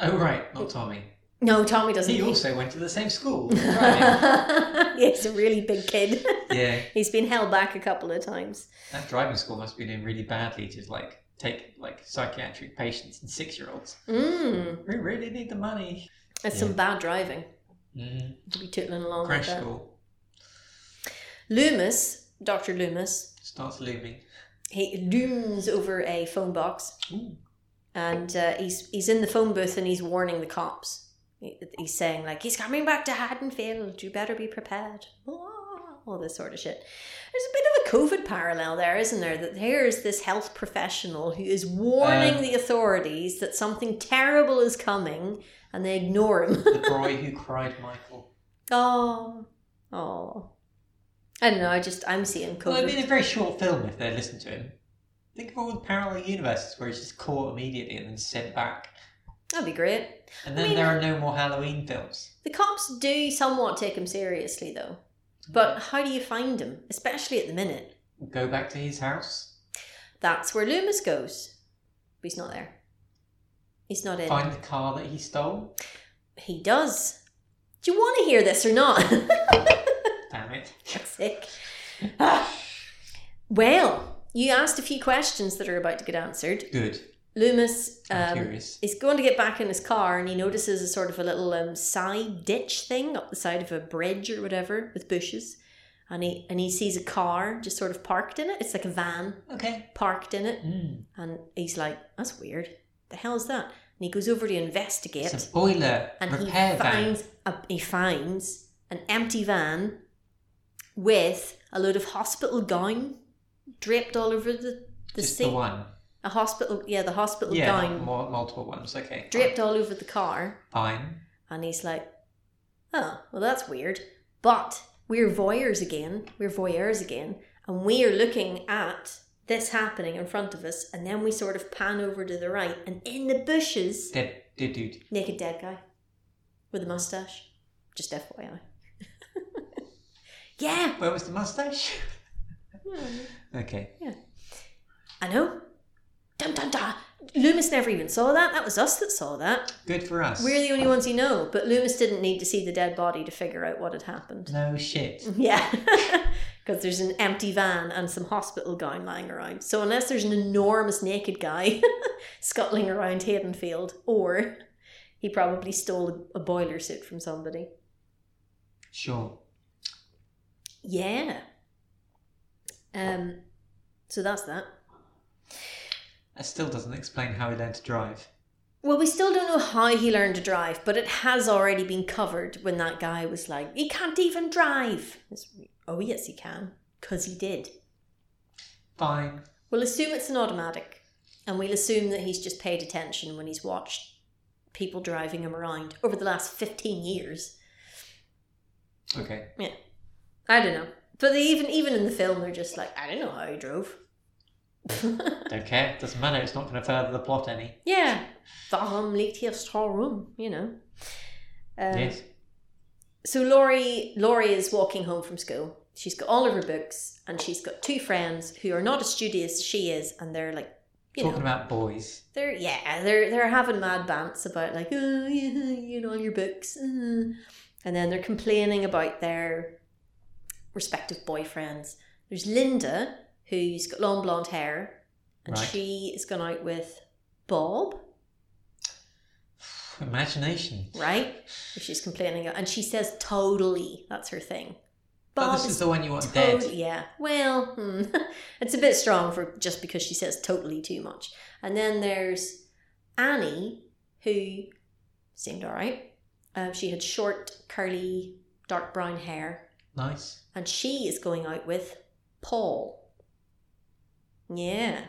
Speaker 1: Oh, right, not Tommy.
Speaker 2: No, Tommy doesn't.
Speaker 1: He also went to the same school. Right.
Speaker 2: yeah, he's a really big kid.
Speaker 1: yeah,
Speaker 2: he's been held back a couple of times.
Speaker 1: that driving school must be doing really badly to like take like psychiatric patients and six year olds.
Speaker 2: Mm,
Speaker 1: We really need the money.
Speaker 2: that's
Speaker 1: Yeah.
Speaker 2: some bad driving
Speaker 1: Mm,
Speaker 2: to be tootling along
Speaker 1: crash
Speaker 2: like that.
Speaker 1: school
Speaker 2: Loomis, Dr. Loomis,
Speaker 1: starts looming.
Speaker 2: he looms over a phone box
Speaker 1: Ooh.
Speaker 2: and uh, he's he's in the phone booth and he's warning the cops. He- He's saying like he's coming back to Haddonfield. You better be prepared. Ah, All this sort of shit. There's a bit of a COVID parallel there, isn't there? That here is this health professional who is warning
Speaker 1: Um,
Speaker 2: the authorities that something terrible is coming, and they ignore him.
Speaker 1: The boy who cried Michael.
Speaker 2: oh, oh. I don't know. I just I'm seeing COVID.
Speaker 1: Well, it'd be a very short film if they listened to him. Think of all the parallel universes where he's just caught immediately and then sent back.
Speaker 2: That'd be great.
Speaker 1: And
Speaker 2: I
Speaker 1: then
Speaker 2: mean-
Speaker 1: there are no more Halloween films.
Speaker 2: The cops do somewhat take him seriously, though. But how do you find him, especially at the minute?
Speaker 1: Go back to his house,
Speaker 2: That's where Loomis goes. But he's not there. He's not in.
Speaker 1: find the car that he stole.
Speaker 2: He does. Do you want to hear this or not?
Speaker 1: Damn it.
Speaker 2: Sick. Ah. well, you asked a few questions that are about to get answered.
Speaker 1: Good.
Speaker 2: Loomis
Speaker 1: I'm
Speaker 2: um,
Speaker 1: curious.
Speaker 2: is going to get back in his car and he notices a sort of a little um, side ditch thing up the side of a bridge or whatever with bushes. And he, and he sees a car just sort of parked in it. It's like a van
Speaker 1: Okay.
Speaker 2: parked in it.
Speaker 1: Mm.
Speaker 2: And he's like, that's weird. The hell is that? And he goes over to investigate
Speaker 1: It's a boiler
Speaker 2: and he
Speaker 1: repair van.
Speaker 2: finds a, he finds an empty van with a load of hospital gown draped all over the, the
Speaker 1: Just
Speaker 2: seat.
Speaker 1: the one.
Speaker 2: A hospital yeah, the hospital
Speaker 1: Yeah,
Speaker 2: gown
Speaker 1: mul- multiple ones. Okay.
Speaker 2: draped all over the car
Speaker 1: Fine.
Speaker 2: and he's like, Oh, well that's weird. But we're voyeurs again. We're voyeurs again. And we are looking at this happening in front of us, and then we sort of pan over to the right, and in the bushes,
Speaker 1: Dead, dead dude.
Speaker 2: naked dead guy with a mustache. Just FYI. yeah,
Speaker 1: Where was the mustache? okay.
Speaker 2: I know. Dun dun dun. Loomis never even saw that. That was us that saw that.
Speaker 1: Good for us.
Speaker 2: We're the only ones who know, but Loomis didn't need to see the dead body to figure out what had happened.
Speaker 1: No shit.
Speaker 2: Yeah. Because there's an empty van and some hospital gown lying around. So, unless there's an enormous naked guy scuttling around Haddonfield, or he probably stole a boiler suit from somebody.
Speaker 1: Sure.
Speaker 2: Yeah. Um, so that's that.
Speaker 1: That still doesn't explain how he learned to drive.
Speaker 2: Well, we still don't know how he learned to drive, but it has already been covered when that guy was like, he can't even drive. It's, oh, yes, he can, because he did.
Speaker 1: Fine.
Speaker 2: We'll assume it's an automatic, and we'll assume that he's just paid attention when he's watched people driving him around over the last 15 years.
Speaker 1: Okay.
Speaker 2: I don't know. But they even even in the film, they're just like, I don't know how he drove.
Speaker 1: Don't care. Doesn't matter. It's not going to further the plot any.
Speaker 2: yeah. Warum liegt hier Strohrum? You know. Um,
Speaker 1: yes.
Speaker 2: So Laurie, Laurie is walking home from school. She's got all of her books, and she's got two friends who are not as studious as she is, and they're like, you
Speaker 1: Talking
Speaker 2: know,
Speaker 1: about boys.
Speaker 2: they're yeah, they're they're having mad bants about like, oh, yeah, you know, all your books, uh," and then they're complaining about their respective boyfriends. There's Linda, who's got long blonde hair, and
Speaker 1: Right.
Speaker 2: she has gone out with Bob,
Speaker 1: Imagination.
Speaker 2: right? She's complaining, and she says totally. That's her thing.
Speaker 1: But
Speaker 2: Bob
Speaker 1: Oh, this
Speaker 2: is
Speaker 1: is the one you want
Speaker 2: Tot-
Speaker 1: dead.
Speaker 2: Oh, Yeah. Well, hmm. it's a bit strong for just because she says totally too much. And then there's Annie, who seemed all right. Um, she had short, curly, dark brown hair,
Speaker 1: Nice.
Speaker 2: and she is going out with Paul. Yeah.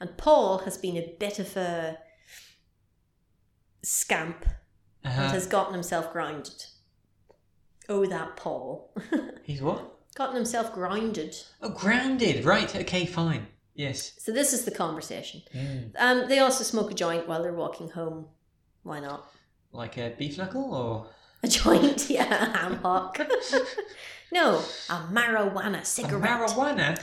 Speaker 2: And Paul has been a bit of a scamp and
Speaker 1: Uh,
Speaker 2: has gotten himself grounded. Oh, that Paul.
Speaker 1: he's what?
Speaker 2: gotten himself grounded.
Speaker 1: Oh, grounded. Right. Okay. Fine. Yes.
Speaker 2: So this is the conversation.
Speaker 1: Mm.
Speaker 2: Um, they also smoke a joint while they're walking home. Why not?
Speaker 1: Like a beef knuckle or
Speaker 2: A joint, yeah, a ham hock. no, a marijuana
Speaker 1: a
Speaker 2: cigarette.
Speaker 1: marijuana?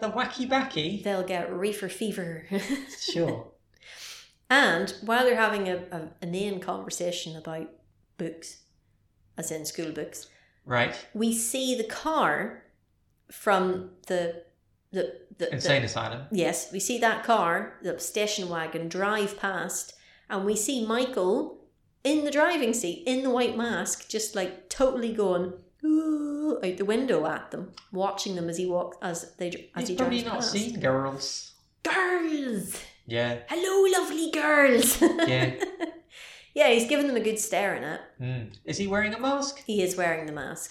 Speaker 1: The wacky backy.
Speaker 2: They'll get reefer fever.
Speaker 1: Sure.
Speaker 2: and while they're having a, a, a name conversation about books, as in school books,
Speaker 1: Right.
Speaker 2: we see the car from the the the, the
Speaker 1: Insane asylum.
Speaker 2: Yes, we see that car, the station wagon, drive past, and we see Michael in the driving seat in the white mask, just like totally going ooh, out the window at them, watching them as he walks as they
Speaker 1: He's
Speaker 2: as he
Speaker 1: probably not
Speaker 2: drives past.
Speaker 1: seen girls.
Speaker 2: Girls,
Speaker 1: Yeah.
Speaker 2: hello, lovely girls.
Speaker 1: Yeah.
Speaker 2: yeah, he's giving them a good stare in it.
Speaker 1: Mm. Is he wearing a mask?
Speaker 2: He is wearing the mask,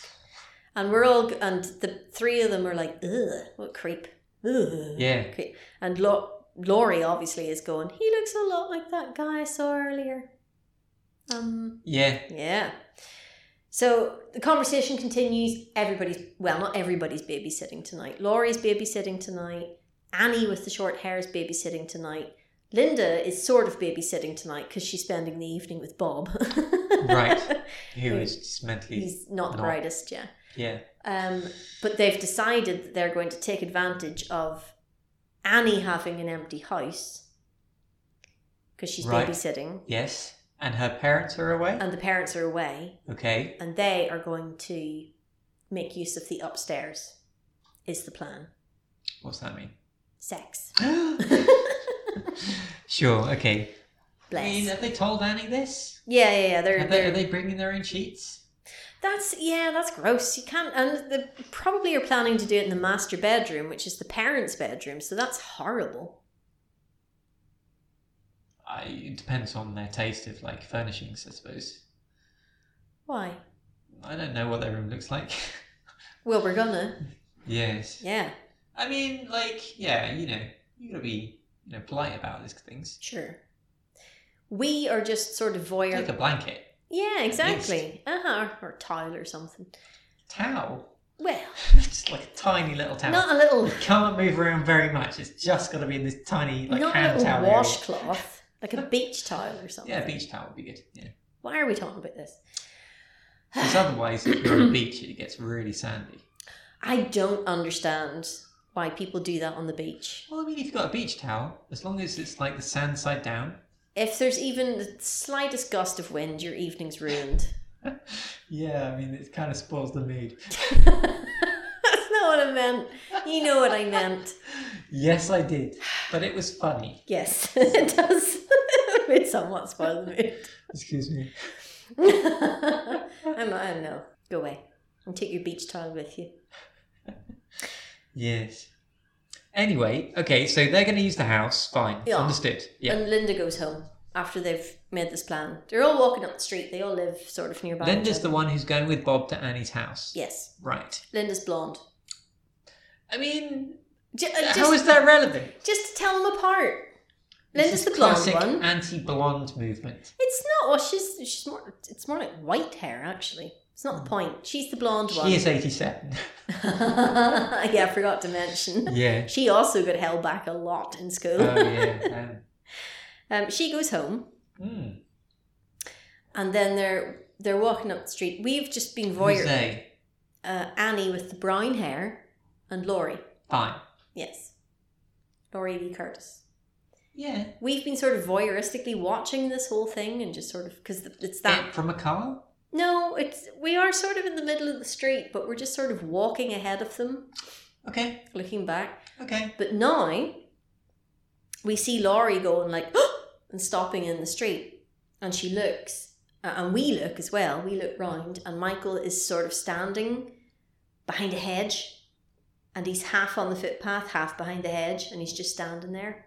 Speaker 2: and we're all and the three of them are like, ugh, what creep. Ugh.
Speaker 1: Yeah.
Speaker 2: Okay. And Lo- Laurie obviously is going, he looks a lot like that guy I saw earlier. Um,
Speaker 1: Yeah.
Speaker 2: yeah. So the conversation continues. Everybody's, well, not everybody's babysitting tonight. Laurie's babysitting tonight. Annie with the short hair is babysitting tonight. Linda is sort of babysitting tonight because she's spending the evening with Bob.
Speaker 1: Right. Who
Speaker 2: Wait.
Speaker 1: is just mentally.
Speaker 2: He's not the
Speaker 1: Not.
Speaker 2: brightest, yeah.
Speaker 1: Yeah.
Speaker 2: Um, but they've decided that they're going to take advantage of Annie having an empty house because she's
Speaker 1: Right.
Speaker 2: babysitting
Speaker 1: Yes. And her parents are away?
Speaker 2: and the parents are away
Speaker 1: Okay.
Speaker 2: and they are going to make use of the upstairs, is the plan.
Speaker 1: What's that mean?
Speaker 2: Sex.
Speaker 1: sure. Okay. I mean, uh,
Speaker 2: Bless.
Speaker 1: have they told Annie this?
Speaker 2: Yeah, yeah, yeah. They're,
Speaker 1: Are they,
Speaker 2: they're,
Speaker 1: are they bringing their own sheets?
Speaker 2: that's yeah, that's gross. You can't, and they probably are planning to do it in the master bedroom, which is the parents' bedroom. So that's horrible.
Speaker 1: I, it depends on their taste of like furnishings, I suppose.
Speaker 2: Why?
Speaker 1: I don't know what their room looks like.
Speaker 2: Well, we're gonna.
Speaker 1: yes.
Speaker 2: Yeah,
Speaker 1: I mean, like, yeah, you know, you gotta be, you know, polite about these things.
Speaker 2: Sure. We are just sort of voyeur. Uh-huh.
Speaker 1: Take a blanket,
Speaker 2: yeah, exactly. Uh huh. Or tile or something.
Speaker 1: towel.
Speaker 2: Well,
Speaker 1: it's like a tiny little town.
Speaker 2: not a little,
Speaker 1: you can't move around very much. It's just got to be in this tiny like
Speaker 2: not a
Speaker 1: hand towel.
Speaker 2: little
Speaker 1: area.
Speaker 2: washcloth, like a beach towel or something.
Speaker 1: Yeah, beach towel would be good. Yeah,
Speaker 2: Why are we talking about this?
Speaker 1: because otherwise, if you're on a beach, it gets really sandy.
Speaker 2: I don't understand why people do that on the beach.
Speaker 1: Well, I mean, if you've got a beach towel, as long as it's like the sand side down,
Speaker 2: If there's even the slightest gust of wind, your evening's ruined.
Speaker 1: Yeah, I mean, it kind of spoils the mood.
Speaker 2: That's not what I meant. You know what I meant.
Speaker 1: Yes, I did. But it was funny.
Speaker 2: Yes, it does. it somewhat spoil the mood.
Speaker 1: Excuse me.
Speaker 2: I'm, I don't know. Go away and take your beach towel with you.
Speaker 1: Yes. Anyway, okay, so they're going to use the house. Fine.
Speaker 2: Yeah.
Speaker 1: Understood. Yeah.
Speaker 2: And Linda goes home after they've made this plan. They're all walking up the street. They all live sort of nearby. each
Speaker 1: Linda's
Speaker 2: other.
Speaker 1: the one who's going with Bob to Annie's house.
Speaker 2: Yes,
Speaker 1: Right.
Speaker 2: Linda's blonde.
Speaker 1: I mean,
Speaker 2: J- uh,
Speaker 1: how
Speaker 2: just,
Speaker 1: is that relevant?
Speaker 2: just to tell them apart.
Speaker 1: This
Speaker 2: Linda's
Speaker 1: is
Speaker 2: the blonde
Speaker 1: classic
Speaker 2: one.
Speaker 1: anti-blonde movement.
Speaker 2: It's not. Well, she's she's more. It's more like white hair actually. It's not the point. She's the blonde one.
Speaker 1: Hmm. She is 87.
Speaker 2: yeah, I forgot to mention.
Speaker 1: yeah.
Speaker 2: She also got held back a lot in school.
Speaker 1: Oh, yeah.
Speaker 2: Um, she goes home,
Speaker 1: Um, mm.
Speaker 2: and then they're they're walking up the street. We've just been
Speaker 1: Who's
Speaker 2: voyeur.
Speaker 1: they?
Speaker 2: Uh, Annie with the brown hair and Laurie.
Speaker 1: Fine.
Speaker 2: Yes, Laurie Lee Curtis.
Speaker 1: Yeah.
Speaker 2: We've been sort of voyeuristically watching this whole thing and just sort of because it's that
Speaker 1: Eh, From a car?
Speaker 2: No, it's we are sort of in the middle of the street, but we're just sort of walking ahead of them,
Speaker 1: Okay.
Speaker 2: looking back.
Speaker 1: Okay.
Speaker 2: But now we see Laurie going like and stopping in the street, and she looks, uh, and we look as well. We look round, and Michael is sort of standing behind a hedge, and he's half on the footpath, half behind the hedge, and he's just standing there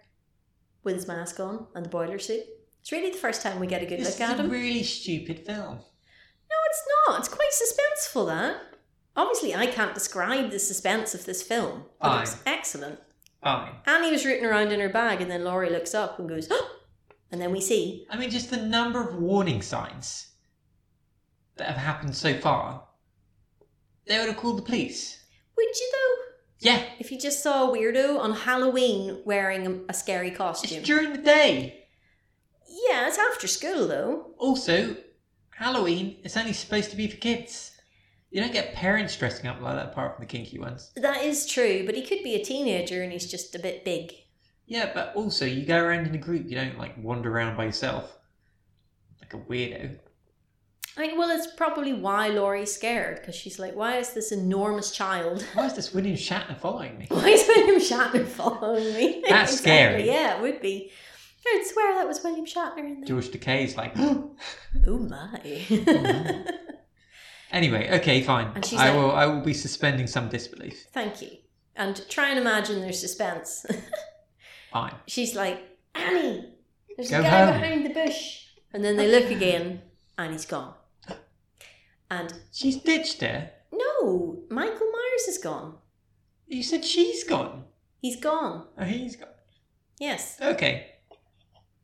Speaker 2: with his mask on and the boiler suit. It's really the first time we get a good
Speaker 1: This
Speaker 2: look at
Speaker 1: is a
Speaker 2: him.
Speaker 1: really stupid film.
Speaker 2: No, it's not. It's quite suspenseful, that. Obviously, I can't describe the suspense of this film, but it's excellent.
Speaker 1: Fine.
Speaker 2: Annie was rooting around in her bag, and then Laurie looks up and goes, and then we see.
Speaker 1: I mean, just the number of warning signs that have happened so far. They would have called the police.
Speaker 2: Would you though?
Speaker 1: Yeah,
Speaker 2: If you just saw a weirdo on Halloween wearing a, a scary
Speaker 1: it's
Speaker 2: costume.
Speaker 1: during the day.
Speaker 2: yeah, it's after school though.
Speaker 1: Also, Halloween is only supposed to be for kids. You don't get parents dressing up like that apart from the kinky ones.
Speaker 2: That is true, but he could be a teenager and he's just a bit big.
Speaker 1: Yeah, but also you go around in a group. You don't like wander around by yourself like a weirdo.
Speaker 2: I mean, well, it's probably why Laurie's scared because she's like, why is this enormous child
Speaker 1: Why is this William Shatner following me?
Speaker 2: Why is William Shatner following me?
Speaker 1: That's scary.
Speaker 2: Yeah, it would be. I'd swear that was William Shatner in there.
Speaker 1: George Decay's like.
Speaker 2: Oh my.
Speaker 1: my. anyway, okay, fine.
Speaker 2: And she's
Speaker 1: I
Speaker 2: like-
Speaker 1: will. I will be suspending some disbelief.
Speaker 2: Thank you. And try and imagine their suspense.
Speaker 1: Fine.
Speaker 2: She's like, Annie, there's
Speaker 1: Go
Speaker 2: a guy
Speaker 1: home."
Speaker 2: behind the bush. And then they look again, and he's gone. And
Speaker 1: She's ditched her.
Speaker 2: no, Michael Myers is gone.
Speaker 1: You said she's gone.
Speaker 2: He's gone.
Speaker 1: Oh, he's gone.
Speaker 2: Yes.
Speaker 1: Okay.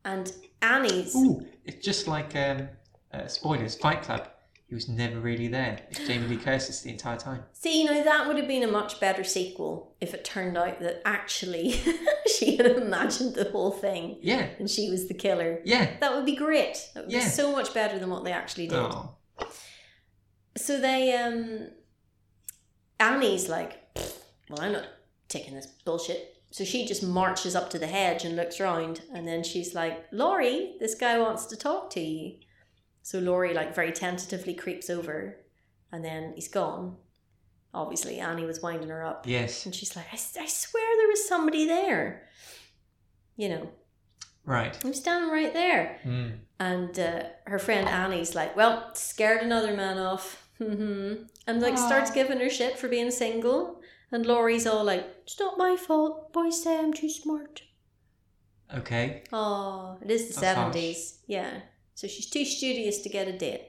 Speaker 2: And Annie's.
Speaker 1: Ooh, it's just like um, uh, spoilers. Fight Club. He was never really there. It's Jamie Lee Curtis the entire time.
Speaker 2: See, you know, that would have been a much better sequel if it turned out that actually she had imagined the whole thing
Speaker 1: Yeah.
Speaker 2: and she was the killer.
Speaker 1: Yeah.
Speaker 2: That would be great. That would
Speaker 1: Yeah.
Speaker 2: be so much better than what they actually did.
Speaker 1: Oh.
Speaker 2: So they, um, Annie's like, "Pfft, well, I'm not taking this bullshit. So she just marches up to the hedge and looks round, and then she's like, Laurie, this guy wants to talk to you. So Laurie, like, very tentatively creeps over, and then he's gone. Obviously, Annie was winding her up,
Speaker 1: Yes.
Speaker 2: and she's like, I, s- I swear there was somebody there. You know,
Speaker 1: Right.
Speaker 2: I'm standing right there.
Speaker 1: Mm.
Speaker 2: And uh, her friend Annie's like, "Well, scared another man off," Mm-hmm. and like
Speaker 1: Aw.
Speaker 2: starts giving her shit for being single. And Laurie's all like, "It's not my fault. Boys say I'm too smart."
Speaker 1: Okay.
Speaker 2: Oh, it is the
Speaker 1: That's harsh.
Speaker 2: seventies, yeah. So she's too studious to get a date,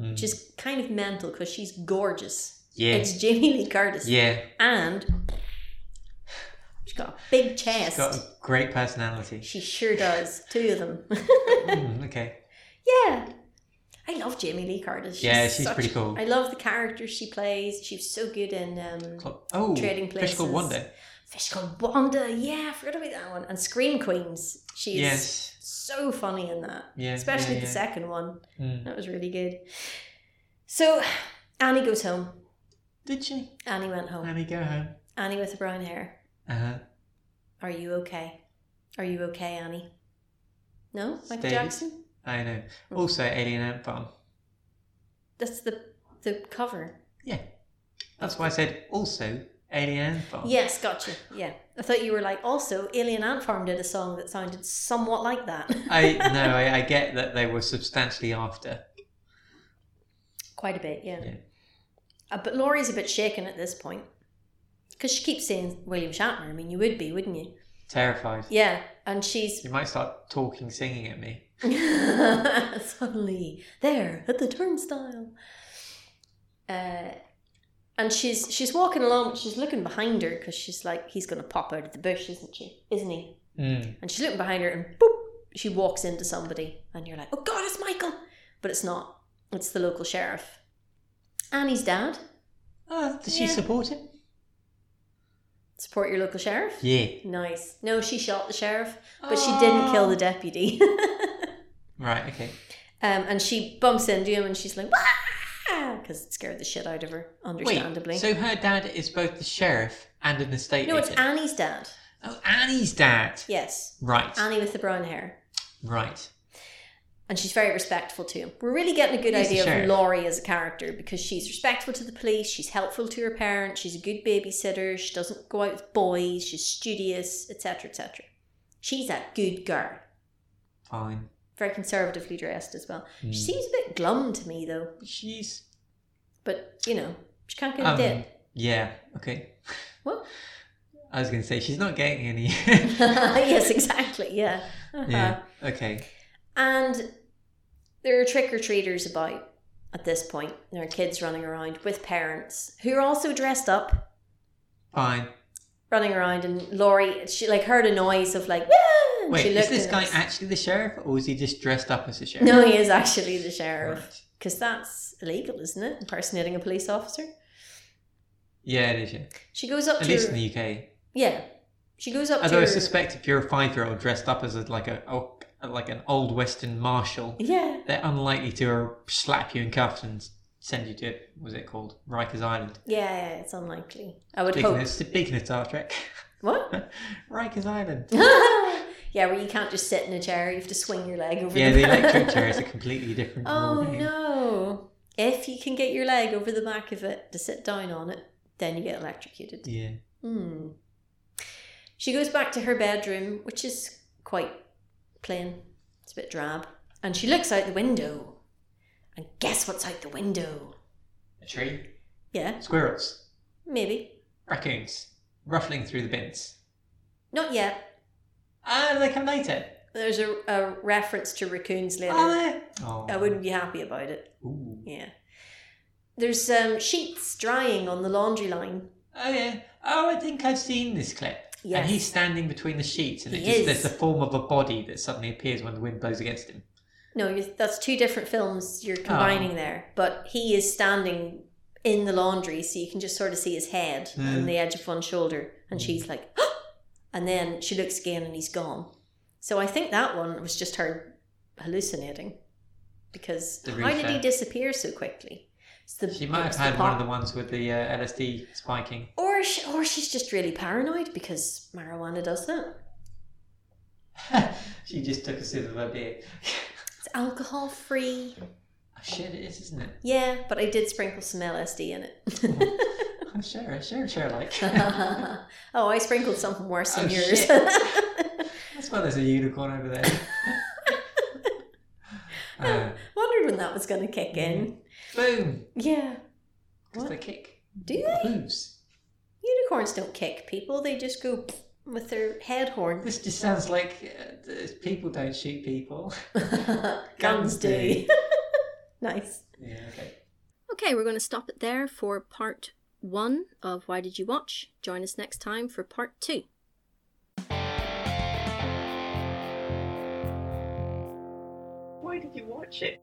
Speaker 1: Mm.
Speaker 2: which is kind of mental because she's gorgeous.
Speaker 1: yeah.
Speaker 2: It's Jamie Lee Curtis,
Speaker 1: Yeah.
Speaker 2: and she's got a big chest.
Speaker 1: Got a great personality. Hmm,
Speaker 2: She sure does. Two of them.
Speaker 1: mm, okay.
Speaker 2: Yeah. I I love Jamie Lee Curtis.
Speaker 1: yeah, she's
Speaker 2: such-
Speaker 1: pretty cool.
Speaker 2: I love the characters she plays. She's so good in um,
Speaker 1: Cl- oh,
Speaker 2: Trading
Speaker 1: Fish Called
Speaker 2: Places.
Speaker 1: Wonder.
Speaker 2: Fish Called Wanda. Yeah, I forgot about that one. And Scream Queens. She's
Speaker 1: Yes.
Speaker 2: so funny in that,
Speaker 1: Yeah.
Speaker 2: especially
Speaker 1: yeah,
Speaker 2: the
Speaker 1: yeah.
Speaker 2: second one.
Speaker 1: Mm.
Speaker 2: That was really good. So Annie goes home.
Speaker 1: Did she?
Speaker 2: Annie went home.
Speaker 1: Annie, go home.
Speaker 2: Annie with the brown hair.
Speaker 1: Uh huh.
Speaker 2: Are you okay? Are you okay, Annie? No, Michael
Speaker 1: Stay.
Speaker 2: Jackson.
Speaker 1: I know.
Speaker 2: Mm.
Speaker 1: Also, Alien Ant Farm.
Speaker 2: That's the the cover.
Speaker 1: That's why I said also Alien Ant Farm.
Speaker 2: Yes, gotcha. Yeah, I thought you were like. Also, Alien Ant Farm did a song that sounded somewhat like that.
Speaker 1: I no, I, I get that they were substantially after.
Speaker 2: Quite a bit, yeah.
Speaker 1: Yeah.
Speaker 2: Uh, but Laurie's a bit shaken at this point because she keeps saying William Shatner. I mean, you would be, wouldn't you?
Speaker 1: Terrified.
Speaker 2: Yeah, and she's
Speaker 1: You might start talking, singing at me.
Speaker 2: suddenly there at the turnstile uh, and she's she's walking along but she's looking behind her because she's like he's going to pop out of the bush isn't she isn't he
Speaker 1: Mm.
Speaker 2: and she's looking behind her and boop she walks into somebody and you're like oh god it's michael but it's not it's the local sheriff annie's dad
Speaker 1: Oh, does she
Speaker 2: Yeah.
Speaker 1: support him?
Speaker 2: support your local sheriff
Speaker 1: Yeah.
Speaker 2: nice no she shot the sheriff but she didn't kill the deputy
Speaker 1: Ah. Right. Okay.
Speaker 2: Um, and she bumps into him and she's like, because it scared the shit out of her, understandably.
Speaker 1: Wait. So her dad is both the sheriff and an estate
Speaker 2: no, it's
Speaker 1: agent.
Speaker 2: Annie's dad.
Speaker 1: oh, Annie's dad.
Speaker 2: Yes.
Speaker 1: Right.
Speaker 2: Annie with the brown hair.
Speaker 1: right.
Speaker 2: And she's very respectful to him. We're really getting a good
Speaker 1: He's the
Speaker 2: idea of
Speaker 1: sheriff.
Speaker 2: Laurie as a character because she's respectful to the police, she's helpful to her parents, she's a good babysitter, she doesn't go out with boys, she's studious, etc., etc. She's a good girl.
Speaker 1: Fine.
Speaker 2: Very conservatively dressed as well.
Speaker 1: Mm.
Speaker 2: She seems a bit glum to me though,
Speaker 1: She's.
Speaker 2: but you know, she can't get a
Speaker 1: Um,
Speaker 2: dip.
Speaker 1: Yeah. Okay.
Speaker 2: What?
Speaker 1: I was going to say she's not getting any.
Speaker 2: yes, exactly. Yeah. Uh-huh.
Speaker 1: yeah. Okay.
Speaker 2: And there are trick or treaters about at this point. There are kids running around with parents who are also dressed up,
Speaker 1: Fine.
Speaker 2: running around. And Laurie, she like heard a noise of like, Woo! and she
Speaker 1: Wait, is
Speaker 2: looked
Speaker 1: this
Speaker 2: and
Speaker 1: guy
Speaker 2: it's-
Speaker 1: actually the sheriff, or is he just dressed up as a sheriff?
Speaker 2: No, he is actually the
Speaker 1: Right.
Speaker 2: sheriff because that's illegal, isn't it? Impersonating a police officer.
Speaker 1: Yeah, it is. Yeah.
Speaker 2: She goes up
Speaker 1: At
Speaker 2: to
Speaker 1: least
Speaker 2: her-
Speaker 1: in the UK.
Speaker 2: yeah. She goes up
Speaker 1: Although I
Speaker 2: to her-
Speaker 1: suspect if you're a five-year-old dressed up as a, like a oh, like an old Western marshal,
Speaker 2: yeah.
Speaker 1: they're unlikely to uh, slap you in cuffs and send you to what was it called Rikers Island?
Speaker 2: yeah, yeah, it's unlikely. I would
Speaker 1: Speaking
Speaker 2: hope.
Speaker 1: of, speaking of Star Trek,
Speaker 2: What?
Speaker 1: Rikers Island.
Speaker 2: yeah, where you can't just sit in a chair, you have to swing your leg over
Speaker 1: Yeah,
Speaker 2: the
Speaker 1: the electric chair is a completely different.
Speaker 2: Oh
Speaker 1: ballgame.
Speaker 2: no. If you can get your leg over the back of it to sit down on it, then you get electrocuted.
Speaker 1: Yeah.
Speaker 2: Hmm. She goes back to her bedroom, which is quite plain. It's a bit drab. And she looks out the window. And guess what's out the window?
Speaker 1: A tree.
Speaker 2: Yeah,
Speaker 1: Squirrels.
Speaker 2: maybe.
Speaker 1: Raccoons. Ruffling through the bins.
Speaker 2: Not yet.
Speaker 1: Ah, they come later.
Speaker 2: There's a, a reference to raccoons later.
Speaker 1: Are they? Oh.
Speaker 2: I wouldn't be happy about it.
Speaker 1: Ooh.
Speaker 2: Yeah. There's um, sheets drying on the laundry line.
Speaker 1: Oh yeah. Oh, I think I've seen this clip.
Speaker 2: Yes.
Speaker 1: And he's standing between the sheets, and it
Speaker 2: He
Speaker 1: just,
Speaker 2: is.
Speaker 1: there's the form of a body that suddenly appears when the wind blows against him.
Speaker 2: No, you that's two different films
Speaker 1: Oh.
Speaker 2: you're combining there. But he is standing in the laundry, so you can just sort of see his head
Speaker 1: Hmm.
Speaker 2: and the edge of one shoulder. And
Speaker 1: Hmm.
Speaker 2: she's like, and then she looks again and he's gone. So I think that one was just her hallucinating. Because
Speaker 1: The
Speaker 2: how did
Speaker 1: reefer.
Speaker 2: he disappear so quickly? It's the,
Speaker 1: She might have
Speaker 2: it's the
Speaker 1: had one of
Speaker 2: pop-
Speaker 1: the ones with the uh, LSD spiking.
Speaker 2: Or, she, or she's just really paranoid because marijuana does that.
Speaker 1: she just took a sip of her beer.
Speaker 2: It's alcohol free.
Speaker 1: Oh, shit, it is, isn't it?
Speaker 2: Yeah, but I did sprinkle some LSD in it.
Speaker 1: I'm sure, I'm sure, sure, like.
Speaker 2: oh, I sprinkled something worse than
Speaker 1: Oh,
Speaker 2: yours.
Speaker 1: shit. That's why there's a unicorn over there. uh,
Speaker 2: Wondered when that was going to kick
Speaker 1: Mm-hmm.
Speaker 2: in.
Speaker 1: boom!
Speaker 2: Yeah.
Speaker 1: Because
Speaker 2: What?
Speaker 1: they kick.
Speaker 2: Do they?
Speaker 1: Hooves.
Speaker 2: Unicorns don't kick people, they just go with their head horn.
Speaker 1: This just sounds like uh, th- people don't shoot people.
Speaker 2: Guns
Speaker 1: Guns
Speaker 2: do.
Speaker 1: do.
Speaker 2: nice.
Speaker 1: Yeah, okay.
Speaker 2: Okay, we're going to stop it there for part one of Why Did You Watch? Join us next time for part two.
Speaker 1: Why did you watch it?